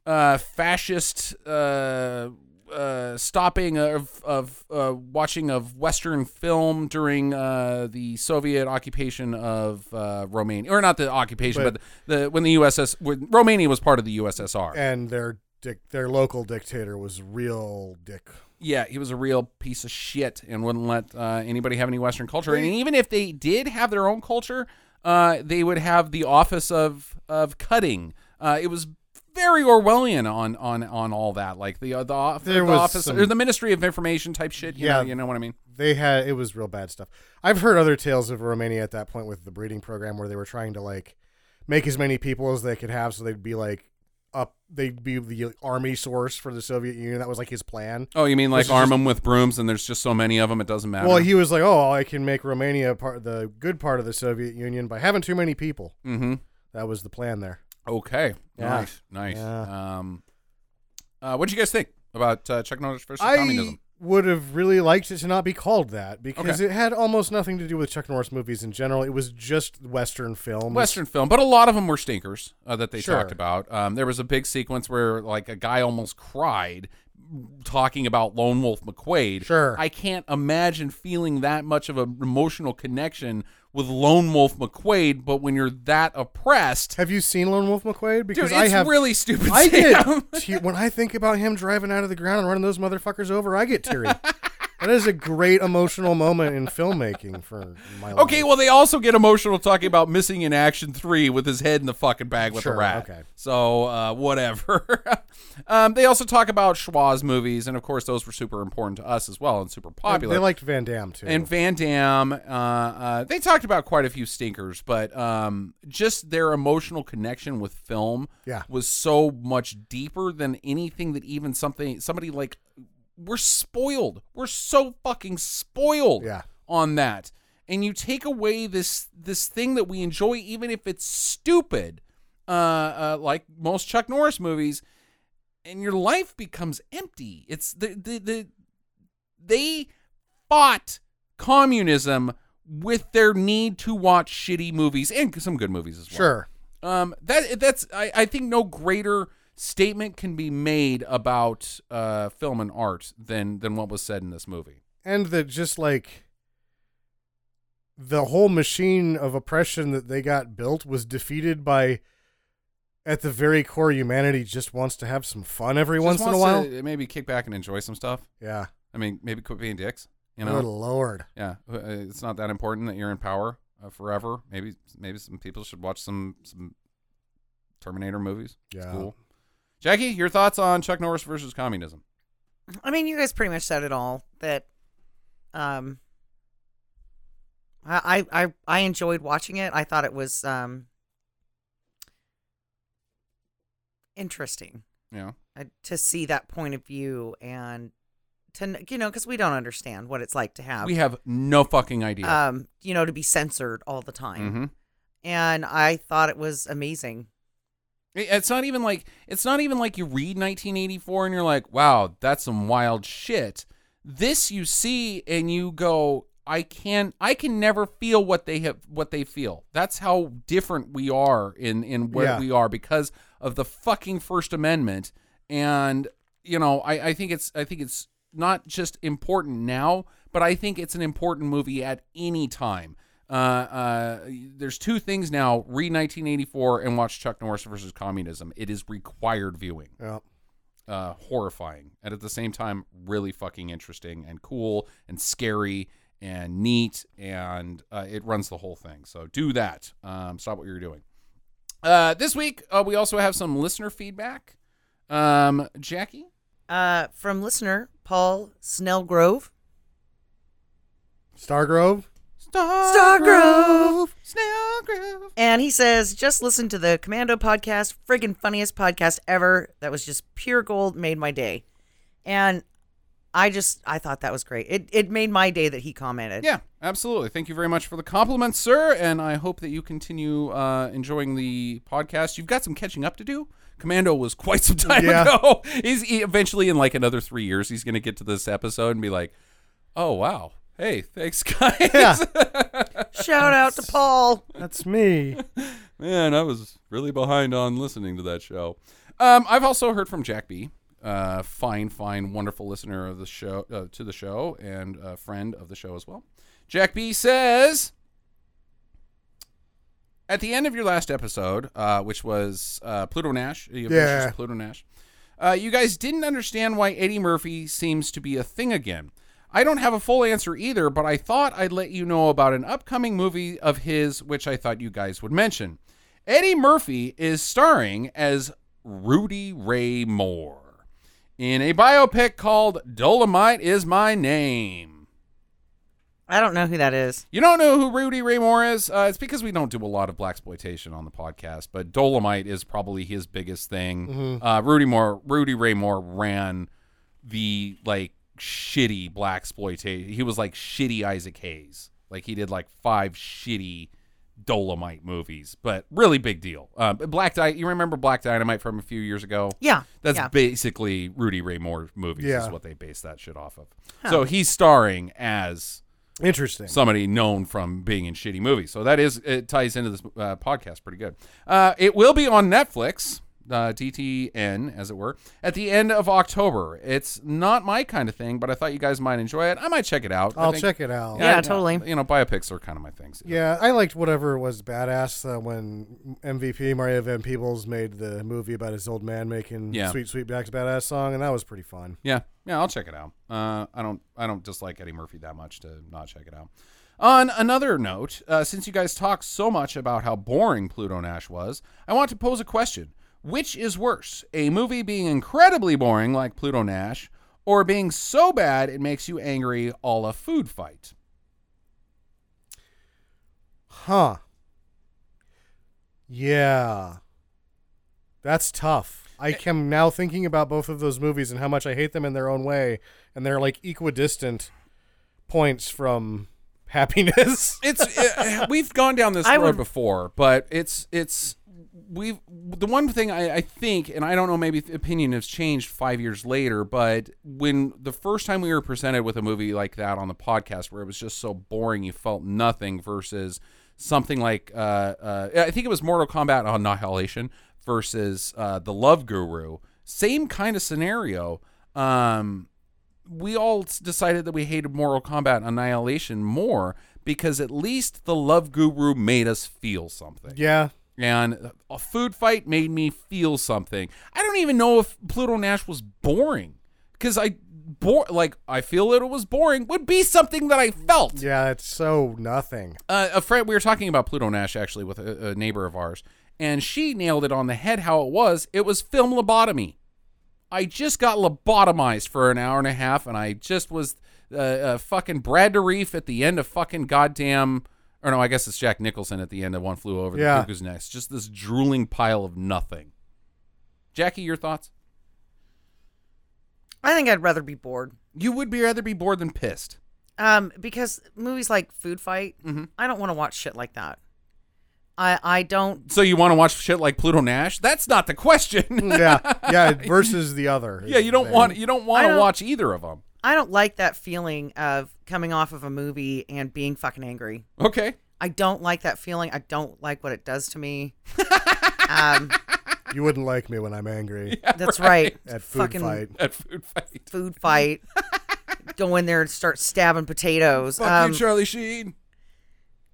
S1: uh, fascist uh, uh, stopping of, of uh, watching of Western film during uh, the Soviet occupation of uh, Romania, or not the occupation, but,
S2: But-
S1: the, when the USS when Romania was part of the USSR.
S2: and their dic- their local dictator was real dick.
S1: yeah, he was a real piece of shit and wouldn't let uh, anybody have any Western culture. And even if they did have their own culture, uh, they would have the office of of cutting. Uh, it was very Orwellian on on on all that, like the uh, the, off- the
S2: There was
S1: office
S2: some-
S1: or the Ministry of Information type shit. You
S2: Yeah.
S1: know, you know what I mean.
S2: They had it was real bad stuff. I've heard other tales of Romania at that point with the breeding program where they were trying to like make as many people as they could have, so they'd be like up, they'd be the army source for the Soviet Union. That was like his plan.
S1: Oh, you mean
S2: like,
S1: like
S2: This is arm
S1: arm
S2: just-
S1: them with brooms, and there's just so many of them, it doesn't matter.
S2: Well, he was like, "Oh, I can make Romania part the good part of the Soviet Union by having too many people."
S1: mm-hmm.
S2: That was the plan there.
S1: Okay.
S2: Yeah.
S1: Nice. Nice.
S2: Yeah.
S1: Um, uh, what do you guys think about uh, Chuck Norris versus
S2: I
S1: communism?
S2: would have really liked it to not be called that because it had almost nothing to do with Chuck Norris movies in general. It was just Western films.
S1: Western film, but a lot of them were stinkers uh, that they
S2: Sure.
S1: talked about. Um, there was a big sequence where like a guy almost cried talking about Lone Wolf McQuade.
S2: Sure.
S1: I can't imagine feeling that much of an emotional connection with Lone Wolf McQuade, but when you're that oppressed,
S2: Have you seen Lone Wolf McQuade?
S1: dude,
S2: Because
S1: it's
S2: I have.
S1: really stupid.
S2: I
S1: Sam.
S2: get te- when I think about him driving out of the ground and running those motherfuckers over, I get teary. that is a great emotional moment in filmmaking for my life.
S1: Okay, well, they also get emotional talking about missing in action three with his head in the fucking bag with a
S2: Sure,
S1: rat.
S2: okay.
S1: So, uh, whatever. um, they also talk about Schwa's movies, and of course, those were super important to us as well and super
S2: they
S1: popular.
S2: liked Van Damme too.
S1: and Van Damme, uh, uh, they talked about quite a few stinkers, but um, just their emotional connection with film
S2: Yeah.
S1: was so much deeper than anything that even something somebody like we're spoiled. We're so fucking spoiled
S2: Yeah.
S1: on that. And you take away this this thing that we enjoy, even if it's stupid, uh, uh, like most Chuck Norris movies, and your life becomes empty. It's the the, the they fought communism with their need to watch shitty movies and some good movies as well.
S2: sure.
S1: Um, that that's I, I think no greater statement can be made about uh, film and art than than what was said in this movie.
S2: and that just like the whole machine of oppression that they got built was defeated by at the very core humanity just wants to have some fun every
S1: Just
S2: once in a while
S1: wants to maybe kick back and enjoy some stuff.
S2: yeah
S1: I mean, maybe quit being dicks. You
S2: good
S1: know,
S2: lord
S1: yeah, Uh, it's not that important that you're in power uh, forever. Maybe maybe some people should watch some some Terminator movies. It's
S2: Yeah.
S1: cool. Jackie, your thoughts on Chuck Norris versus communism?
S3: I mean, you guys pretty much said it all. That, um, I I I- I enjoyed watching it. I thought it was um interesting
S1: Yeah.
S3: uh, to see that point of view and to kn- you know because we don't understand what it's like to have
S1: We have no fucking idea.
S3: um you know to be censored all the time.
S1: Mhm.
S3: And I thought it was amazing.
S1: It- It's not even like it's not even like you read 1984 and you're like, "Wow, that's some wild shit." This you see and you go, "I can I can never feel what they have what they feel." That's how different we are in in where
S2: Yeah.
S1: we are because of the fucking First Amendment. And you know, I I think it's I think it's not just important now, but I think it's an important movie at any time. Uh, uh, there's two things now: read 1984 and watch Chuck Norris versus communism. It is required viewing.
S2: yeah.
S1: Uh, horrifying, and at the same time, really fucking interesting and cool and scary and neat, and uh, it runs the whole thing. So do that. Um, stop what you're doing. Uh, this week, uh, we also have some listener feedback. Um, Jackie,
S3: Uh, from listener Paul Snellgrove.
S2: Stargrove.
S3: Stargrove.
S1: Snail Groove.
S3: And he says, just listen to the Commando podcast, friggin' funniest podcast ever. That was just pure gold, made my day. And I just, I thought that was great. It, it made my day that he commented.
S1: Yeah, absolutely. Thank you very much for the compliment, sir. And I hope that you continue uh, enjoying the podcast. You've got some catching up to do. Commando was quite some time
S2: Yeah.
S1: ago. He's he, eventually in like another three years, he's going to get to this episode and be like, "Oh wow, hey, thanks guys."
S2: Yeah.
S3: Shout out to Paul.
S2: That's me.
S1: Man, I was really behind on listening to that show. Um, I've also heard from Jack B, uh, fine, fine, wonderful listener of the show uh, to the show and a friend of the show as well. Jack B says, at the end of your last episode, uh, which was uh, Pluto Nash, you
S2: Yeah.
S1: versus Pluto Nash, uh, you guys didn't understand why Eddie Murphy seems to be a thing again. I don't have a full answer either, but I thought I'd let you know about an upcoming movie of his, which I thought you guys would mention. Eddie Murphy is starring as Rudy Ray Moore in a biopic called Dolomite is My Name.
S3: I don't know who that is.
S1: You don't know who Rudy Ray Moore is? Uh, it's because we don't do a lot of black exploitation on the podcast, but Dolomite is probably his biggest thing.
S3: Mm-hmm.
S1: Uh, Rudy Moore, Rudy Ray Moore ran the like shitty black exploitation. He was like shitty Isaac Hayes. Like he did like five shitty Dolomite movies, but really big deal. Uh, but black Di- you remember Black Dynamite from a few years ago?
S3: Yeah.
S1: That's
S3: yeah.
S1: basically Rudy Ray Moore movies
S2: Yeah.
S1: is what they base that shit off of. So he's starring as
S2: Interesting.
S1: somebody known from being in shitty movies. So that is it ties into this uh, podcast pretty good. Uh, it will be on Netflix, uh, DTN as it were, at the end of October. It's not my kind of thing, but I thought you guys might enjoy it. I might check it out. I
S2: I'll
S1: think-
S2: check it out.
S3: Yeah, totally.
S1: You know, biopics are kind of my things.
S2: Yeah, I liked whatever was badass uh, when MVP Mario Van Peebles made the movie about his old man making
S1: Yeah.
S2: "Sweet Sweet Back's Badass" song, and that was pretty fun.
S1: Yeah, yeah, I'll check it out. Uh, I don't, I don't dislike Eddie Murphy that much to not check it out. On another note, uh, since you guys talked so much about how boring Pluto Nash was, I want to pose a question: Which is worse, a movie being incredibly boring like Pluto Nash, or being so bad it makes you angry, a la Food Fight?
S2: Huh? Yeah, that's tough.
S1: Eh.
S2: I am now thinking about both of those movies and how much I hate them in their own way, and they're like equidistant points from happiness.
S1: It's uh, we've gone down this
S3: I
S1: road
S3: would-
S1: before, but it's it's we've the one thing I, I think, and I don't know, maybe the opinion has changed five years later, but when the first time we were presented with a movie like that on the podcast, where it was just so boring, you felt nothing, versus something like uh, uh, I think it was Mortal Kombat Annihilation versus uh, the Love Guru, same kind of scenario. Um, we all s- decided that we hated Mortal Kombat Annihilation more because at least the Love Guru made us feel something.
S2: yeah,
S1: And a food fight made me feel something. I don't even know if Pluto Nash was boring because I bore like I feel that it was boring would be something that I felt
S2: yeah, it's so nothing.
S1: uh, a friend we were talking about Pluto Nash actually with a, a neighbor of ours, and she nailed it on the head how it was. It was film lobotomy. I just got lobotomized for an hour and a half, and I just was uh, uh, fucking Brad DeReef at the end of fucking goddamn. Or no, I guess it's Jack Nicholson at the end of One Flew Over
S2: Yeah.
S1: the Cuckoo's Nest. Just this drooling pile of nothing. Jackie, your thoughts?
S3: I think I'd rather be bored.
S1: You would be rather be bored than pissed.
S3: Um, because movies like Food Fight,
S1: Mm-hmm.
S3: I don't want to watch shit like that. I, I don't.
S1: So you want to watch shit like Pluto Nash? That's not the question.
S2: yeah, yeah. Versus the other. is
S1: yeah, you
S2: the
S1: don't
S2: thing.
S1: want you don't
S3: I
S1: want to
S3: don't-
S1: watch either of them.
S3: I don't like that feeling of coming off of a movie and being fucking angry.
S1: Okay.
S3: I don't like that feeling. I don't like what it does to me. um,
S2: You wouldn't like me when I'm angry
S3: that's right.
S2: at food
S3: Fucking
S2: fight.
S1: at food fight.
S3: Food fight. Go in there and start stabbing potatoes.
S1: Fuck
S3: Um,
S1: you, Charlie Sheen.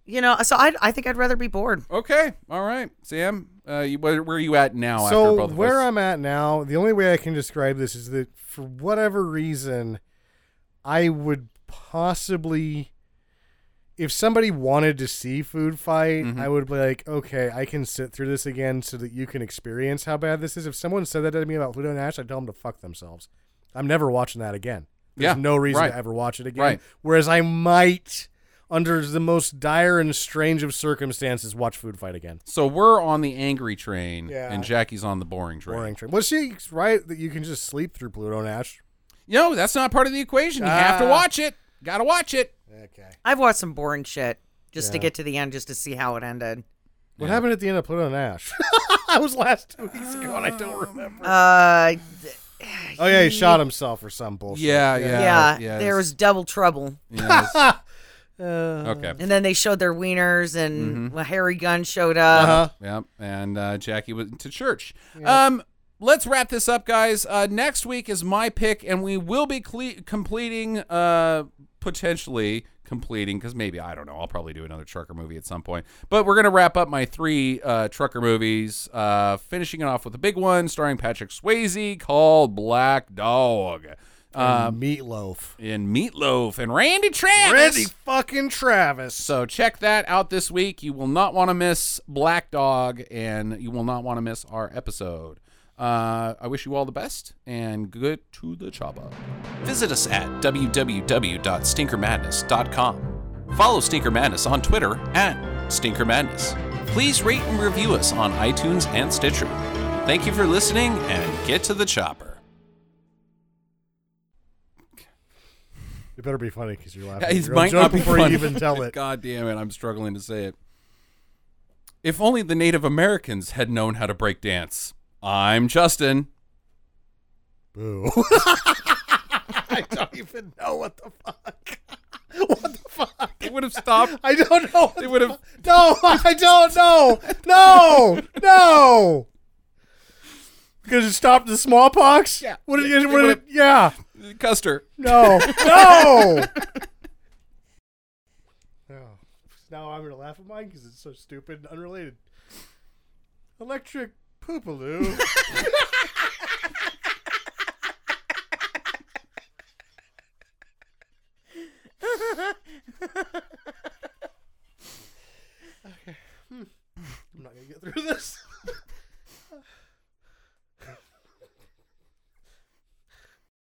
S3: you know, so I, I think I'd rather be bored.
S1: Okay, all right, Sam. Uh, you, where, where are you at now? after
S2: So
S1: both of
S2: where
S1: us?
S2: I'm at now, the only way I can describe this is that for whatever reason, I would possibly, if somebody wanted to see food fight,
S1: Mm-hmm.
S2: I would be like, okay, I can sit through this again so that you can experience how bad this is. If someone said that to me about Pluto Nash, I'd tell them to fuck themselves. I'm never watching that again. There's
S1: Yeah,
S2: no reason
S1: right.
S2: to ever watch it again.
S1: Right.
S2: Whereas I might, under the most dire and strange of circumstances, watch Food Fight again.
S1: So we're on the angry train,
S2: Yeah.
S1: and Jackie's on the boring train.
S2: Boring train. Well, she's right that you can just sleep through Pluto Nash.
S1: No, that's not part of the equation. You have to
S2: Ah.
S1: watch it. Gotta watch it.
S2: Okay.
S3: I've watched some boring shit just to
S2: Yeah.
S3: get to the end, just to see how it ended.
S2: What happened at the end of Pluto Nash? I was last two weeks ago and I don't remember.
S3: Uh, th-
S2: Oh yeah, he shot himself or some bullshit.
S1: Yeah,
S3: yeah,
S1: yeah,
S3: there was double trouble,
S1: yes. okay.
S3: and then they showed their wieners, and
S2: Mm-hmm.
S3: well, Harry Gunn showed up.
S2: Uh-huh.
S1: Yep, and uh, Jackie went to church. Um, let's wrap this up, guys. Uh, next week is my pick, and we will be cle- completing, uh, potentially completing, because maybe I don't know. I'll probably do another trucker movie at some point. But we're gonna wrap up my three uh, trucker movies, uh, finishing it off with a big one starring Patrick Swayze called Black Dog. Um,
S2: Meatloaf.
S1: and Meatloaf and Randy Travis.
S2: Randy fucking Travis.
S1: So check that out this week. You will not want to miss Black Dog, and you will not want to miss our episode. Uh, I wish you all the best and good to the chopper. Visit us at www.stinkermadness.com. Follow Stinker Madness on Twitter at Stinker Madness. Please rate and review us on iTunes and Stitcher. Thank you for listening and get to the chopper.
S2: It better be funny because you're laughing.
S1: It
S2: Your own
S1: might
S2: joke
S1: not be
S2: before
S1: funny.
S2: you even tell it.
S1: God damn it, I'm struggling to say it. If only the Native Americans had known how to break dance. I'm Justin.
S2: Boo. I don't even know what the fuck. what the fuck?
S1: It would have stopped.
S2: I don't know.
S1: It would have.
S2: No, I don't know. No, no. Because it stopped the smallpox.
S1: Yeah.
S2: What
S1: It
S2: did you? What
S1: would've-
S2: did, yeah.
S1: Custer.
S2: No. No. oh. Now I'm gonna laugh at mine because it's so stupid and unrelated. Electric poopaloo. okay. Hmm. I'm not gonna get through this.